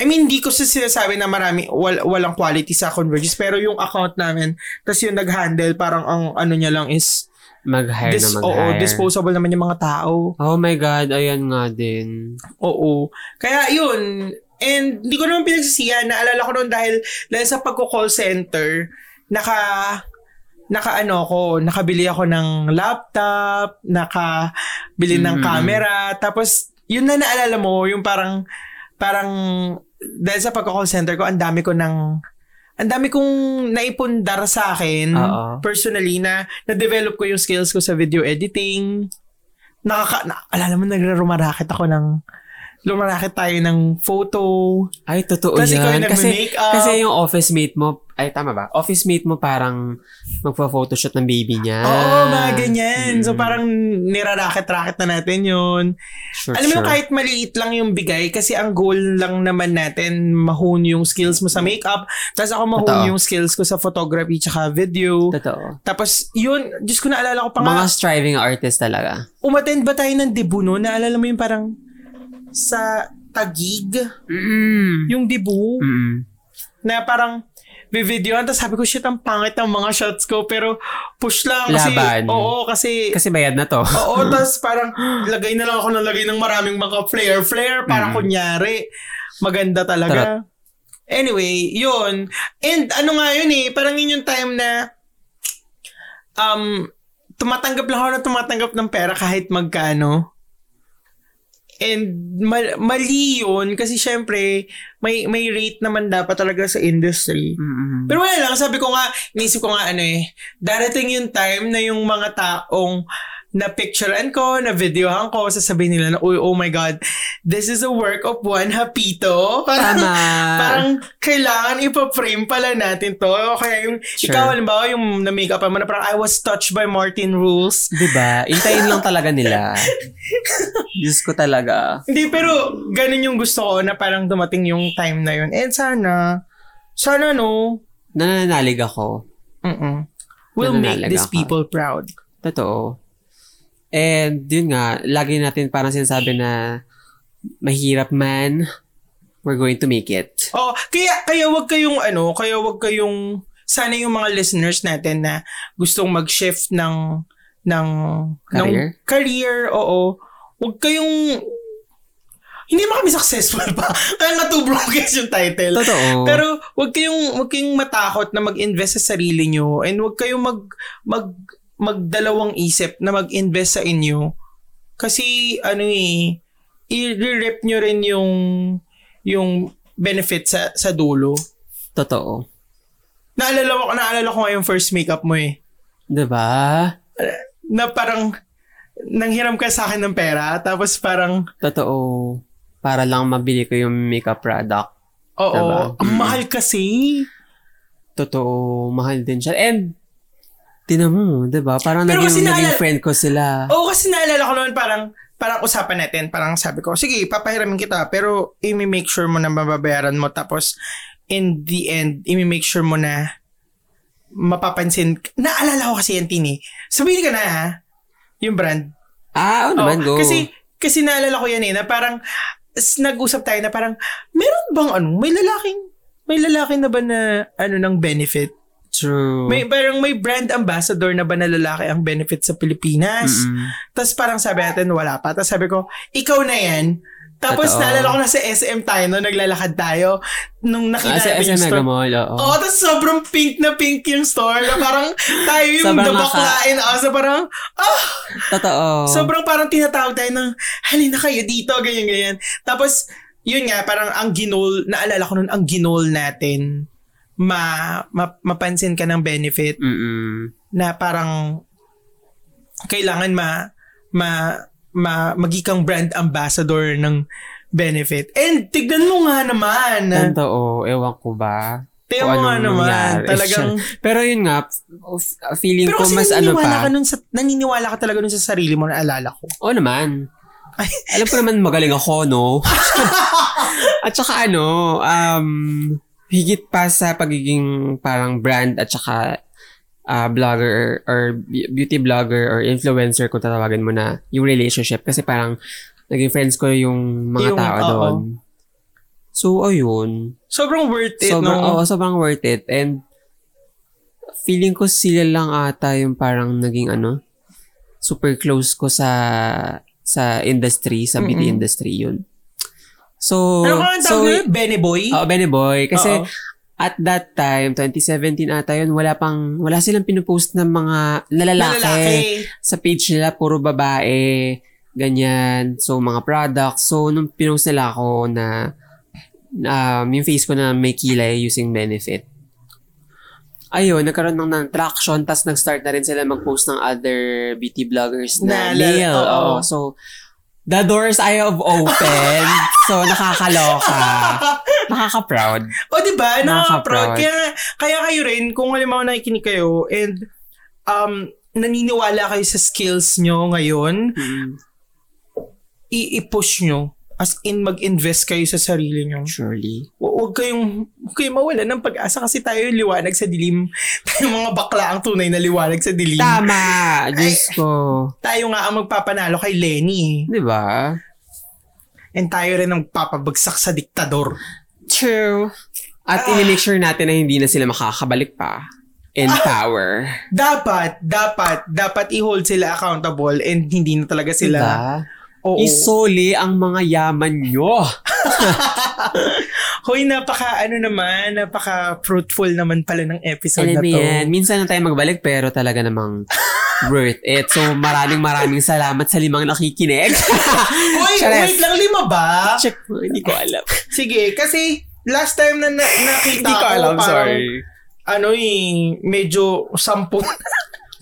[SPEAKER 2] I mean, hindi ko sa sinasabi na marami, wal, walang quality sa Convergys, pero yung account namin, tas yung nag-handle, parang ang ano niya lang is,
[SPEAKER 1] Mag-hire
[SPEAKER 2] dis-
[SPEAKER 1] na
[SPEAKER 2] oo,
[SPEAKER 1] mag-hire.
[SPEAKER 2] disposable naman yung mga tao.
[SPEAKER 1] Oh my God, ayan nga din.
[SPEAKER 2] Oo. Kaya yun, and hindi ko naman pinagsisiyan, naalala ko noon dahil, dahil sa pagko-call center, naka, naka ano ko, nakabili ako ng laptop, nakabili ng
[SPEAKER 1] Mm.
[SPEAKER 2] camera, tapos yun na naalala mo, yung parang, parang, dahil sa pagko-call center ko, ang dami ko ng, ang dami kong naipundar sa akin,
[SPEAKER 1] Oo.
[SPEAKER 2] personally, na na-develop ko yung skills ko sa video editing, nakaka, na, alala mo, nagra-rumaraket ako ng, lumaraket tayo ng photo.
[SPEAKER 1] Ay, totoo
[SPEAKER 2] Kasi ikaw
[SPEAKER 1] yan.
[SPEAKER 2] yung
[SPEAKER 1] Oh, Kasi,
[SPEAKER 2] nagme-makeup.
[SPEAKER 1] kasi yung office mate mo, ay tama ba? Office mate mo parang magpa-photoshoot ng baby niya.
[SPEAKER 2] Oo,
[SPEAKER 1] Ah.
[SPEAKER 2] mga ganyan. So
[SPEAKER 1] Mm-mm.
[SPEAKER 2] parang niraraket-raket na natin yun.
[SPEAKER 1] Sure,
[SPEAKER 2] Alam mo yung
[SPEAKER 1] sure.
[SPEAKER 2] kahit maliit lang yung bigay kasi ang goal lang naman natin mahone yung skills mo sa makeup. Tapos ako mahone
[SPEAKER 1] Totoo.
[SPEAKER 2] yung skills ko sa photography tsaka video.
[SPEAKER 1] Totoo.
[SPEAKER 2] Tapos yun, Diyos ko naalala ko pa nga,
[SPEAKER 1] Mga striving artist talaga.
[SPEAKER 2] umattend ba tayo ng debut no? Naalala mo yung parang sa tagig,
[SPEAKER 1] Mm-mm.
[SPEAKER 2] yung debut.
[SPEAKER 1] Mm-mm.
[SPEAKER 2] na parang bivideoan. Tapos sabi ko, shit, ang pangit ng mga shots ko. Pero push lang. Kasi,
[SPEAKER 1] Laban.
[SPEAKER 2] Oo, kasi...
[SPEAKER 1] Kasi bayad na to.
[SPEAKER 2] oo, tapos parang lagay na lang ako ng lagay ng maraming mga flare-flare para
[SPEAKER 1] Mm.
[SPEAKER 2] kunyari. Maganda talaga. Anyway, yun. And ano nga yun eh, parang yun yung time na um, tumatanggap lang ako na tumatanggap ng pera kahit magkano. And mal- mali yun kasi syempre may may rate naman dapat talaga sa industry.
[SPEAKER 1] Mm-mm.
[SPEAKER 2] Pero wala lang, sabi ko nga, naisip ko nga ano eh, darating yung time na yung mga taong na-picturean ko, na-videohan ko, sasabihin nila na, "Uy, oh my God, this is a work of one hapito.
[SPEAKER 1] Tama.
[SPEAKER 2] Parang kailangan ipa-frame pala natin to. O kaya yung,
[SPEAKER 1] Sure.
[SPEAKER 2] ikaw halimbawa yung na-makeup mo na parang I was touched by Martin Rules.
[SPEAKER 1] diba? Intayin lang talaga nila. Diyos ko talaga.
[SPEAKER 2] Hindi, pero ganun yung gusto ko na parang dumating yung time na yun. And sana, sana no,
[SPEAKER 1] Nananalig ako.
[SPEAKER 2] mm will make
[SPEAKER 1] Nananalig
[SPEAKER 2] these
[SPEAKER 1] ako.
[SPEAKER 2] people proud.
[SPEAKER 1] Totoo. And yun nga, lagi natin parang sinasabi na mahirap man, we're going to make it.
[SPEAKER 2] Oh, kaya kaya wag kayong ano, kaya wag kayong sana yung mga listeners natin na gustong mag-shift ng ng
[SPEAKER 1] Career?
[SPEAKER 2] ng career, oo. Wag kayong hindi ba kami successful pa? Kaya nga two broke is yung title.
[SPEAKER 1] Totoo.
[SPEAKER 2] Pero wag kayong wag kayong matakot na mag-invest sa sarili nyo and wag kayong mag mag magdalawang isip na mag-invest sa inyo. Kasi ano eh i-rep nyo rin yung yung benefit sa sa dulo.
[SPEAKER 1] Totoo.
[SPEAKER 2] Naalala ko, naalala ko nga yung first makeup mo eh.
[SPEAKER 1] Diba?
[SPEAKER 2] Na parang nanghiram ka sa akin ng pera tapos parang
[SPEAKER 1] Totoo. Para lang mabili ko yung makeup product.
[SPEAKER 2] oo,
[SPEAKER 1] Diba?
[SPEAKER 2] ang
[SPEAKER 1] Mm.
[SPEAKER 2] mahal kasi.
[SPEAKER 1] Totoo. Mahal din siya. And, tinan mo, diba? Parang
[SPEAKER 2] Pero kasi
[SPEAKER 1] naging, naging
[SPEAKER 2] naalala-
[SPEAKER 1] friend ko sila.
[SPEAKER 2] Oo, kasi naalala ko noon parang parang usapan natin, parang sabi ko, sige, papahiramin kita, pero imi-make sure mo na mababayaran mo tapos in the end, imi-make sure mo na mapapansin. Naalala ko kasi yan, Tini. Sabihin ka na ha, yung brand.
[SPEAKER 1] Ah, oo naman,
[SPEAKER 2] Oo,
[SPEAKER 1] go.
[SPEAKER 2] Oh, Kasi, kasi naalala ko yan eh, na parang, s- nag-usap tayo na parang, meron bang ano, may lalaking, may lalaki na ba na, ano, ng benefit?
[SPEAKER 1] True.
[SPEAKER 2] May, parang may brand ambassador na ba na lalaki ang benefit sa Pilipinas?
[SPEAKER 1] Mm-mm.
[SPEAKER 2] Tapos parang sabi natin, wala pa. Tapos sabi ko, ikaw na yan. Tapos
[SPEAKER 1] Totoo.
[SPEAKER 2] naalala ko na sa SM tayo, no, naglalakad tayo, nung nakita
[SPEAKER 1] Ah, sa
[SPEAKER 2] natin
[SPEAKER 1] SM
[SPEAKER 2] yung
[SPEAKER 1] Mega
[SPEAKER 2] store.
[SPEAKER 1] Mall, oo.
[SPEAKER 2] Oo, tapos sobrang pink na pink yung store. Na parang tayo yung
[SPEAKER 1] Sobrang
[SPEAKER 2] dabaklain. Naka- so parang, ah!
[SPEAKER 1] Totoo.
[SPEAKER 2] Sobrang parang tinatawag tayo ng, halina kayo dito, ganyan-ganyan. Tapos, yun nga, parang ang ginol, naalala ko nun, ang ginol natin, ma, ma- mapansin ka ng benefit
[SPEAKER 1] Mm-mm.
[SPEAKER 2] na parang kailangan ma, ma, ma maging kang brand ambassador ng benefit. And tignan mo nga naman. ah,
[SPEAKER 1] Totoo. Ewan ko ba?
[SPEAKER 2] Tignan
[SPEAKER 1] kung
[SPEAKER 2] mo nga
[SPEAKER 1] anong
[SPEAKER 2] naman.
[SPEAKER 1] nangyari.
[SPEAKER 2] Talagang,
[SPEAKER 1] Pero yun nga, f- f- feeling
[SPEAKER 2] pero
[SPEAKER 1] ko
[SPEAKER 2] kasi
[SPEAKER 1] mas ano
[SPEAKER 2] naniniwala,
[SPEAKER 1] pa.
[SPEAKER 2] ka nun sa, naniniwala ka talaga nun sa sarili mo, naalala ko.
[SPEAKER 1] Oo naman.
[SPEAKER 2] Ay.
[SPEAKER 1] Alam ko naman magaling ako, no? at saka ano, um, higit pa sa pagiging parang brand at saka ah, blogger or be- beauty blogger or influencer kung tatawagin mo na yung relationship. Kasi parang naging friends ko yung mga
[SPEAKER 2] Yung-
[SPEAKER 1] tao
[SPEAKER 2] oo.
[SPEAKER 1] doon. So, ayun.
[SPEAKER 2] Sobrang worth it,
[SPEAKER 1] Sobrang,
[SPEAKER 2] no?
[SPEAKER 1] oo, sobrang worth it. And feeling ko sila lang ata yung parang naging ano, super close ko sa sa industry, sa beauty
[SPEAKER 2] Mm-mm.
[SPEAKER 1] industry yun. So,
[SPEAKER 2] ano ka
[SPEAKER 1] oh,
[SPEAKER 2] ang
[SPEAKER 1] so,
[SPEAKER 2] tawag nila? Benny Boy?
[SPEAKER 1] Oo, Benny Boy. Kasi
[SPEAKER 2] Oo.
[SPEAKER 1] at that time, 2017 ata yun, wala pang, wala silang pinupost ng mga nalalaki.
[SPEAKER 2] Lalaki.
[SPEAKER 1] Sa page nila, puro babae, ganyan. So, mga products. So, nung pinost nila ako na um, yung face ko na may kilay using benefit. Ayun, nagkaroon ng, ng traction, tas nag-start na rin sila mag-post ng other beauty vloggers na,
[SPEAKER 2] Na lal-
[SPEAKER 1] male.
[SPEAKER 2] oo.
[SPEAKER 1] Oo. So, the doors I have opened. so, nakakaloka. Nakaka-proud.
[SPEAKER 2] O, di ba?
[SPEAKER 1] Nakaka-proud.
[SPEAKER 2] Nakaka-proud. Kaya, nga- kaya kayo rin, kung halimbawa nakikinig kayo and um, naniniwala kayo sa skills nyo ngayon, i-push nyo. As in, mag-invest kayo sa sarili nyo.
[SPEAKER 1] Surely.
[SPEAKER 2] Hu- Huwag kayong, huwag kayong mawala ng pag-asa kasi tayo yung liwanag sa dilim. Tayo mga bakla ang tunay na liwanag sa dilim.
[SPEAKER 1] Tama! Diyos ko.
[SPEAKER 2] Tayo nga ang magpapanalo kay Lenny.
[SPEAKER 1] Di ba?
[SPEAKER 2] And tayo rin ang papabagsak sa diktador.
[SPEAKER 1] True. At
[SPEAKER 2] Ah.
[SPEAKER 1] ini-make sure natin na hindi na sila makakabalik pa in power.
[SPEAKER 2] Dapat, dapat, dapat i-hold sila accountable and hindi na talaga sila.
[SPEAKER 1] Diba? Isoli ang mga yaman nyo.
[SPEAKER 2] Hoy, napaka ano naman, napaka fruitful naman pala ng episode
[SPEAKER 1] Alam
[SPEAKER 2] na
[SPEAKER 1] mo
[SPEAKER 2] to.
[SPEAKER 1] yan, minsan na tayo magbalik pero talaga namang worth it. So maraming maraming salamat sa limang nakikinig.
[SPEAKER 2] Hoy,
[SPEAKER 1] Charest.
[SPEAKER 2] wait lang, lima ba?
[SPEAKER 1] Check mo, hindi ko alam.
[SPEAKER 2] Sige, kasi last time na, na- nakita
[SPEAKER 1] Hindi ko alam,
[SPEAKER 2] parang,
[SPEAKER 1] sorry.
[SPEAKER 2] ano eh, medyo sampu.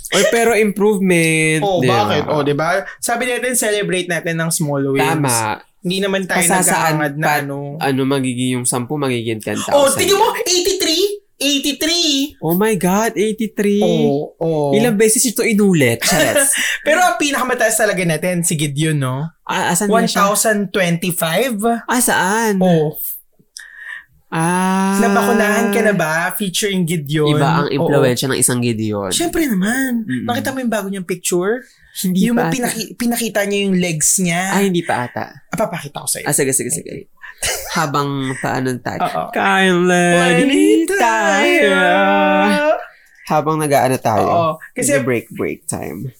[SPEAKER 1] Or pero improvement.
[SPEAKER 2] oh,
[SPEAKER 1] di ba?
[SPEAKER 2] bakit? Oh, di ba? Sabi natin, celebrate natin ng small wins.
[SPEAKER 1] Tama.
[SPEAKER 2] Hindi naman tayo
[SPEAKER 1] Pasasaan
[SPEAKER 2] nagkakangad na
[SPEAKER 1] pa-
[SPEAKER 2] ano.
[SPEAKER 1] Ano magiging yung 10, magiging 10,000.
[SPEAKER 2] Oh, tingin mo, 83? 83?
[SPEAKER 1] Oh my God, 83.
[SPEAKER 2] Oh, oh.
[SPEAKER 1] Ilang beses ito inulit. Charles.
[SPEAKER 2] Pero ang pinakamataas talaga natin, si Gideon, no?
[SPEAKER 1] ah, asan na siya?
[SPEAKER 2] 1,025?
[SPEAKER 1] Ah, saan?
[SPEAKER 2] Oh.
[SPEAKER 1] Ah.
[SPEAKER 2] Nabakunahan ka na ba? Featuring Gideon.
[SPEAKER 1] Iba ang
[SPEAKER 2] influence.
[SPEAKER 1] impluensya ng isang Gideon.
[SPEAKER 2] Siyempre naman.
[SPEAKER 1] Mm-mm.
[SPEAKER 2] Nakita mo yung bago niyang picture?
[SPEAKER 1] Hindi
[SPEAKER 2] yung
[SPEAKER 1] pa. ata.
[SPEAKER 2] pinaki- pinakita niya yung
[SPEAKER 1] Ah,
[SPEAKER 2] legs niya.
[SPEAKER 1] hindi pa ata.
[SPEAKER 2] Ah, Papakita ko sa'yo.
[SPEAKER 1] Ah, sige, sige, sige. Habang paano tayo.
[SPEAKER 2] Oo.
[SPEAKER 1] Kindly tayo. Habang nag-aano tayo.
[SPEAKER 2] Oo.
[SPEAKER 1] Kasi
[SPEAKER 2] Kasi, oo.
[SPEAKER 1] break, break time.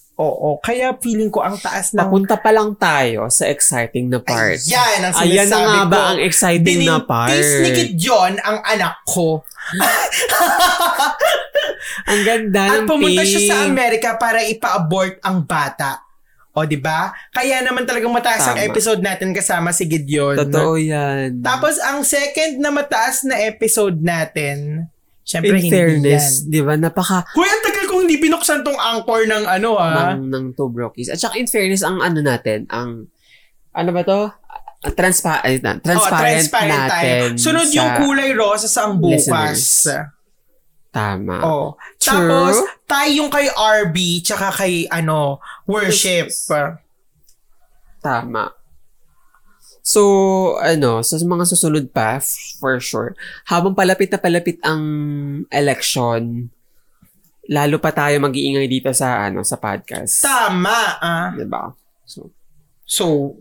[SPEAKER 2] Kaya feeling ko ang taas ng...
[SPEAKER 1] Papunta pa lang tayo sa exciting na part.
[SPEAKER 2] Ayan ang sinasabi
[SPEAKER 1] Ayan na nga
[SPEAKER 2] ko.
[SPEAKER 1] ba ang exciting na part?
[SPEAKER 2] Binintis ni Gideon ang anak ko.
[SPEAKER 1] Ang ganda ng
[SPEAKER 2] At pumunta siya sa
[SPEAKER 1] pink.
[SPEAKER 2] Amerika para ipa-abort ang bata. O, di ba? Kaya naman talagang mataas ang
[SPEAKER 1] Tama.
[SPEAKER 2] episode natin kasama si Gideon.
[SPEAKER 1] Totoo yan.
[SPEAKER 2] Tapos, ang second na mataas na episode natin, syempre
[SPEAKER 1] In
[SPEAKER 2] hindi
[SPEAKER 1] fairness,
[SPEAKER 2] yan.
[SPEAKER 1] di ba? Napaka
[SPEAKER 2] Hoy, ang tagal kong hindi binuksan tong angkor ng ano, ah.
[SPEAKER 1] ng, ng two brokies. At saka in fairness, ang ano natin, ang ano ba to? Ah, Transpa- ay, na-
[SPEAKER 2] Oh,
[SPEAKER 1] transparent, natin.
[SPEAKER 2] tayo. Sunod
[SPEAKER 1] sa-
[SPEAKER 2] yung kulay rosa sa ang bukas.
[SPEAKER 1] listeners. Tama.
[SPEAKER 2] Oh.
[SPEAKER 1] True.
[SPEAKER 2] Tapos, tayo yung kay RB, tsaka kay, ano, worship.
[SPEAKER 1] Tama. So, ano, sa mga susunod pa, f- for sure, habang palapit na palapit ang election, lalo pa tayo mag-iingay dito sa, ano, sa podcast.
[SPEAKER 2] Tama, ah.
[SPEAKER 1] Diba? So,
[SPEAKER 2] So,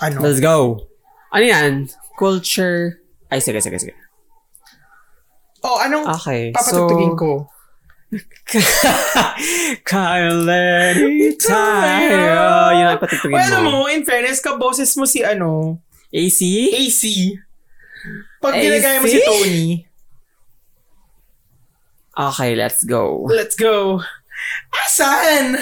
[SPEAKER 2] ano?
[SPEAKER 1] let's go! Ano yan? Culture. Ay, sige, sige, sige.
[SPEAKER 2] Oh, anong
[SPEAKER 1] Ah, Okay,
[SPEAKER 2] papatutugin
[SPEAKER 1] so...
[SPEAKER 2] ko?
[SPEAKER 1] Kylie tayo. Oh, Yun ang patutugin
[SPEAKER 2] Well, alam
[SPEAKER 1] mo.
[SPEAKER 2] mo, in fairness, kaboses mo si ano,
[SPEAKER 1] AC?
[SPEAKER 2] AC. Pag
[SPEAKER 1] AC?
[SPEAKER 2] ginagaya mo si Tony,
[SPEAKER 1] Okay, let's go.
[SPEAKER 2] let's go. Asan?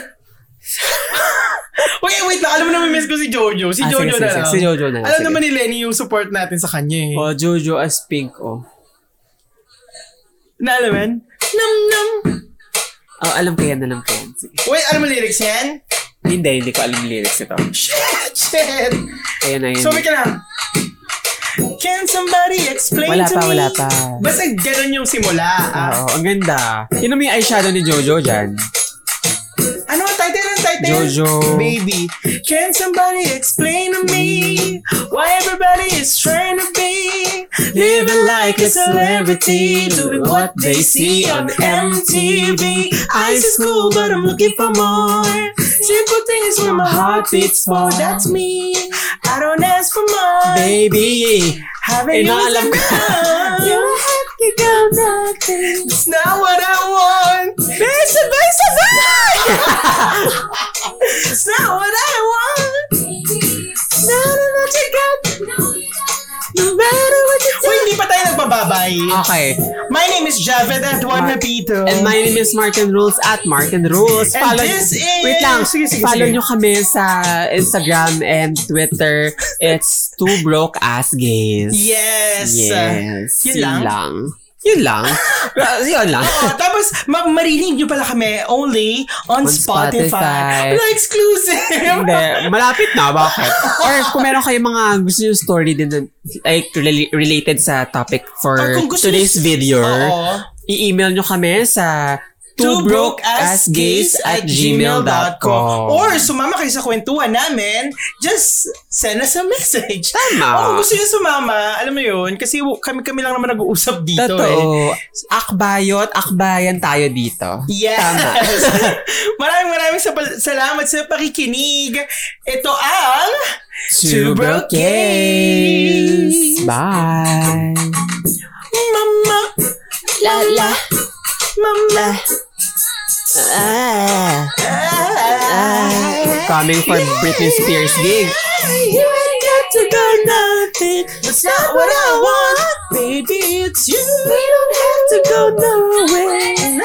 [SPEAKER 2] wait, wait lang. Alam mo naman, miss ko si Jojo. Si
[SPEAKER 1] Ah, sige,
[SPEAKER 2] Jojo
[SPEAKER 1] sige,
[SPEAKER 2] na
[SPEAKER 1] sige.
[SPEAKER 2] lang.
[SPEAKER 1] Si Jojo na lang.
[SPEAKER 2] Alam
[SPEAKER 1] sige.
[SPEAKER 2] naman ni Lenny yung support natin sa kanya eh.
[SPEAKER 1] Oh, Jojo as pink, oh.
[SPEAKER 2] Naalaman? Nam nam.
[SPEAKER 1] Oh, alam ko yan, alam ko yan. Sige.
[SPEAKER 2] Wait, alam mo lyrics yan?
[SPEAKER 1] Hindi, hindi ko alam yung lyrics nito.
[SPEAKER 2] Shit, shit.
[SPEAKER 1] Ayan, ayan.
[SPEAKER 2] So, wait ka lang. Can somebody explain
[SPEAKER 1] Wala
[SPEAKER 2] to
[SPEAKER 1] pa,
[SPEAKER 2] me?
[SPEAKER 1] wala pa.
[SPEAKER 2] Basta ganun yung simula. ah.
[SPEAKER 1] Oo, ang ganda. Yun ang may eyeshadow ni Jojo dyan.
[SPEAKER 2] Ano ang title ng title?
[SPEAKER 1] Jojo.
[SPEAKER 2] Baby. Can somebody explain to me why everybody is trying to be living like a celebrity, doing what they see on MTV? I see school, but I'm looking for more. Simple things where my heart beats for. That's me. I don't ask for much.
[SPEAKER 1] Baby!
[SPEAKER 2] Haven't
[SPEAKER 1] Eh,
[SPEAKER 2] used
[SPEAKER 1] naalam ko.
[SPEAKER 2] enough.
[SPEAKER 1] You
[SPEAKER 2] have to go nothing. It's not what I want. Sabay, sabay! It's not what I want. Not enough to get. No matter what you do. Uy, hindi pa tayo nagbababay.
[SPEAKER 1] Okay.
[SPEAKER 2] My name is Javed Antoine
[SPEAKER 1] Mar-
[SPEAKER 2] Napito.
[SPEAKER 1] And my name is Martin Rules at Martin Rules.
[SPEAKER 2] And this is-
[SPEAKER 1] Wait lang.
[SPEAKER 2] Sige, sige,
[SPEAKER 1] Follow
[SPEAKER 2] sige.
[SPEAKER 1] nyo kami sa Instagram and Twitter. It's Two Broke Ass Gays.
[SPEAKER 2] Yes.
[SPEAKER 1] Yes.
[SPEAKER 2] Yun lang?
[SPEAKER 1] Yun lang. Ah, yun lang.
[SPEAKER 2] Oh, tapos, ma- marinig nyo pala kami only
[SPEAKER 1] On
[SPEAKER 2] on, Spotify.
[SPEAKER 1] Spotify.
[SPEAKER 2] Wala, exclusive.
[SPEAKER 1] Hindi. Malapit na. Bakit? Or kung meron kayong mga gusto nyo story din na, like rela- related sa topic for
[SPEAKER 2] Or Oh, kung gusto
[SPEAKER 1] today's
[SPEAKER 2] nyo-
[SPEAKER 1] video,
[SPEAKER 2] Oo.
[SPEAKER 1] i-email nyo kami sa twobrokeassgays at gmail.com
[SPEAKER 2] Or sumama kayo sa kwentuhan namin, just send us a message.
[SPEAKER 1] Tama.
[SPEAKER 2] Oh, kung gusto nyo sumama, alam mo yun, kasi w- kami-kami lang naman nag-uusap dito eh.
[SPEAKER 1] Totoo. Akbayot, akbayan tayo dito.
[SPEAKER 2] Yes!
[SPEAKER 1] Tama.
[SPEAKER 2] maraming maraming sapal- salamat sa pakikinig. Ito ang... Two Broke Gays.
[SPEAKER 1] Bye.
[SPEAKER 2] Mama!
[SPEAKER 1] La la.
[SPEAKER 2] Mama!
[SPEAKER 1] Ah.
[SPEAKER 2] Ah.
[SPEAKER 1] Coming for Britney Spears gig.
[SPEAKER 2] You ain't got to go nothing. That's not what I want.
[SPEAKER 1] You don't have to go nowhere.